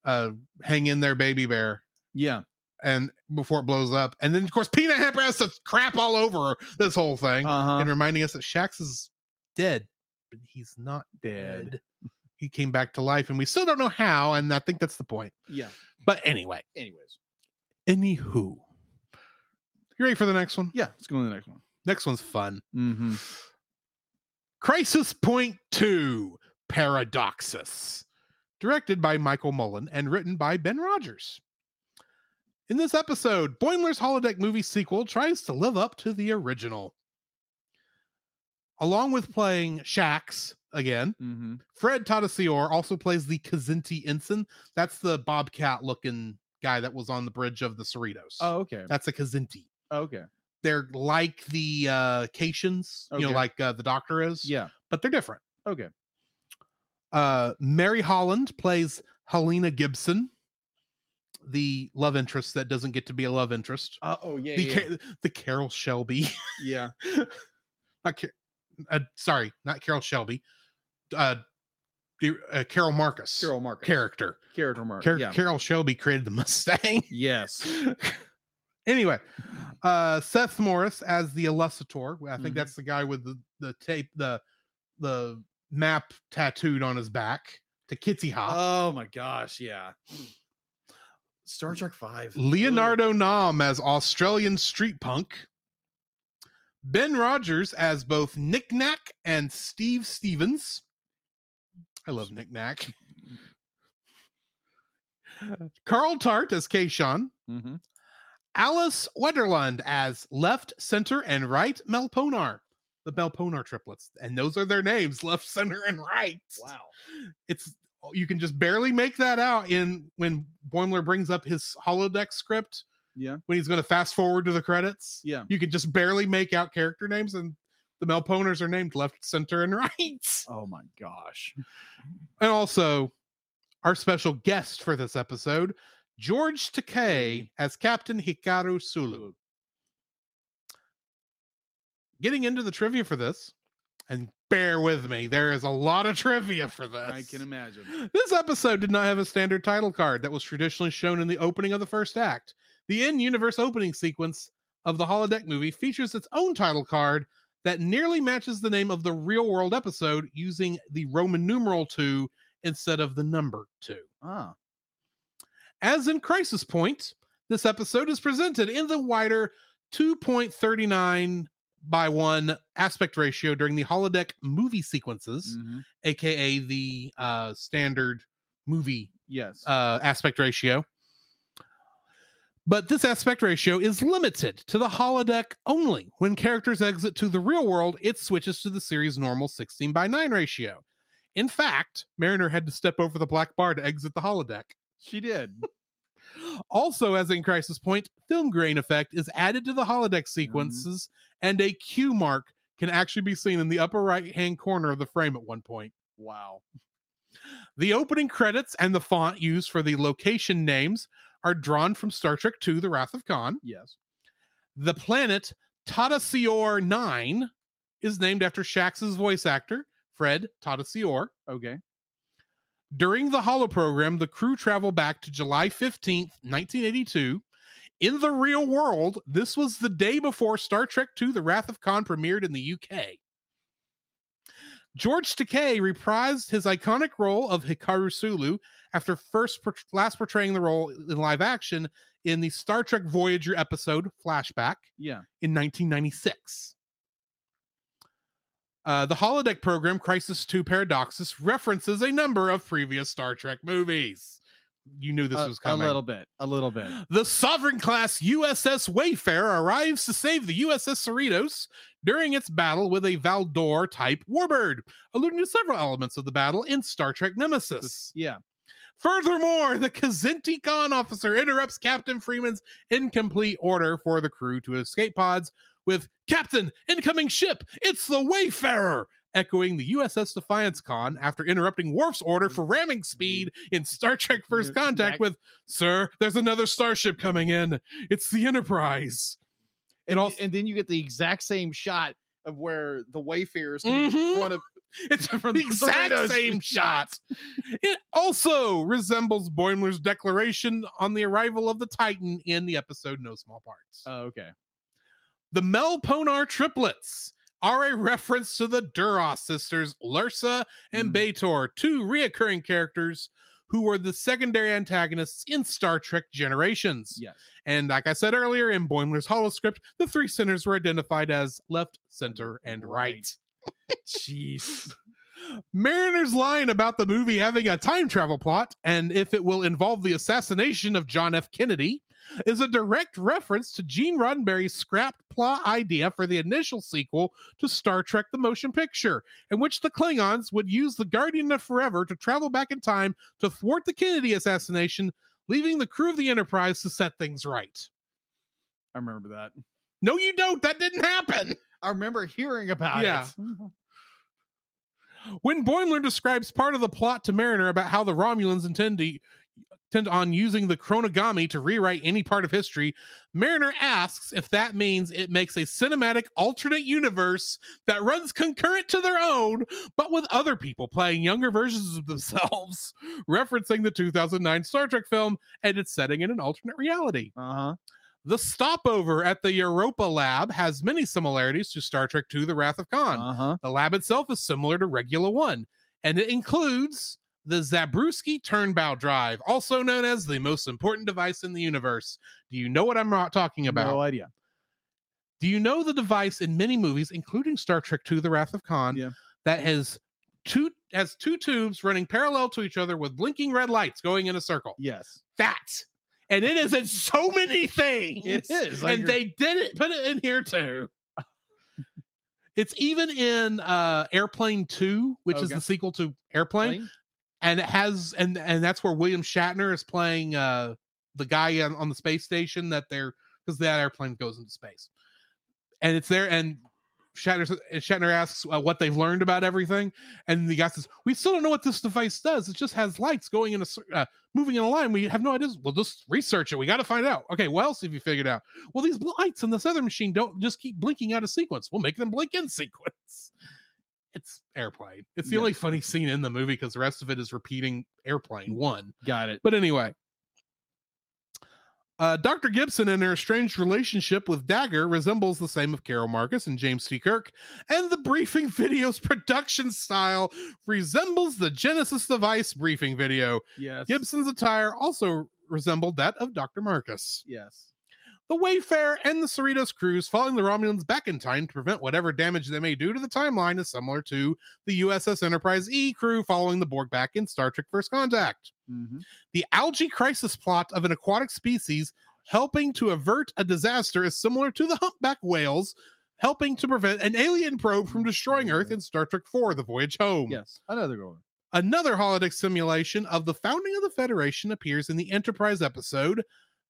uh, hang in there, baby bear.
Yeah.
And before it blows up. And then, of course, Peanut Hamper has to crap all over this whole thing
Uh-huh.
and reminding us that Shax is dead, but he's not
Dead.
dead. He came back to life, and we still don't know how. And I think that's the point.
Yeah.
But anyway,
Anyways.
anywho, you ready for the next one?
Yeah. Let's go on to the next one.
Next one's fun.
Mm-hmm.
Crisis Point 2 Paradoxus, directed by Michael Mullen and written by Ben Rogers. In this episode, Boimler's holodeck movie sequel tries to live up to the original. Along with playing Shax again,
Mm-hmm.
Fred Tatasciore also plays the Kazinti ensign. That's the bobcat looking guy that was on the bridge of the Cerritos.
Oh, okay.
That's a Kazinti.
Okay.
They're like the uh Cations, you know,
Okay.
like uh, the Doctor is,
Yeah.
but they're different.
Okay.
Uh, Mary Holland plays Helena Gibson, the love interest that doesn't get to be a love interest.
Uh, oh yeah.
the, Ca- the Carol Shelby, (laughs)
yeah.
not Car- uh, sorry, not Carol Shelby, uh, the- uh, Carol Marcus
Carol Marcus.
character.
Character mark.
Car-
yeah.
Carol Shelby created the (laughs) Mustang.
yes.
anyway, uh, Seth Morris as the Illustrator. I think
Mhm.
that's the guy with the, the tape, the the map tattooed on his back to Kitsy Hop.
Oh my gosh. Yeah. Star Trek Five.
Leonardo Nam as Australian street punk. Ben Rogers as both Nick Knack and Steve Stevens. I love Nick Knack. Carl Tart as Kayshawn.
Mm-hmm.
Alice Wetterlund as left, center, and right Melponar. The Melponar triplets. And those are their names, left, center, and right.
Wow.
It's oh, you can just barely make that out in when Boimler brings up his holodeck script.
Yeah.
When he's gonna fast forward to the credits.
Yeah.
You can just barely make out character names and the Melponers are named left, center, and (laughs) right.
Oh my gosh.
And also, our special guest for this episode, George Takei as Captain Hikaru Sulu. Getting into the trivia for this, and bear with me, there is a lot of trivia for this.
I can imagine.
This episode did not have a standard title card that was traditionally shown in the opening of the first act. The in universe opening sequence of the holodeck movie features its own title card that nearly matches the name of the real world episode using the Roman numeral 2 instead of the number 2.
Ah.
As in Crisis Point, this episode is presented in the wider 2.39 by 1 aspect ratio during the holodeck movie sequences,
mhm.
aka the uh, standard movie
Yes.
uh, aspect ratio. But this aspect ratio is limited to the holodeck only. When characters exit to the real world, it switches to the series normal 16 by 9 ratio. In fact, Mariner had to step over the black bar to exit the holodeck.
she did.
Also, as in Crisis Point, film grain effect is added to the holodeck sequences, and a Q mark can actually be seen in the upper right hand corner of the frame at one point.
Wow.
The opening credits and the font used for the location names are drawn from Star Trek II The Wrath of Khan.
Yes.
The planet Tadasior 9 is named after Shax's voice actor, Fred Tadasior.
Okay.
During the Hollow program, the crew travel back to July 15th, 1982. In the real world, this was the day before Star Trek II The Wrath of Khan premiered in the UK. George Takei reprised his iconic role of Hikaru Sulu after first por- last portraying the role in live action in the Star Trek Voyager episode Flashback
Yeah.
in 1996. Uh, the holodeck program Crisis 2 Paradoxus references a number of previous Star Trek movies. You knew this
a,
was
a
coming.
little bit. A little (gasps) bit.
The Sovereign class USS Wayfarer arrives to save the USS Cerritos during its battle with a Valdor type warbird, alluding to several elements of the battle in Star Trek Nemesis.
Yeah.
Furthermore, the Kazinti Khan officer interrupts Captain Freeman's incomplete order for the crew to escape pods with Captain, incoming ship, it's the Wayfarer, echoing the USS Defiance Khan after interrupting Worf's order for ramming speed in Star Trek First
Yeah,
Contact
back-
with, Sir, there's another starship coming in. It's the Enterprise. It
And,
also.
and then you get the exact same shot of where the Wayfarers is
Mhm.
in front of
(laughs) It's
From
the
the
exact
Doritos
same shot.
shot.
It also resembles Boimler's declaration on the arrival of the Titan in the episode No Small Parts.
Oh, okay.
the Melponar triplets are a reference to the Duras sisters, Lursa and
Mm.
Bator, two reoccurring characters who were the secondary antagonists in Star Trek Generations.
Yes.
And like I said earlier, in Boimler's holoscript, the three centers were identified as left, center, and right.
(laughs) Jeez.
Mariner's line about the movie having a time travel plot and if it will involve the assassination of John F. Kennedy is a direct reference to Gene Roddenberry's scrapped plot idea for the initial sequel to Star Trek the Motion Picture, in which the Klingons would use the Guardian of Forever to travel back in time to thwart the Kennedy assassination, leaving the crew of the Enterprise to set things right.
I remember that.
No, you don't. That didn't happen.
I remember hearing about
Yeah.
it.
When Boimler describes part of the plot to Mariner about how the Romulans intend to intend on using the chronogami to rewrite any part of history, Mariner asks if that means it makes a cinematic alternate universe that runs concurrent to their own, but with other people playing younger versions of themselves, (laughs) referencing the 2009 Star Trek film and its setting in an alternate reality.
Uh huh.
The stopover at the Europa Lab has many similarities to Star Trek II The Wrath of Khan.
Uh huh.
The lab itself is similar to Regula 1, and it includes the Zabruski Turnbow Drive, also known as the most important device in the universe. Do you know what I'm ro- talking about?
No idea.
Do you know the device in many movies, including Star Trek II: The Wrath of Khan,
Yeah.
that has two has two tubes running parallel to each other with blinking red lights going in a circle?
Yes.
That. And it is in so many things.
It is, like
and
you're-
they didn't put it in here too. (laughs) It's even in uh Airplane 2, which is
Okay.
the sequel to Airplane, and it has and and that's where William Shatner is playing uh the guy on, on the space station that they're because that airplane goes into space. And it's there and Shatner sa- and Shatner asks uh, what they've learned about everything and the guy says, "We still don't know what this device does. It just has lights going in a cir- uh, moving in a line. We have no ideas. We'll just research it. We got to find out. Okay, what else have you figured out? Well, these bl- lights in this other machine don't just keep blinking out of sequence. We'll make them blink in sequence. It's airplane. It's the
Yeah.
only funny scene in the movie because the rest of it is repeating airplane one.
Got it.
But anyway, uh, Dr. Gibson and her estranged relationship with Dagger resembles the same of Carol Marcus and James T. Kirk, and the briefing (laughs) video's production style resembles the Genesis device briefing video.
Yes.
Gibson's attire also resembled that of Dr. Marcus.
Yes.
The Wayfarer and the Cerritos crews following the Romulans back in time to prevent whatever damage they may do to the timeline is similar to the USS Enterprise E crew following the Borg back in Star Trek First Contact
Mm-hmm.
the algae crisis plot of an aquatic species helping to avert a disaster is similar to the humpback whales helping to prevent an alien probe from destroying Earth in Star Trek IV The Voyage Home.
Yes. Another good one.
Another holodeck simulation of the founding of the Federation appears in the Enterprise episode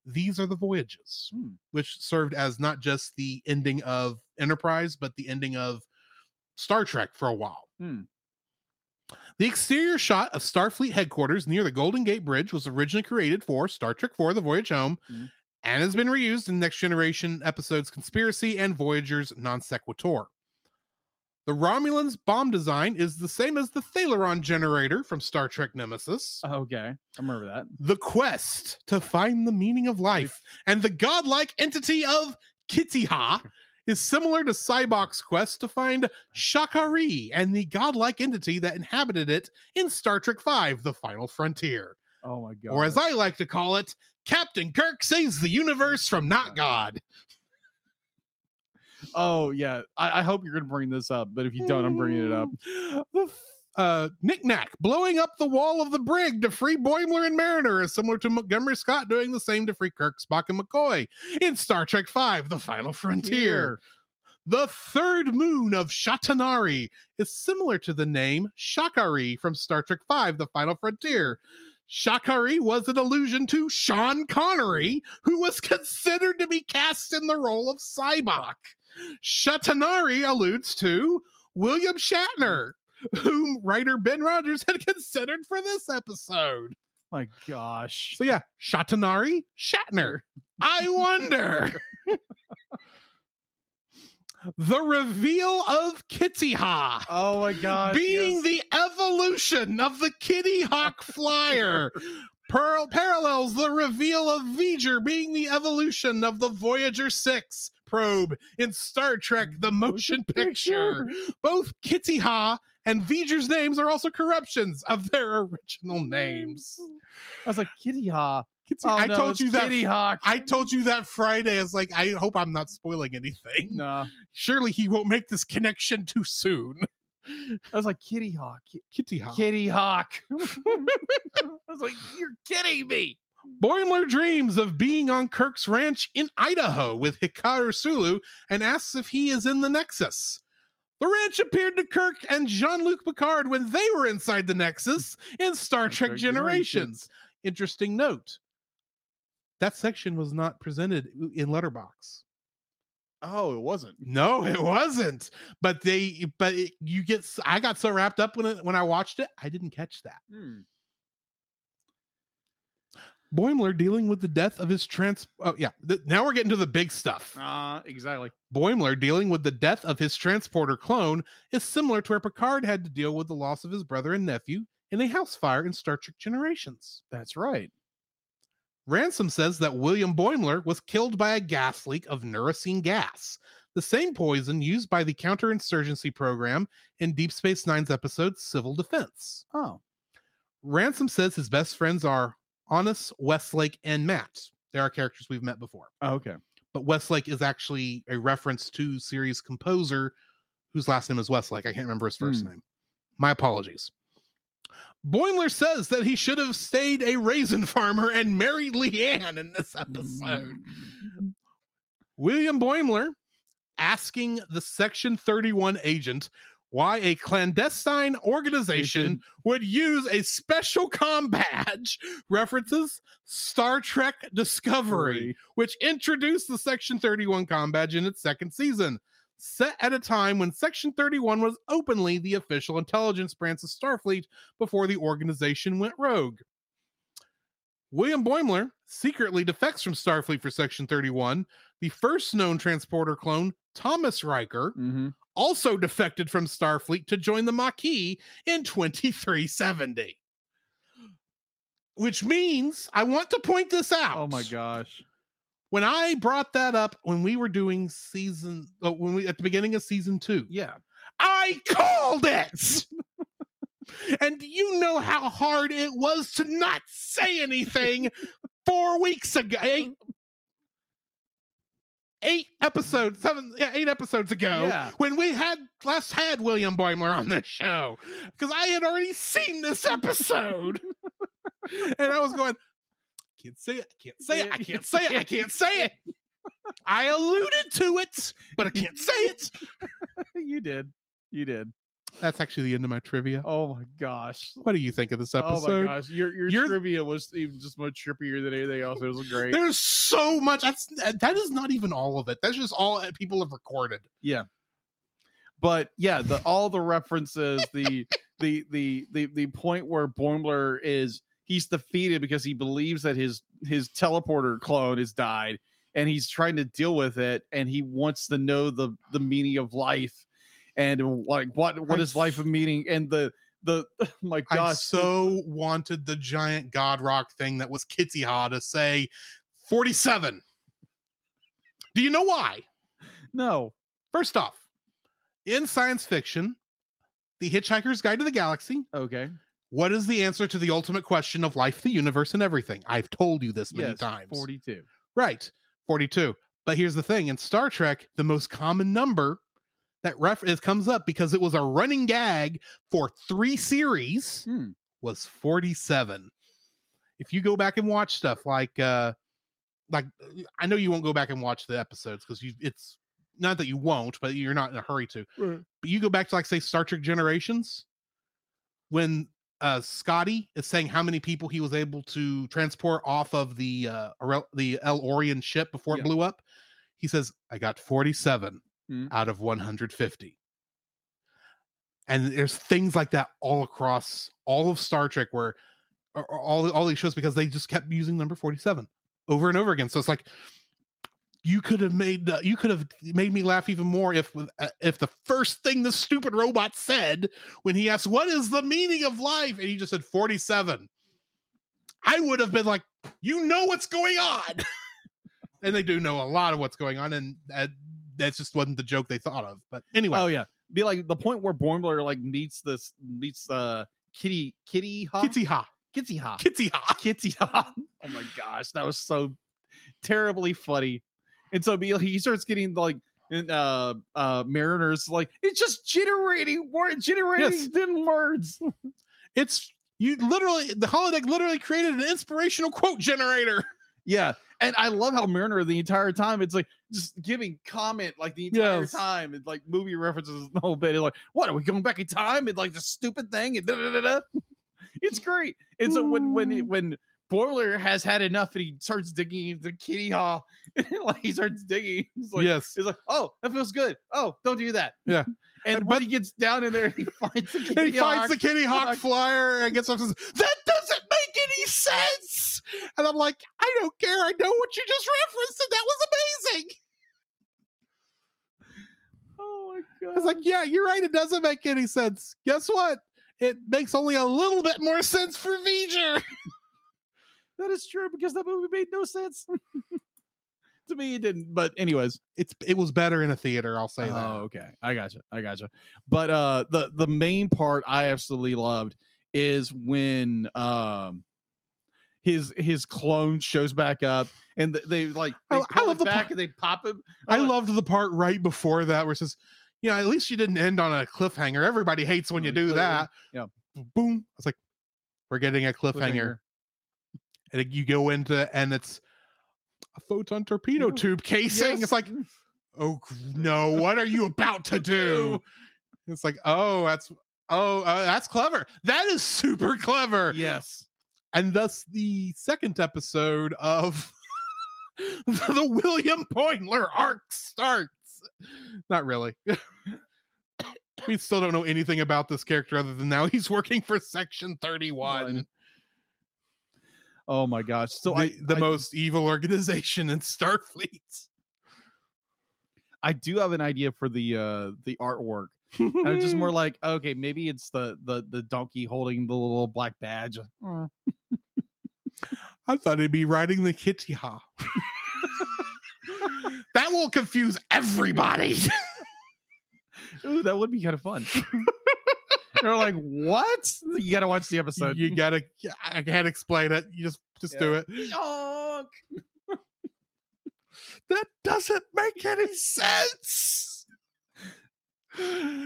These Are the Voyages,
Hmm.
which served as not just the ending of Enterprise, but the ending of Star Trek for a while.
Hmm.
The exterior shot of Starfleet headquarters near the Golden Gate Bridge was originally created for Star Trek IV The Voyage Home
Mhm.
and has been reused in Next Generation episodes Conspiracy and Voyager's Non Sequitur. The Romulan's bomb design is the same as the Thaleron generator from Star Trek Nemesis.
Okay. I remember that.
The quest to find the meaning of life and the godlike entity of Kitiha is similar to Cybok's quest to find Shakari and the godlike entity that inhabited it in Star Trek V The Final Frontier.
Oh my god.
Or as I like to call it, Captain Kirk saves the universe from not God.
Oh yeah. I, I hope you're gonna bring this up, but if you don't, I'm bringing it up.
(laughs) The f- Uh, knickknack blowing up the wall of the brig to free Boimler and Mariner is similar to Montgomery Scott doing the same to free Kirk, Spock, and McCoy in Star Trek V: The Final Frontier. The third moon of Shatanari is similar to the name Shakari from Star Trek V: The Final Frontier. Shakari was an allusion to Sean Connery, who was (laughs) considered to be cast in the role of Cybok. Shatanari alludes to William Shatner, whom writer Ben Rogers had (laughs) considered for this episode.
My gosh.
So yeah,
(laughs)
Shatanari, Shatner. I wonder. the reveal of Kitty Ha.
Oh my god.
being the evolution of the Kitty
(laughs)
Hawk Flyer. Pearl parallels the reveal of V'ger being the evolution of the Voyager 6 probe in Star Trek the Motion Picture. Both Kitty Ha and V'ger's names are also corruptions of their original names.
I was like, kitty ha. Oh,
I
no,
told
it's
you that
Kitty Hawk.
I told you that Friday. It's like I hope I'm not spoiling anything.
No.
Surely he won't make this connection too soon.
I was like, kitty hawk. Ki-
Kitty (laughs) Hawk.
Kitty hawk. I (laughs) was like, you're kidding me.
Boimler dreams of being on Kirk's ranch in Idaho with Hikaru Sulu and asks if he is in the Nexus. The ranch appeared to Kirk and Jean Luc Picard when they were inside the Nexus in Star Trek
Trek
Generations.
Generations.
Interesting note that section was not presented in Letterbox.
Oh, it wasn't.
No, it wasn't. But they, but it, you get, s- I got so wrapped up when it, when I watched it, I didn't catch that.
Hmm.
Boimler dealing with the death of his trans. Oh yeah, th- now we're getting to the big stuff.
Uh, exactly.
Boimler dealing with the death of his transporter clone is similar to where Picard had to deal with the loss of his brother and nephew in a house fire in Star Trek Generations.
That's right.
Ransom says that William Boimler was killed by a gas leak of neurocene gas, the same poison used by the counterinsurgency program in Deep Space Nine's episode Civil Defense.
Oh.
Ransom says his best friends are Honest, Westlake, and Matt. They are characters we've met before.
Okay.
but Westlake is actually a reference to series composer whose last name is Westlake. I can't remember his first
Hmm.
name. My apologies. Boimler says that he should have stayed a raisin farmer and married Leanne in this episode. William Boimler asking the Section 31 agent why a clandestine organization would use a special com (laughs) badge references Star Trek Discovery, which introduced the Section 31 com badge in its second season, set at a time when Section 31 was openly the official intelligence branch of Starfleet before the organization went rogue. William Boimler secretly defects from Starfleet for Section 31. The first known transporter clone, Thomas Riker,
Mm-hmm.
also defected from Starfleet to join the Maquis in 2370. Which means I want to point this out.
Oh my gosh.
When I brought that up when we were doing season uh, when we at the beginning of season 2,
Yeah.
I called it. and do you know how hard it was to not say anything 4 weeks ago.
Mm.
Eight, eight episodes, seven yeah, eight episodes ago
Yeah.
when we had last had William Boimler on this show because I had already seen this episode, (laughs) and I was going, can't say it, I can't say it, I can't say
(laughs)
it, I can't say it. I alluded to it, but I can't say it.
(laughs) you did. You did.
That's actually the end of my trivia.
Oh my gosh.
What do you think of this
Oh my
episode?
gosh. Your your
You're-
trivia was even just much trippier than anything else. It was great.
There's so much. That's that is not even all of it. That's just all that people have recorded.
but yeah, the all the references, the the the the the point where Boimler is he's defeated because he believes that his his teleporter clone has died and he's trying to deal with it and he wants to know the the meaning of life and like what what
I
is life of meaning and the the (laughs) my
I
gosh the-
so wanted the giant God Rock thing that was Kitty Ha to say 47. Do you know why?
no
First off, in science fiction, The Hitchhiker's Guide to the Galaxy,
okay
what is the answer to the ultimate question of life, the universe, and everything? I've told you this many
yes
times.
42
Right. 42. But here's the thing in Star Trek, the most common number that ref- it comes up because it was a running gag for three series
Hmm.
was 47. If you go back and watch stuff like uh like uh, I know you won't go back and watch the episodes because you it's not that you won't, but you're not in a hurry to. But you go back to like say Star Trek Generations when uh Scotty is saying how many people he was able to transport off of the uh Aurel- the El Orion ship before
Yeah.
it blew up. He says, I got 47
Mm.
out of 150. And there's things like that all across all of Star Trek where or- or all all these shows because they just kept using number 47 over and over again. So it's like you could have made uh, you could have made me laugh even more if with- uh, if the first thing the stupid robot said when he asked what is the meaning of life and he just said 47 i would have been like you know what's going on (laughs) and they do know a lot of what's going on and uh, that just wasn't the joke they thought of but anyway
Oh yeah, be like the point where Boimler like meets this meets uh Kitty Kitty Hawk
kitty ha
Kitty Hawk
kitty ha
Kitty Hawk. Oh my gosh, that was so terribly funny. And so be- he starts getting like and uh uh Mariners like it's just generating word generating
Yes.
thin words.
it's you literally the holodeck literally created an inspirational quote generator
Yeah. And I love how Mariner the entire time it's like just giving comment like the entire
Yes.
time and like movie references the whole bit. It's like, what are we going back in time and like the stupid thing and da, da, da, da. it's great. And so when when
Mm.
it- when Boiler has had enough and he starts digging into Kitty (laughs) Hall, like he starts digging, he's like,
yes
he's like, oh, that feels good. Oh, don't do that.
Yeah.
(laughs) And when he gets down in
(laughs)
there, and he finds the
And
Kitty
he finds
Hawk.
the Kitty Hawk flyer and gets up and says, That doesn't make any sense. And I'm like, I don't care. I know what you just referenced, and that was amazing.
Oh my
I
god.
was like, Yeah, you're right. It doesn't make any sense. Guess what? It makes only a little bit more sense for V'ger.
That is true because that movie made no sense. (laughs) to me, it didn't. But anyways,
It's it was better in a theater, I'll say
oh, okay, I gotcha, I gotcha. But uh, the the main part I absolutely loved is when um his his clone shows back up and th- they like they
Oh, I
pull
love
it
the
back
part-
and they pop him.
that. I loved the part right before that where it says, you know, at least you didn't end on a cliffhanger. Everybody hates when you do
Cliffhanger,
that.
yeah.
Boom. I was like, we're getting a cliffhanger. and it- you go into and it's a photon torpedo
Yeah.
tube casing.
Yes.
It's like, oh g- no, what are you about to
(laughs)
do? It's like, oh, that's oh, uh, that's clever. That is super clever.
yes,
And thus the second episode of (laughs) the William Poindler arc starts. Not really. (coughs) we still don't know anything about this character other than now he's working for Section Thirty One.
One. oh my gosh. So
So the,
I
the
I-
most evil organization in Starfleet.
I do have an idea for the uh the artwork. I was
(laughs)
just more like, okay, maybe it's the the the donkey holding the little black badge. Uh,
I thought he'd be riding the kitty ha. (laughs) that will confuse everybody. (laughs)
Ooh, that would be kind of fun. They're like, what? You gotta watch the episode.
you gotta, I can't explain it. You just, just do it.
Yonk.
That doesn't make any sense. (laughs)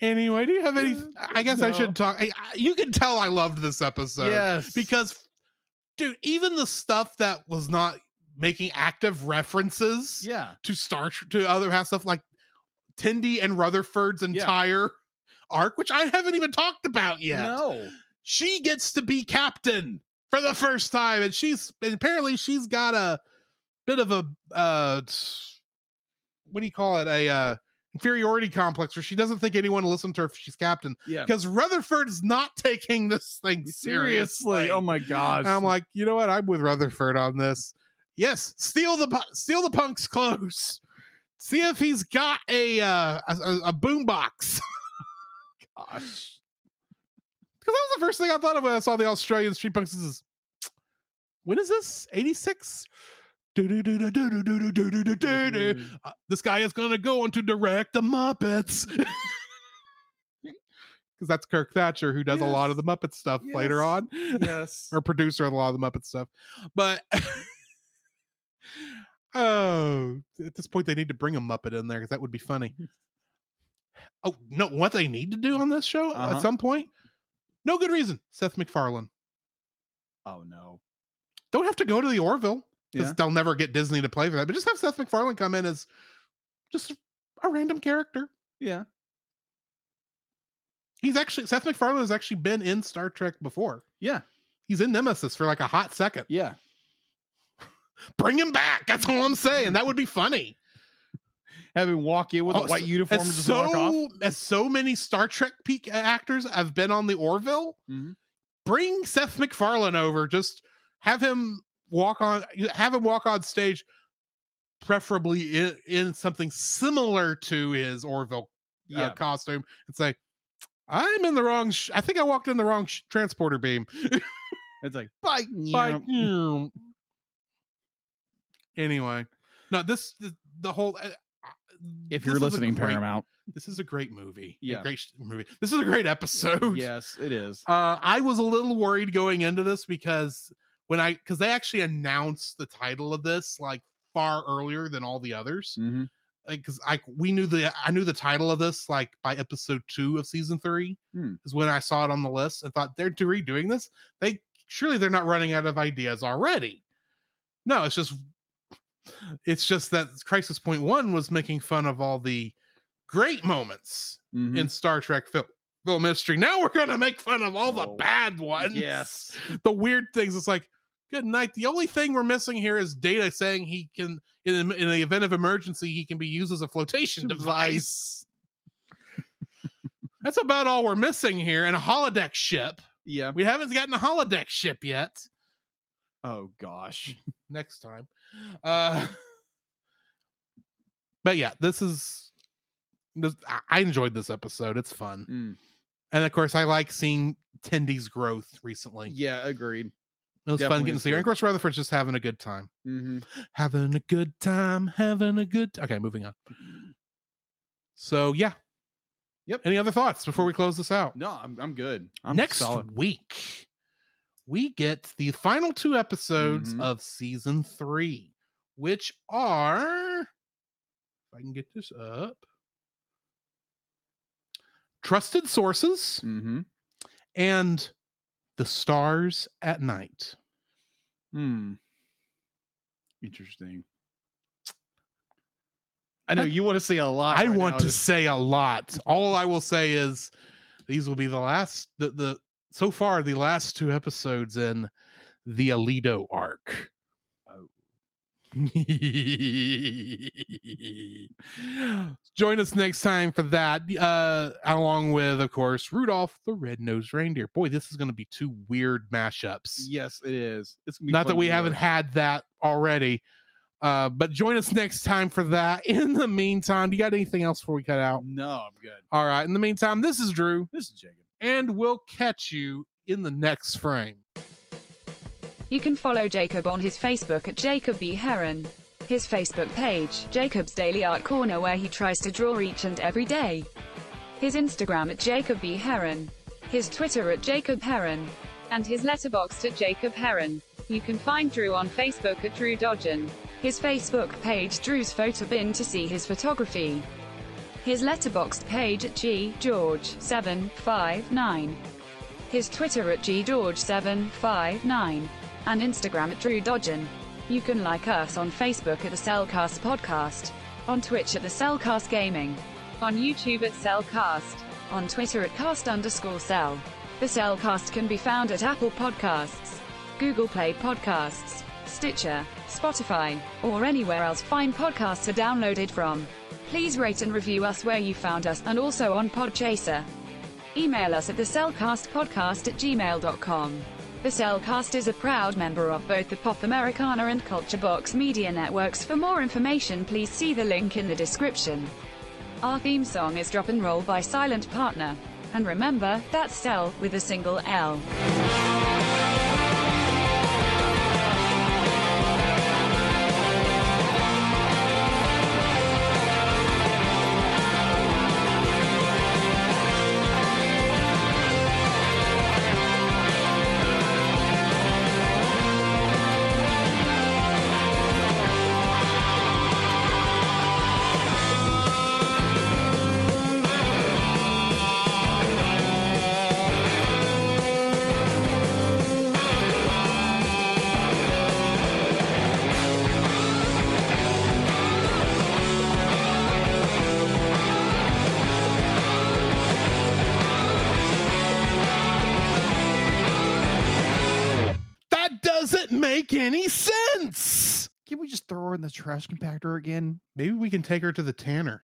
anyway, do you have any? I guess I
No.
should talk. I, I, you can tell I loved this episode.
yes,
because dude even the stuff that was not making active references
yeah,
to star Tr- to other half stuff like tindy and rutherford's entire arc which i haven't even talked about yet
no,
she gets to be captain for the first time and she's and apparently she's got a bit of a uh s- what do you call it a uh inferiority complex where she doesn't think anyone will listen to her if she's captain
yeah,
because rutherford's not taking this thing seriously
seriously. Oh my gosh,
and I'm like, you know what? I'm with Rutherford on this. Yes, steal the pu- steal the punk's clothes. See if he's got a uh, a, a- a boombox. (laughs)
gosh.
Because that was the first thing I thought of when I saw the Australian street punks. This is when is this? 86? Do-do-do-do-do-do-do-do-do-do-do.
Mm-hmm.
Uh, This guy is gonna go on to direct the Muppets. (laughs) Because that's Kirk Thatcher who does a lot of the Muppet stuff later
Yes.
on.
yes,
(laughs) or producer of a lot of the Muppet stuff. But (laughs) oh, at this point, they need to bring a Muppet in there because that would be
(laughs)
funny. Oh no, what they need to do on this show
Uh-huh.
at some point? No good reason. Seth MacFarlane
oh no,
don't have to go to the Orville because
Yeah.
they'll never get Disney to play for that. But just have Seth MacFarlane come in as just a random character.
yeah,
He's actually Seth MacFarlane has actually been in Star Trek before.
yeah,
He's in Nemesis for like a hot second.
yeah.
Bring him back. That's all I'm saying. That would be funny.
Have him walk in with
Oh,
a white
so-
uniform and
as
just
so
walk off.
as so many Star Trek peak actors have been on the Orville,
Mhm.
bring Seth MacFarlane over. Just have him walk on you have him walk on stage preferably in, in something similar to his orville uh,
Yeah.
costume and say i'm in the wrong sh- i think i walked in the wrong sh- transporter beam
It's like bye.
Like,
yeah.
mm. anyway no this the, the whole uh, uh,
If
this
you're
is a
listening,
great-
Paramount.
this is a great movie a
Yeah.
great sh- movie this is a great episode
Yes, it is.
(laughs) uh, I was a little worried going into this because when I because they actually announced the title of this like far earlier than all the others
Mhm.
because I we knew the I knew the title of this like by episode two of season three
Hmm.
is when I saw it on the list and thought they're do- redoing this. They surely they're not running out of ideas already. No, it's just it's just that Crisis Point One was making fun of all the great moments
Mhm.
in Star Trek film film history. Now we're gonna make fun of all the
Oh,
bad ones.
Yes.
The weird things. It's like, good night. The only thing we're missing here is data saying he can in, in the event of emergency, he can be used as a flotation device. That's about all we're missing here. And a holodeck ship.
Yeah.
We haven't gotten a holodeck ship yet.
Oh gosh.
Next time. Uh (laughs) but yeah, this is this, I- I enjoyed this episode. It's fun.
Mm.
And of course, I like seeing Tendy's growth recently.
Yeah, agreed.
It was fun
definitely
getting to
is
see her. And of
good.
course, Rutherford's just having a good time.
Mm-hmm.
Having a good time. Having a good Okay, moving on. So, yeah.
Yep.
Any other thoughts before we close this out?
No, I'm I'm good. I'm
Next
solid.
week, we get the final two episodes
Mhm.
of season three, which are, if I can get this up, Trusted Sources.
Mm-hmm.
and the stars at night.
Hmm. Interesting. I know you want to see a lot.
I
right
want
now.
to say a lot. All I will say is these will be the last the, the so far the last two episodes in the Alito arc. (laughs) Join us next time for that, uh, along with, of course, Rudolph the Red-Nosed Reindeer. Boy, this is going to be two weird mashups.
Yes, it is. It's gonna be
not that
fun
we
to
haven't
watch.
had that already uh but join us next time for that (laughs) in the meantime do you got anything else before we cut out
No, I'm good.
all right in the meantime this is drew
This is Jacob.
and we'll catch you in the next frame
You can follow Jacob on his Facebook at Jacob B. Heron. His Facebook page, Jacob's Daily Art Corner, where he tries to draw each and every day. His Instagram at Jacob B. Heron. His Twitter at Jacob Heron. And his letterbox at Jacob Heron. You can find Drew on Facebook at Drew Dodgen. His Facebook page, Drew's Photo Bin, to see his photography. His letterboxd page at G. George759 his Twitter at ggeorge759, and Instagram at Drew Dodgen. You can like us on Facebook at the Cellcast Podcast, on Twitch at the Cellcast Gaming, on YouTube at Cellcast, on Twitter at cast underscore cell. The Cellcast can be found at Apple Podcasts, Google Play Podcasts, Stitcher, Spotify, or anywhere else fine podcasts are downloaded from. Please rate and review us where you found us, and also on Podchaser. Email us at thecellcastpodcast at gmail.com. The Cellcast is a proud member of both the Pop Americana and Culture Box media networks. For more information, please see the link in the description. Our theme song is Drop and Roll by Silent Partner. And remember, that's Cell with a single L.
that doesn't make any sense
Can we just throw her in the trash compactor again?
maybe we can take her to the tanner